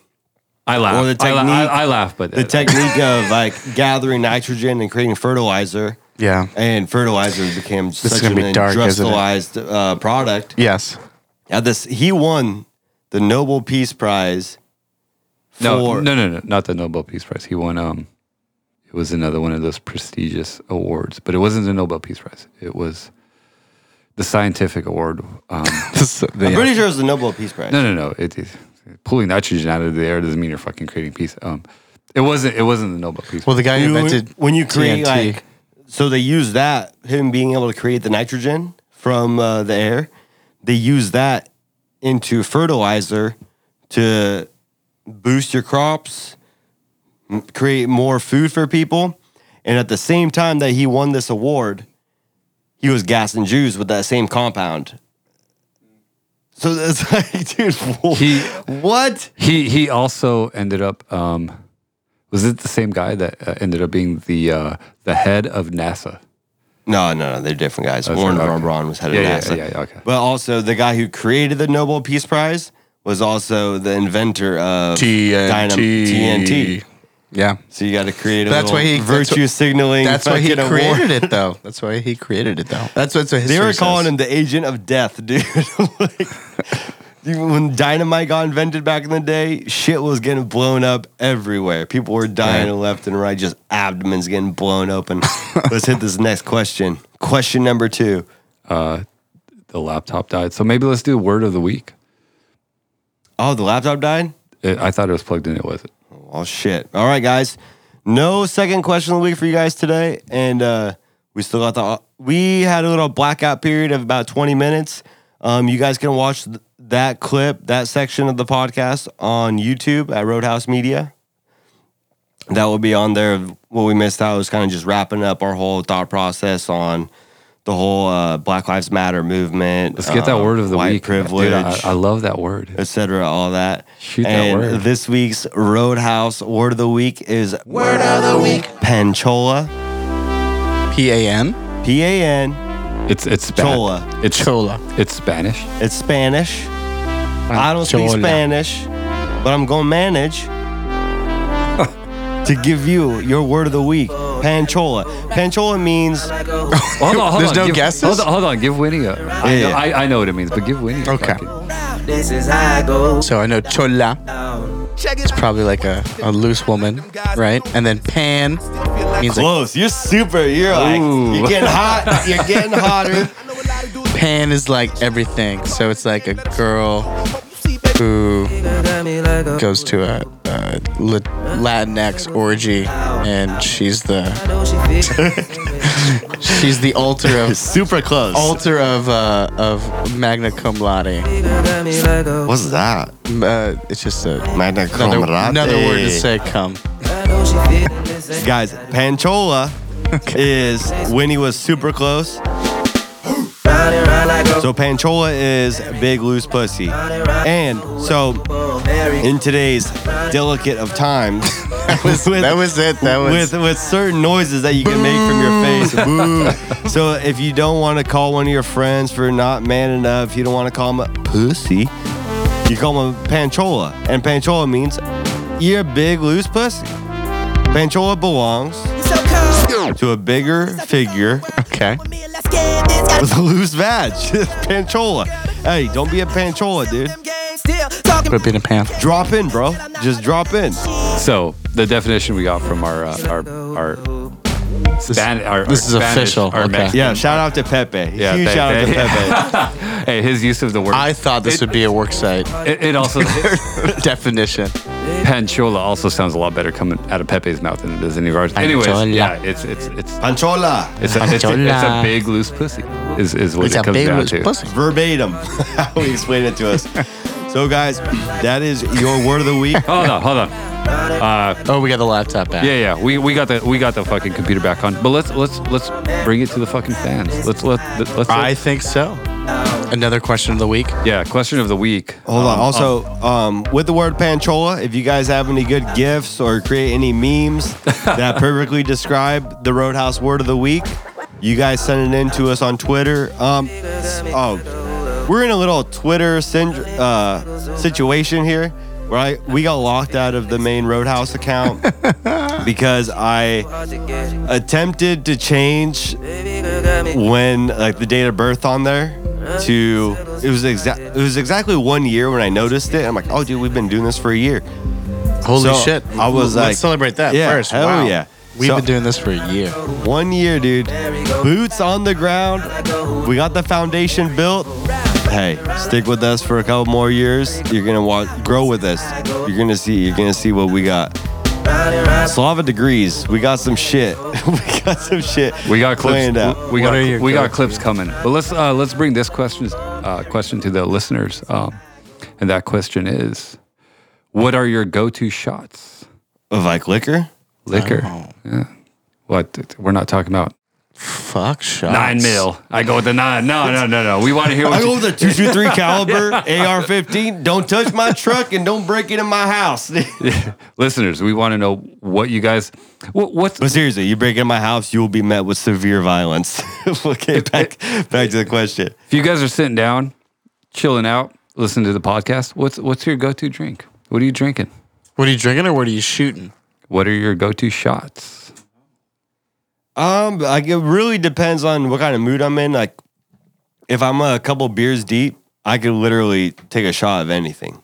[SPEAKER 6] I laugh.
[SPEAKER 5] Well, the
[SPEAKER 6] I, la-
[SPEAKER 5] technique-
[SPEAKER 6] I, I laugh, but uh,
[SPEAKER 5] the technique of like gathering nitrogen and creating fertilizer.
[SPEAKER 4] Yeah.
[SPEAKER 5] And fertilizer became
[SPEAKER 4] is
[SPEAKER 5] such
[SPEAKER 4] gonna
[SPEAKER 5] an
[SPEAKER 4] be dark, isn't it?
[SPEAKER 5] industrialized uh, product.
[SPEAKER 4] Yes.
[SPEAKER 5] Now this, he won the Nobel Peace Prize. For,
[SPEAKER 6] no, no, no, no, not the Nobel Peace Prize. He won. Um, it was another one of those prestigious awards, but it wasn't the Nobel Peace Prize. It was the scientific award. Um,
[SPEAKER 5] I'm pretty sure it was the Nobel Peace Prize.
[SPEAKER 6] No, no, no. It, it, pulling nitrogen out of the air doesn't mean you're fucking creating peace. Um, it wasn't. It wasn't the Nobel Peace.
[SPEAKER 4] Well, the guy who
[SPEAKER 5] You-
[SPEAKER 4] invented
[SPEAKER 5] when you create
[SPEAKER 4] TNT.
[SPEAKER 5] like so they use that him being able to create the nitrogen from uh, the air they use that into fertilizer to boost your crops m- create more food for people and at the same time that he won this award he was gassing jews with that same compound So that's like, dude, wh-
[SPEAKER 6] He-
[SPEAKER 5] what?
[SPEAKER 6] He he also ended up. Um, was it the same guy that uh, ended up being the uh, the head of NASA?
[SPEAKER 5] No, no, no, they're different guys.
[SPEAKER 6] That's
[SPEAKER 5] Warren
[SPEAKER 6] right,
[SPEAKER 5] von
[SPEAKER 6] okay.
[SPEAKER 5] Braun was head
[SPEAKER 6] Yeah,
[SPEAKER 5] of
[SPEAKER 6] yeah,
[SPEAKER 5] NASA.
[SPEAKER 6] yeah, yeah, okay.
[SPEAKER 5] But also, the guy who created the Nobel Peace Prize was also the inventor of dynam- TNT.
[SPEAKER 4] Yeah.
[SPEAKER 5] So you got to create a
[SPEAKER 4] That's
[SPEAKER 5] little
[SPEAKER 4] why he- that's
[SPEAKER 5] virtue
[SPEAKER 4] why-
[SPEAKER 5] signaling.
[SPEAKER 4] That's why he
[SPEAKER 5] fucking award.
[SPEAKER 4] created it, though. That's why he created it, though. That's what's a history.
[SPEAKER 5] They were calling
[SPEAKER 4] says.
[SPEAKER 5] him the agent of death, dude. like, even when dynamite got invented back in the day, shit was getting blown up everywhere. People were dying
[SPEAKER 4] Right.
[SPEAKER 5] left and right, just abdomens getting blown open. Let's hit this next question. Question number two.
[SPEAKER 6] The laptop died. So maybe let's do word of the week.
[SPEAKER 5] Oh, the laptop died?
[SPEAKER 6] It, I thought it was plugged in. It wasn't.
[SPEAKER 5] Oh, shit. All right, guys. No second question of the week for you guys today. And uh, we still got the. uh, We had a little blackout period of about 20 minutes. Um, you guys can watch th- that clip, that section of the podcast on YouTube at Roadhouse Media. That will be on there. What we missed out was kind of just wrapping up our whole thought process on the whole uh, Black Lives Matter movement.
[SPEAKER 6] Let's get that
[SPEAKER 5] uh,
[SPEAKER 6] word of the
[SPEAKER 5] white
[SPEAKER 6] week. Dude,
[SPEAKER 5] Privilege
[SPEAKER 6] I, I love that word.
[SPEAKER 5] etc., all that.
[SPEAKER 6] Shoot that
[SPEAKER 5] and
[SPEAKER 6] word.
[SPEAKER 5] this week's Roadhouse word of the week is
[SPEAKER 1] Word of the week.
[SPEAKER 5] panchola,
[SPEAKER 4] P-A-N?
[SPEAKER 5] P A N.
[SPEAKER 6] It's it's Spa-
[SPEAKER 5] Chola.
[SPEAKER 6] It's
[SPEAKER 4] Chola.
[SPEAKER 6] It's Spanish.
[SPEAKER 5] It's Spanish. I don't speak
[SPEAKER 4] Chola.
[SPEAKER 5] Spanish, but I'm gonna manage to give you your word of the week, panchola. Panchola means
[SPEAKER 6] Hold on, hold
[SPEAKER 4] There's
[SPEAKER 6] on.
[SPEAKER 4] no
[SPEAKER 6] give,
[SPEAKER 4] guesses?
[SPEAKER 6] Hold on, hold on. Give Winnie a. I
[SPEAKER 5] Yeah,
[SPEAKER 6] know-
[SPEAKER 5] yeah.
[SPEAKER 6] I, I know what it means, but give Winnie. A
[SPEAKER 4] Okay.
[SPEAKER 6] fucking-
[SPEAKER 8] This is how I go
[SPEAKER 4] So I know Chola. It's probably like a, a loose woman, right? And then Pan means like
[SPEAKER 5] close. You're super. You're like you're getting hot. You're getting hotter.
[SPEAKER 4] Pan is like everything. So it's like a girl who
[SPEAKER 8] got me like a
[SPEAKER 4] goes to a, a Lat- Latinx orgy, and she's the
[SPEAKER 8] know she fit.
[SPEAKER 4] she's the altar of
[SPEAKER 5] super close.
[SPEAKER 4] altar of uh, of magna cum laude.
[SPEAKER 8] got me like a
[SPEAKER 5] What's that?
[SPEAKER 4] Uh, it's just a
[SPEAKER 5] Magna
[SPEAKER 4] another, another word to
[SPEAKER 5] say.
[SPEAKER 4] say cum.
[SPEAKER 8] I know she fit. This ain't
[SPEAKER 5] Guys, Panchola is Winnie was super close.
[SPEAKER 8] round and round like a
[SPEAKER 5] So Panchola is big loose pussy. And so
[SPEAKER 8] ball. Mary
[SPEAKER 5] in today's delicate of times that was,
[SPEAKER 4] that was it. That was
[SPEAKER 5] with with certain noises that you can make from your face. Boo. so if you don't want to call one of your friends for not man enough, you don't want to call them a pussy, you call them a panchola. And panchola means you're a big loose pussy. Panchola belongs to a bigger figure
[SPEAKER 4] okay.
[SPEAKER 5] with a loose vag. panchola. Hey, don't be a panchola, dude.
[SPEAKER 4] But being a pan.
[SPEAKER 5] Drop in, bro. Just drop in.
[SPEAKER 6] So the definition we got from our uh, our our, Span- our
[SPEAKER 4] this
[SPEAKER 6] our
[SPEAKER 4] is
[SPEAKER 6] Spanish-
[SPEAKER 4] official,
[SPEAKER 6] Our
[SPEAKER 4] okay.
[SPEAKER 6] Mexican-
[SPEAKER 5] Yeah, shout out to Pepe.
[SPEAKER 6] Yeah,
[SPEAKER 5] Huge
[SPEAKER 6] Pepe.
[SPEAKER 5] shout out to Pepe.
[SPEAKER 6] Hey, his use of the word.
[SPEAKER 4] I thought this would be a worksite
[SPEAKER 6] it, it also
[SPEAKER 4] definition.
[SPEAKER 6] panchola also sounds a lot better coming out of Pepe's mouth than it does any of ours. Anyways,
[SPEAKER 4] Panchola.
[SPEAKER 6] yeah, it's it's it's
[SPEAKER 5] Panchola.
[SPEAKER 6] it's a, it's, a, it's a
[SPEAKER 4] Panchola.
[SPEAKER 6] big loose pussy. Is is what
[SPEAKER 4] It's
[SPEAKER 6] it
[SPEAKER 4] a
[SPEAKER 6] comes
[SPEAKER 4] big
[SPEAKER 6] down
[SPEAKER 4] loose
[SPEAKER 6] to.
[SPEAKER 4] pussy.
[SPEAKER 5] Verbatim. How he explained it to us. So, guys, that is your word of the week.
[SPEAKER 6] Hold on, hold on.
[SPEAKER 4] Oh, we got the laptop back.
[SPEAKER 6] Yeah, yeah. We, we got the we got the fucking computer back on. But let's let's let's bring it to the fucking fans. Let's let let's.
[SPEAKER 4] I think so. Another question of the week.
[SPEAKER 6] yeah. Question of the week.
[SPEAKER 5] Hold on. Also, um, with the word panchola, if you guys have any good gifts or create any memes that perfectly describe the Roadhouse word of the week, you guys send it in to us on Twitter. Um, s- oh, we're in a little Twitter synd- uh, situation here, right? We got locked out of the main Roadhouse account because I
[SPEAKER 8] hard to get.
[SPEAKER 5] attempted to change
[SPEAKER 8] Baby girl got me
[SPEAKER 5] when like the date of birth on there to it was exact it was exactly one year when I noticed it. I'm like, oh dude, we've been doing this for a year.
[SPEAKER 4] Holy
[SPEAKER 5] So,
[SPEAKER 4] shit.
[SPEAKER 5] I was
[SPEAKER 4] Let's
[SPEAKER 5] like-
[SPEAKER 4] celebrate that
[SPEAKER 5] yeah,
[SPEAKER 4] first.
[SPEAKER 5] hell
[SPEAKER 4] wow.
[SPEAKER 5] yeah.
[SPEAKER 4] We've
[SPEAKER 5] So-
[SPEAKER 4] been doing this for a year.
[SPEAKER 5] One year, dude. Boots on the ground. We got the foundation built. Hey, stick with us for a couple more years. You're gonna wa- grow with us. You're gonna see. You're gonna see what we got. Slava degrees. We got some shit. we got some shit.
[SPEAKER 6] uh, We got clips.
[SPEAKER 5] planned out.
[SPEAKER 6] We, we
[SPEAKER 4] What
[SPEAKER 6] got
[SPEAKER 4] are your
[SPEAKER 6] we got
[SPEAKER 4] go-tos?
[SPEAKER 6] clips coming. But let's uh, let's bring this question uh, question to the listeners. Um, and that question is, what are your go-to shots?
[SPEAKER 5] Of like liquor. Oh.
[SPEAKER 6] Liquor. Yeah. What? We're not talking about
[SPEAKER 4] Fuck shots.
[SPEAKER 6] Nine mil. I go with the nine. No, no, no, no. We want to hear
[SPEAKER 5] I
[SPEAKER 6] what
[SPEAKER 5] go
[SPEAKER 6] you,
[SPEAKER 5] with a two two three caliber AR fifteen. Don't touch my truck and don't break into my house. but
[SPEAKER 6] listeners. We want to know what you guys. What, what's
[SPEAKER 5] seriously, you break into my house, you will be met with severe violence. okay, back back to the question.
[SPEAKER 6] if you guys are sitting down, chilling out, listening to the podcast? What's what's your go to drink? What are you drinking?
[SPEAKER 4] What are you drinking or what are you shooting?
[SPEAKER 6] What are your go to shots?
[SPEAKER 5] Um, like it really depends on what kind of mood I'm in. Like, if I'm a couple beers deep, I could literally take a shot of anything.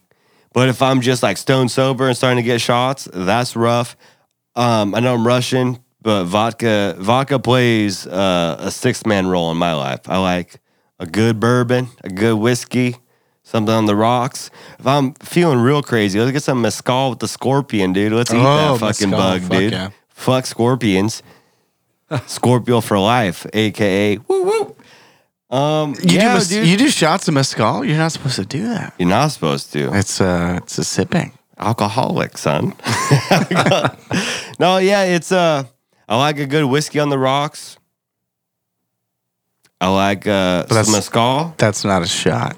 [SPEAKER 5] But if I'm just like stone sober and starting to get shots, that's rough. Um, I know I'm Russian, but vodka vodka plays uh, a six man role in my life. I like a good bourbon, a good whiskey, something on the rocks. If I'm feeling real crazy, let's get some mezcal with the scorpion, dude. Let's eat
[SPEAKER 4] Oh,
[SPEAKER 5] that fucking
[SPEAKER 4] mezcal.
[SPEAKER 5] bug,
[SPEAKER 4] Fuck
[SPEAKER 5] dude.
[SPEAKER 4] yeah.
[SPEAKER 5] Fuck scorpions. Scorpio for life, aka woo woo. Um,
[SPEAKER 4] You
[SPEAKER 5] yeah,
[SPEAKER 4] do mes-
[SPEAKER 5] dude.
[SPEAKER 4] you do shots of mezcal. You're not supposed to do that.
[SPEAKER 5] You're not supposed to.
[SPEAKER 4] It's uh, it's a sipping.
[SPEAKER 5] Alcoholic, son. no, yeah, it's uh I like a good whiskey on the rocks. I like uh
[SPEAKER 4] that's-
[SPEAKER 5] some mezcal.
[SPEAKER 4] That's not a shot.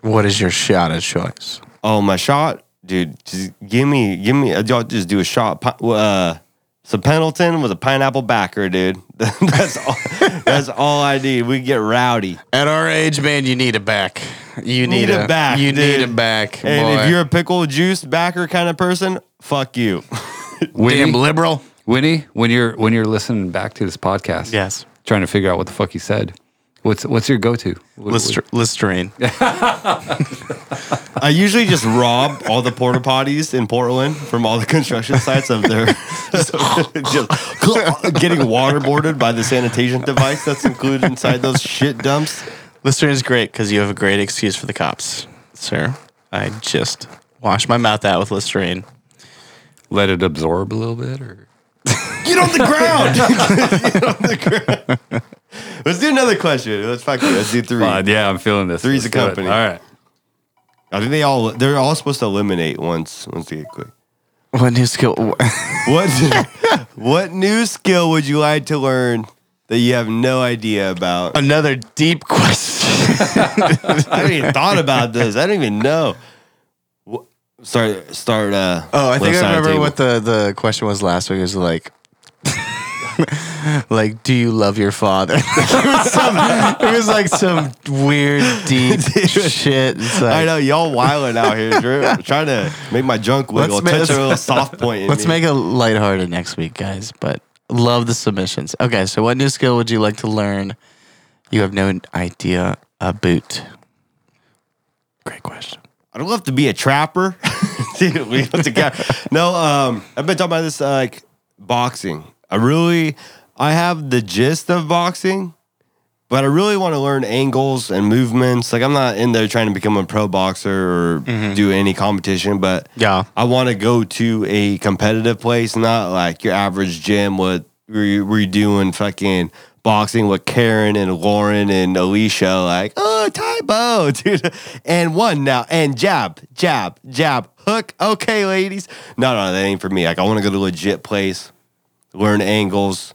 [SPEAKER 4] What is your shot of choice?
[SPEAKER 5] Oh, my shot, dude. Just give me, give me. uh, Y'all just do a shot. pi- Uh, some Pendleton with a pineapple backer, dude. that's all. that's all I need. We get rowdy.
[SPEAKER 4] At our age, man, you need a back. You need,
[SPEAKER 5] Need a back,
[SPEAKER 4] You need a
[SPEAKER 5] dude.
[SPEAKER 4] back.
[SPEAKER 5] And
[SPEAKER 4] boy.
[SPEAKER 5] if you're a pickle juice backer kind of person, fuck you.
[SPEAKER 6] Winnie,
[SPEAKER 4] damn liberal,
[SPEAKER 6] Winnie, when you're when you're listening back to this podcast,
[SPEAKER 4] Yes.
[SPEAKER 6] trying to figure out what the fuck he said. What's what's your go to?
[SPEAKER 4] Lister- Listerine.
[SPEAKER 5] I usually just rob all the porta potties in Portland from all the construction sites of their just getting waterboarded by the sanitation device that's included inside those shit dumps.
[SPEAKER 4] Listerine is great because you have a great excuse for the cops, sir. I just washed my mouth out with Listerine.
[SPEAKER 6] Let it absorb a little bit, or
[SPEAKER 5] Get on the ground. Get on the ground. Let's do another question. Let's fuck it. Let's do three.
[SPEAKER 6] Uh, yeah, I'm feeling this.
[SPEAKER 5] Three's
[SPEAKER 6] Let's
[SPEAKER 5] the
[SPEAKER 6] do it.
[SPEAKER 5] company.
[SPEAKER 6] All right,
[SPEAKER 5] I think they all they're all supposed to eliminate once once they get quick.
[SPEAKER 4] What new skill?
[SPEAKER 5] What what new skill would you like to learn that you have no idea about?
[SPEAKER 4] Another deep question.
[SPEAKER 5] I haven't even thought about this. I don't even know. Wh- Start, start. Uh,
[SPEAKER 4] Oh, I think
[SPEAKER 5] left side
[SPEAKER 4] I
[SPEAKER 5] of the
[SPEAKER 4] remember
[SPEAKER 5] table.
[SPEAKER 4] what the, the question was last week. It was like, like, do you love your father? it, was some, it was like some weird, deep shit. It's like,
[SPEAKER 5] I know y'all wilding out here, Drew. I'm trying to make my junk wiggle,
[SPEAKER 4] ma-
[SPEAKER 5] touch a little soft point. In
[SPEAKER 4] Let's
[SPEAKER 5] me.
[SPEAKER 4] make it lighthearted next week, guys. But love the submissions. Okay, so what new skill would you like to learn? You have no idea about. Great question.
[SPEAKER 5] I'd love to be a trapper. Dude, we have to get. No, um, I've been talking about this uh, like boxing. I really, I have the gist of boxing, but I really want to learn angles and movements. Like I'm not in there trying to become a pro boxer or do any competition, but
[SPEAKER 4] Yeah.
[SPEAKER 5] I want to go to a competitive place, not like your average gym. What we're, we're doing, fucking boxing with Karen and Lauren and Alicia, like oh Tybo, dude, and one now and jab, jab, jab, hook. Okay, ladies, no, no, that ain't for me. Like I want to go to a legit place, learn angles,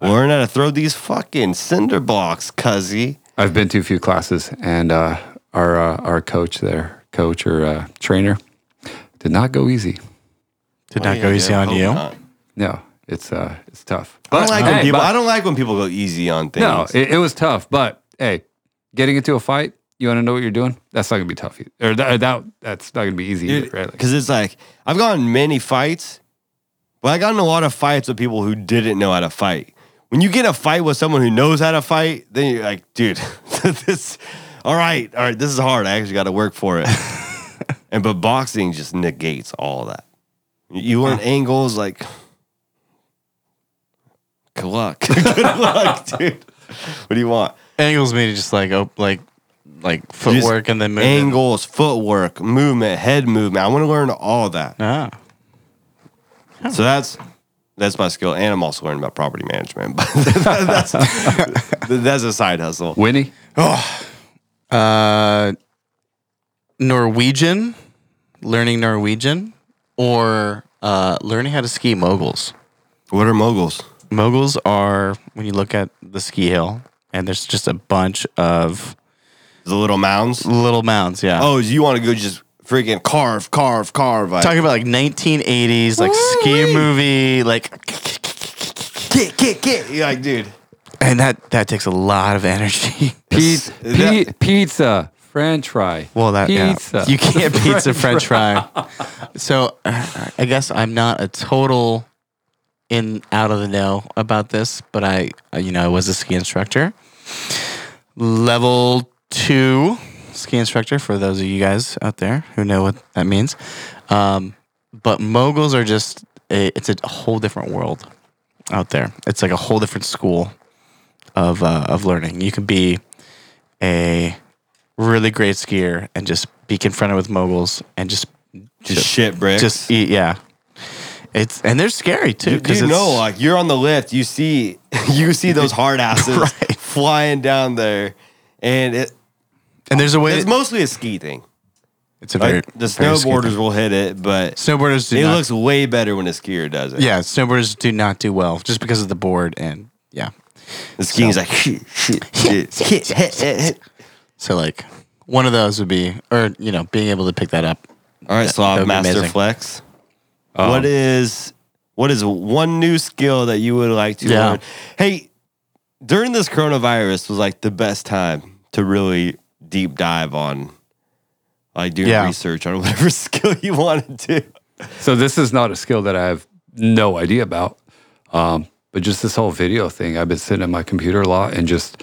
[SPEAKER 5] learn how to throw these fucking cinder blocks, cuzzy.
[SPEAKER 6] I've been to a few classes, and uh, our uh, our coach there, coach or uh, trainer, did not go easy.
[SPEAKER 4] Did not go easy on
[SPEAKER 5] Hope
[SPEAKER 4] you.
[SPEAKER 5] not.
[SPEAKER 6] No, it's uh, it's tough.
[SPEAKER 5] I don't like
[SPEAKER 6] Hey,
[SPEAKER 5] when people.
[SPEAKER 6] but-
[SPEAKER 5] I don't like when people go easy on things.
[SPEAKER 6] No, it, it was tough, but hey, getting into a fight, you want to know what you're doing? That's not gonna be tough, either. or that, that that's not gonna be easy. Either, right? Like,
[SPEAKER 5] because it's like I've gotten many fights, but I got in a lot of fights with people who didn't know how to fight. When you get a fight with someone who knows how to fight, then you're like, dude, this, all right, all right, this is hard. I actually got to work for it. and but boxing just negates all that. You- You learn angles like, good luck, good luck, dude. What do you want?
[SPEAKER 4] Angles mean just like oh, like like footwork and then movement.
[SPEAKER 5] Angles, footwork, movement, head movement. I want to learn all that.
[SPEAKER 4] Ah.
[SPEAKER 5] So that's that's my skill, and I'm also learning about property management. But that's that's a side hustle.
[SPEAKER 6] Winnie,
[SPEAKER 4] Uh, Norwegian, learning Norwegian, or uh, learning how to ski moguls.
[SPEAKER 5] What are moguls?
[SPEAKER 4] moguls are when you look at the ski hill and there's just a bunch of
[SPEAKER 5] The little mounds.
[SPEAKER 4] little mounds. Yeah.
[SPEAKER 5] Oh, you want to go just freaking carve, carve, carve. I-
[SPEAKER 4] talking about like 1980s, like ski movie, like
[SPEAKER 5] kick, kick, kick. You're like, dude.
[SPEAKER 4] and that that takes a lot of energy.
[SPEAKER 6] Pizza,
[SPEAKER 5] that-
[SPEAKER 6] pizza, French fry.
[SPEAKER 4] Well, that
[SPEAKER 6] pizza.
[SPEAKER 4] yeah, you can't pizza French fry. so uh, I guess I'm not a total in out of the know about this, but I uh, you know I was a ski instructor, level two ski instructor for those of you guys out there who know what that means. Um, but moguls are just a, it's a whole different world out there. It's like a whole different school of uh, of learning. You can be a really great skier and just be confronted with moguls and just
[SPEAKER 5] Just shit bricks.
[SPEAKER 4] just eat yeah it's and they're scary too
[SPEAKER 5] You,
[SPEAKER 4] because
[SPEAKER 5] you know, like you're on the lift, you see, you see those hard asses
[SPEAKER 4] Right.
[SPEAKER 5] flying down there, and it,
[SPEAKER 4] and there's a way
[SPEAKER 5] it's mostly a ski thing.
[SPEAKER 4] it's a very
[SPEAKER 5] Like the
[SPEAKER 4] very scary
[SPEAKER 5] snowboarders
[SPEAKER 4] thing.
[SPEAKER 5] will hit it, but
[SPEAKER 4] snowboarders do
[SPEAKER 5] it
[SPEAKER 4] not,
[SPEAKER 5] looks way better when a skier does it.
[SPEAKER 4] yeah snowboarders do not do well just because of the board and yeah
[SPEAKER 5] the skiing's like shit, shit, shit, hit, hit, hit, hit.
[SPEAKER 4] so like one of those would be or you know being able to pick that up
[SPEAKER 5] All right,
[SPEAKER 4] that
[SPEAKER 5] Slob
[SPEAKER 4] would be
[SPEAKER 5] Master
[SPEAKER 4] amazing.
[SPEAKER 5] Flex. what is what is one new skill that you would like to
[SPEAKER 4] Yeah.
[SPEAKER 5] learn? Hey, during this coronavirus was like the best time to really deep dive on like doing
[SPEAKER 4] Yeah.
[SPEAKER 5] research on whatever skill you wanted to.
[SPEAKER 6] So this is not a skill that I have no idea about. Um, but just this whole video thing, I've been sitting at my computer a lot and just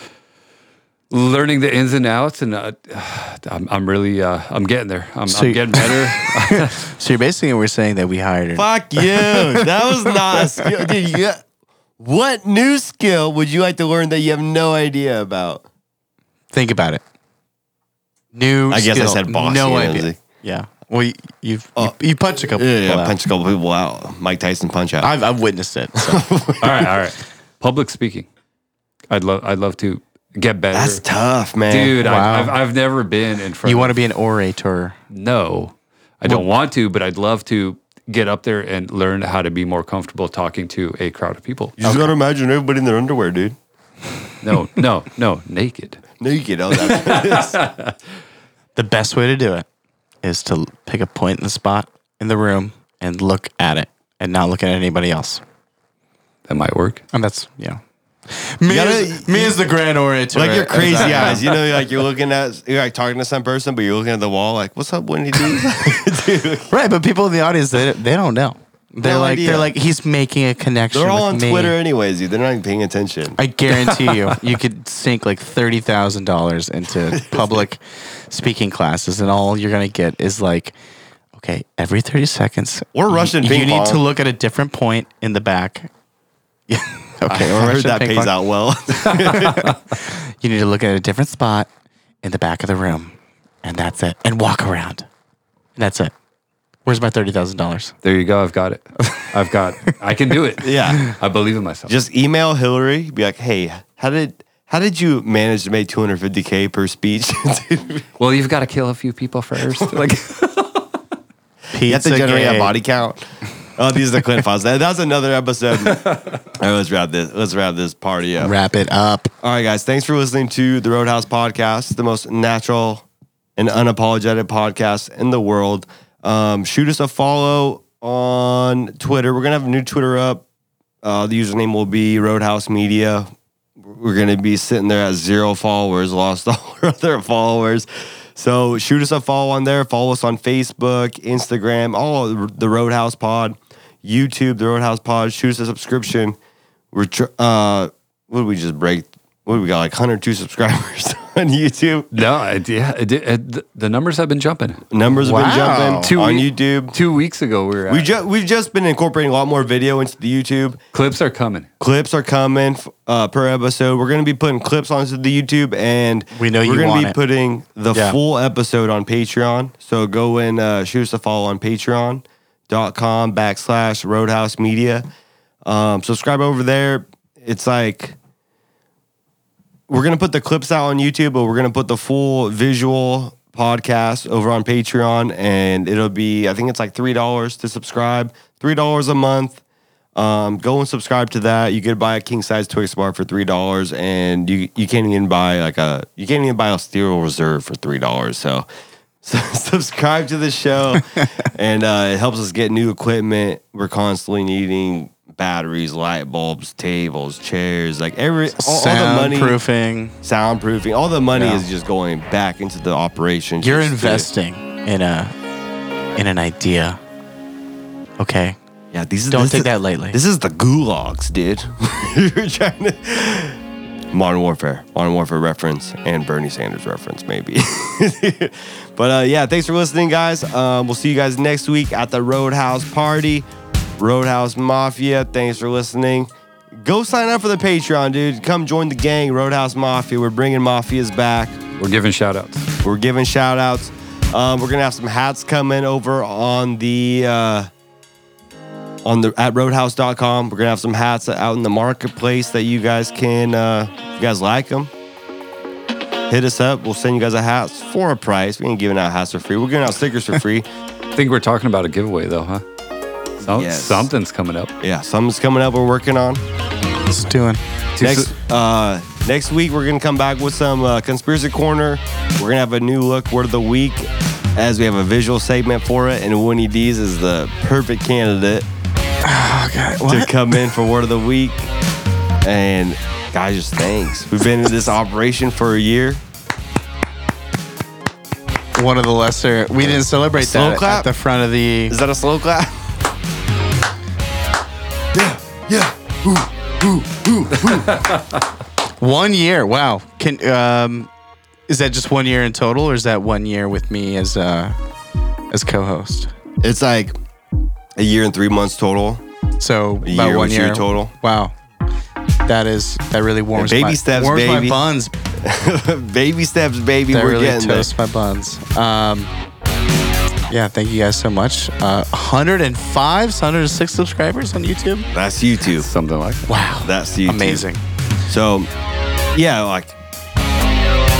[SPEAKER 6] learning the ins and outs. And uh, I'm, I'm really, uh, I'm getting there. I'm,
[SPEAKER 4] So
[SPEAKER 6] I'm
[SPEAKER 4] you-
[SPEAKER 6] getting better.
[SPEAKER 4] so you're basically we're saying that we hired
[SPEAKER 5] Fuck you. That was not a skill. Dude, you got- what new skill would you like to learn that you have no idea about?
[SPEAKER 4] think about it new
[SPEAKER 5] I guess I
[SPEAKER 4] skill.
[SPEAKER 5] said boxing,
[SPEAKER 4] no idea
[SPEAKER 5] Lindsay.
[SPEAKER 4] yeah well you you've,
[SPEAKER 5] Oh.
[SPEAKER 4] you you punched a couple
[SPEAKER 5] Yeah,
[SPEAKER 4] people
[SPEAKER 5] yeah,
[SPEAKER 4] out.
[SPEAKER 5] punch a couple people out. Mike Tyson punch out.
[SPEAKER 4] I've, I've witnessed it so.
[SPEAKER 6] all right, all right. Public speaking. I'd love, I'd love to get better.
[SPEAKER 5] That's tough, man.
[SPEAKER 6] Dude,
[SPEAKER 4] Wow.
[SPEAKER 6] I, I've, I've never been in front.
[SPEAKER 4] you
[SPEAKER 6] of-
[SPEAKER 4] want to be an orator
[SPEAKER 6] No, I don't want to, but I'd love to get up there and learn how to be more comfortable talking to a crowd of people.
[SPEAKER 5] You just gotta imagine everybody in their underwear, dude.
[SPEAKER 6] No, no, no, naked.
[SPEAKER 5] Naked. Oh, that's
[SPEAKER 4] the best way to do it is to pick a point in the spot in the room and look at it and not look at anybody else.
[SPEAKER 6] That might work.
[SPEAKER 4] And that's, you know. Me,
[SPEAKER 5] gotta-
[SPEAKER 4] is, me is the grand orator.
[SPEAKER 5] like your crazy
[SPEAKER 4] As I-
[SPEAKER 5] eyes. You know, like you're looking at, you're like talking to some person, but you're looking at the wall, like, what's up, Wendy? Dude? dude
[SPEAKER 4] Right, but people in the audience, they, they don't know. They're
[SPEAKER 5] No
[SPEAKER 4] like,
[SPEAKER 5] idea.
[SPEAKER 4] they're like, he's making a connection.
[SPEAKER 5] they're all on
[SPEAKER 4] with me."
[SPEAKER 5] Twitter, anyways, dude. They're not even paying attention.
[SPEAKER 4] I guarantee you, you could sink like thirty thousand dollars into public speaking classes, and all you're gonna get is like, okay, every thirty seconds,
[SPEAKER 5] Or
[SPEAKER 4] you-
[SPEAKER 5] Russian
[SPEAKER 4] You,
[SPEAKER 5] ping
[SPEAKER 4] need to
[SPEAKER 5] pong.
[SPEAKER 4] look at a different point in the back. Yeah. okay.
[SPEAKER 5] I
[SPEAKER 4] or
[SPEAKER 5] heard
[SPEAKER 4] Russian
[SPEAKER 5] that
[SPEAKER 4] ping
[SPEAKER 5] pays
[SPEAKER 4] pong.
[SPEAKER 5] out well.
[SPEAKER 4] You need to look at a different spot in the back of the room, and that's it. And walk around, and that's it. Where's my thirty thousand dollars?
[SPEAKER 6] There you go. I've got it. I've got. I can do it.
[SPEAKER 5] Yeah.
[SPEAKER 6] I believe in myself.
[SPEAKER 5] Just email Hillary, be like, hey, how did how did you manage to make 250k per speech? Dude,
[SPEAKER 6] well, you've got to kill a few people first. Like
[SPEAKER 5] you have to
[SPEAKER 4] Pizza
[SPEAKER 5] generate
[SPEAKER 4] gate.
[SPEAKER 5] a body count. Oh, these are the Clint Files. That, that's another episode. All right, let's wrap this. Let's wrap this party up.
[SPEAKER 4] Wrap it up.
[SPEAKER 5] All right, guys. Thanks for listening to the Roadhouse Podcast, the most natural and unapologetic podcast in the world. Um, shoot us a follow on Twitter. We're gonna have a new Twitter up. Uh, the username will be Roadhouse Media. We're gonna be sitting there at zero followers, lost all our other followers. So shoot us a follow on there. Follow us on Facebook, Instagram, all of the Roadhouse Pod, YouTube, the Roadhouse Pod. Shoot us a subscription. We're tr- uh, what did we just break? What do we got? Like 102 subscribers on YouTube.
[SPEAKER 6] no, I, yeah, it, did- it, the- the numbers have been jumping.
[SPEAKER 5] Numbers have been jumping
[SPEAKER 6] Two
[SPEAKER 5] on
[SPEAKER 6] week-
[SPEAKER 5] YouTube.
[SPEAKER 6] Two weeks ago, we were. At,
[SPEAKER 5] We ju- we've just been incorporating a lot more video into the YouTube.
[SPEAKER 6] clips are coming.
[SPEAKER 5] Clips are coming f- uh, per episode. We're going to be putting clips onto the YouTube, and
[SPEAKER 4] We know
[SPEAKER 5] we're
[SPEAKER 4] you
[SPEAKER 5] gonna
[SPEAKER 4] want
[SPEAKER 5] be
[SPEAKER 4] it.
[SPEAKER 5] putting the
[SPEAKER 4] Yeah.
[SPEAKER 5] full episode on Patreon. So go and uh, shoot us a follow on Patreon.com backslash Roadhouse Media. Um, subscribe over there. It's like we're gonna put the clips out on YouTube, but we're gonna put the full visual podcast over on Patreon, and it'll be I think it's like three dollars to subscribe, three dollars a month. Um, go and subscribe to that. You could buy a king size Twix bar for three dollars, and you you can't even buy like a you can't even buy a Steel Reserve for three dollars. So, so subscribe to the show, and uh, it helps us get new equipment. We're constantly needing batteries, light bulbs, tables, chairs, like every all, all the money,
[SPEAKER 4] Soundproofing.
[SPEAKER 5] soundproofing. All the money
[SPEAKER 4] Yeah.
[SPEAKER 5] is just going back into the operation.
[SPEAKER 4] You're
[SPEAKER 5] just to-
[SPEAKER 4] investing in a in an idea. Okay.
[SPEAKER 5] Yeah, these
[SPEAKER 4] Don't
[SPEAKER 5] this
[SPEAKER 4] take
[SPEAKER 5] is-
[SPEAKER 4] that lightly.
[SPEAKER 5] This is the gulags, dude. You're trying to Modern Warfare, Modern Warfare reference, and Bernie Sanders reference, maybe. but uh, yeah, thanks for listening, guys. Um, we'll see you guys next week at the Roadhouse Party, Roadhouse Mafia. Thanks for listening. Go sign up for the Patreon, dude. Come join the gang, Roadhouse Mafia. We're bringing mafias back.
[SPEAKER 6] We're giving shout outs.
[SPEAKER 5] We're giving shout outs. Um, we're gonna have some hats coming over on the uh, on the at roadhouse.com. We're gonna have some hats out in the marketplace that you guys can uh, if you guys like them. Hit us up. We'll send you guys a hat for a price. We ain't giving out hats for free. We're giving out stickers for free.
[SPEAKER 6] I think we're talking about a giveaway though, huh? Some,
[SPEAKER 5] Yes.
[SPEAKER 6] Something's coming up.
[SPEAKER 5] yeah, something's coming up. We're working on
[SPEAKER 4] It's doing.
[SPEAKER 5] next. Uh, next week we're gonna come back with some uh, conspiracy corner. We're gonna have a new look word of the week as we have a visual segment for it, and Winnie D's is the perfect candidate. Oh, to come in for word of the week. And guys, just thanks. We've been in this operation for a year.
[SPEAKER 4] One of the lesser. We didn't celebrate
[SPEAKER 5] Slow
[SPEAKER 4] that
[SPEAKER 5] clap?
[SPEAKER 4] at the front of the.
[SPEAKER 5] Is that a slow clap?
[SPEAKER 4] One year. Wow. Can um, is that just one year in total, or is that one year with me as uh, as co-host?
[SPEAKER 5] It's like a year and three months total.
[SPEAKER 4] So
[SPEAKER 5] A
[SPEAKER 4] about
[SPEAKER 5] year
[SPEAKER 4] one
[SPEAKER 5] was
[SPEAKER 4] year
[SPEAKER 5] your total?
[SPEAKER 4] Wow. That is that really warms
[SPEAKER 5] Baby
[SPEAKER 4] my,
[SPEAKER 5] steps,
[SPEAKER 4] warms
[SPEAKER 5] baby.
[SPEAKER 4] my buns.
[SPEAKER 5] baby steps, baby.
[SPEAKER 4] That
[SPEAKER 5] we're
[SPEAKER 4] really
[SPEAKER 5] getting
[SPEAKER 4] toasts my buns. Um, yeah, thank you guys so much. Uh, 105, 106 subscribers on YouTube.
[SPEAKER 5] there. That's YouTube.
[SPEAKER 6] Something like that.
[SPEAKER 4] Wow,
[SPEAKER 5] That's YouTube.
[SPEAKER 4] amazing.
[SPEAKER 5] So, yeah, like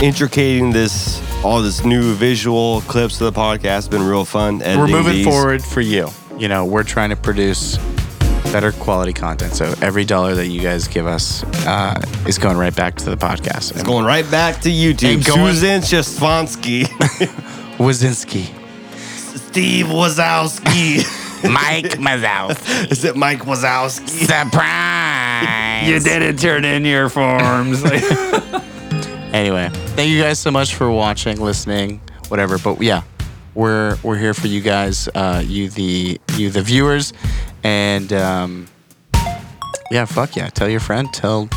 [SPEAKER 5] intricating this, all this new visual clips to the podcast has been real fun.
[SPEAKER 4] We're
[SPEAKER 5] editing
[SPEAKER 4] moving
[SPEAKER 5] these.
[SPEAKER 4] forward for you. You know, we're trying to produce better quality content. So every dollar that you guys give us uh, is going right back to the podcast. And
[SPEAKER 5] Going right back to YouTube.
[SPEAKER 4] And going-
[SPEAKER 5] Susan Shastonsky,
[SPEAKER 4] Wazinski,
[SPEAKER 5] Steve Wazowski.
[SPEAKER 4] Mike Mazow,
[SPEAKER 5] Is it Mike Wazowski?
[SPEAKER 4] surprise! You did it.
[SPEAKER 6] Turn in your forms.
[SPEAKER 4] Anyway, thank you guys so much for watching, listening, whatever. But yeah, we're we're here for you guys, uh, you the you the viewers, and um, yeah, fuck yeah, tell your friend, tell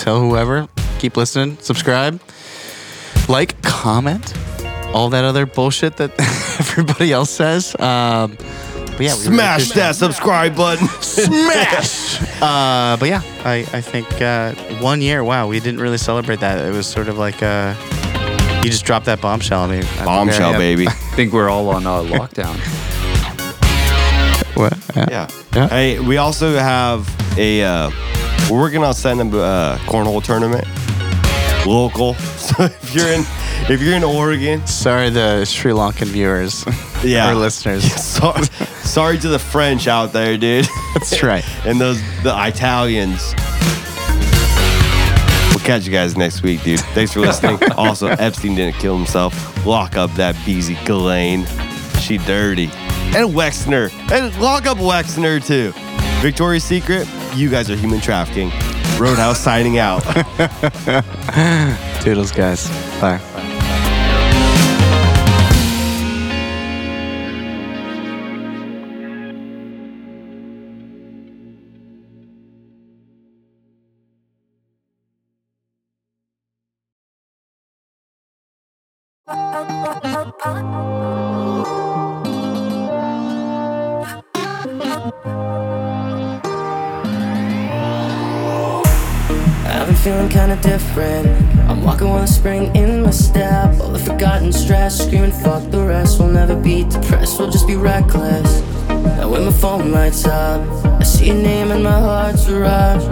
[SPEAKER 4] tell whoever, keep listening, subscribe, like, comment, all that other bullshit that everybody else says. Um, but yeah, we really
[SPEAKER 5] Smash that subscribe button.
[SPEAKER 4] smash. uh, but yeah, I, I think uh, one year. Wow, we didn't really celebrate that. It was sort of like uh, you just dropped that bombshell on me. I
[SPEAKER 5] Bombshell,
[SPEAKER 4] think I-
[SPEAKER 5] baby.
[SPEAKER 6] I think we're all on uh, lockdown.
[SPEAKER 4] What? Yeah.
[SPEAKER 5] yeah.
[SPEAKER 4] Yeah.
[SPEAKER 5] Hey, we also have a. Uh, we're working on setting up a uh, cornhole tournament, local. So if you're in, if you're in Oregon,
[SPEAKER 4] Sorry, the Sri Lankan viewers.
[SPEAKER 5] Yeah.
[SPEAKER 4] Or listeners.
[SPEAKER 5] sorry, sorry to the French out there, dude,
[SPEAKER 4] That's right.
[SPEAKER 5] and those the Italians. We'll catch you guys next week, dude. Thanks for listening. also, Epstein didn't kill himself. Lock up that Beezy Ghislaine. She dirty. And Wexner. And lock up Wexner, too. Victoria's Secret, you guys are human trafficking. Roadhouse signing out.
[SPEAKER 4] Toodles, guys. Bye.
[SPEAKER 8] I've been feeling kinda different. I'm walking with a spring in my step. All the forgotten stress, screaming, fuck the rest. We'll never be depressed, we'll just be reckless. Now when my phone lights up, I see your name and my heart's a rush.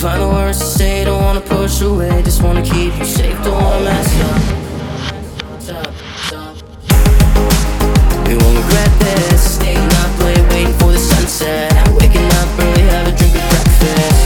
[SPEAKER 8] Find the words to say, don't wanna push away, just wanna keep you safe, don't wanna mess up. Stop, stop. We won't regret this. Staying up late, waiting for the sunset. Waking up early, have a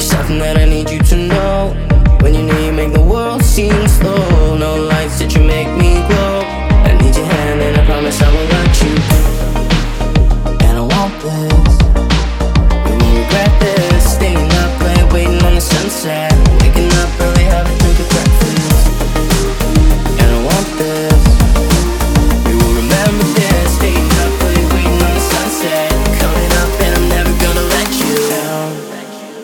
[SPEAKER 8] something that I need you to know. When you near, you make the world seem slow. No lights that you make me glow. I need your hand, and I promise I won't let you go. And I want this. You won't regret this. Staying up late, waiting on the sunset. Waking up early, have a drink of breakfast. And I want this. You will remember this. Staying up late, waiting on the sunset. Coming up, and I'm never gonna let you down.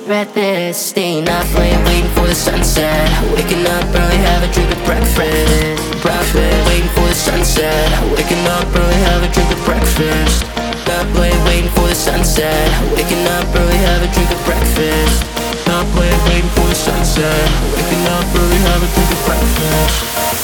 [SPEAKER 8] Regret this. Staying up late, waiting for the sunset. Waking up early, have a drink of breakfast. Breakfast. Waiting for the sunset. Waking up early, have a drink of breakfast. Up late, waiting for the sunset. Waking up early, have a drink of breakfast. Up late, waiting for the sunset. Waking up early, have a drink of breakfast.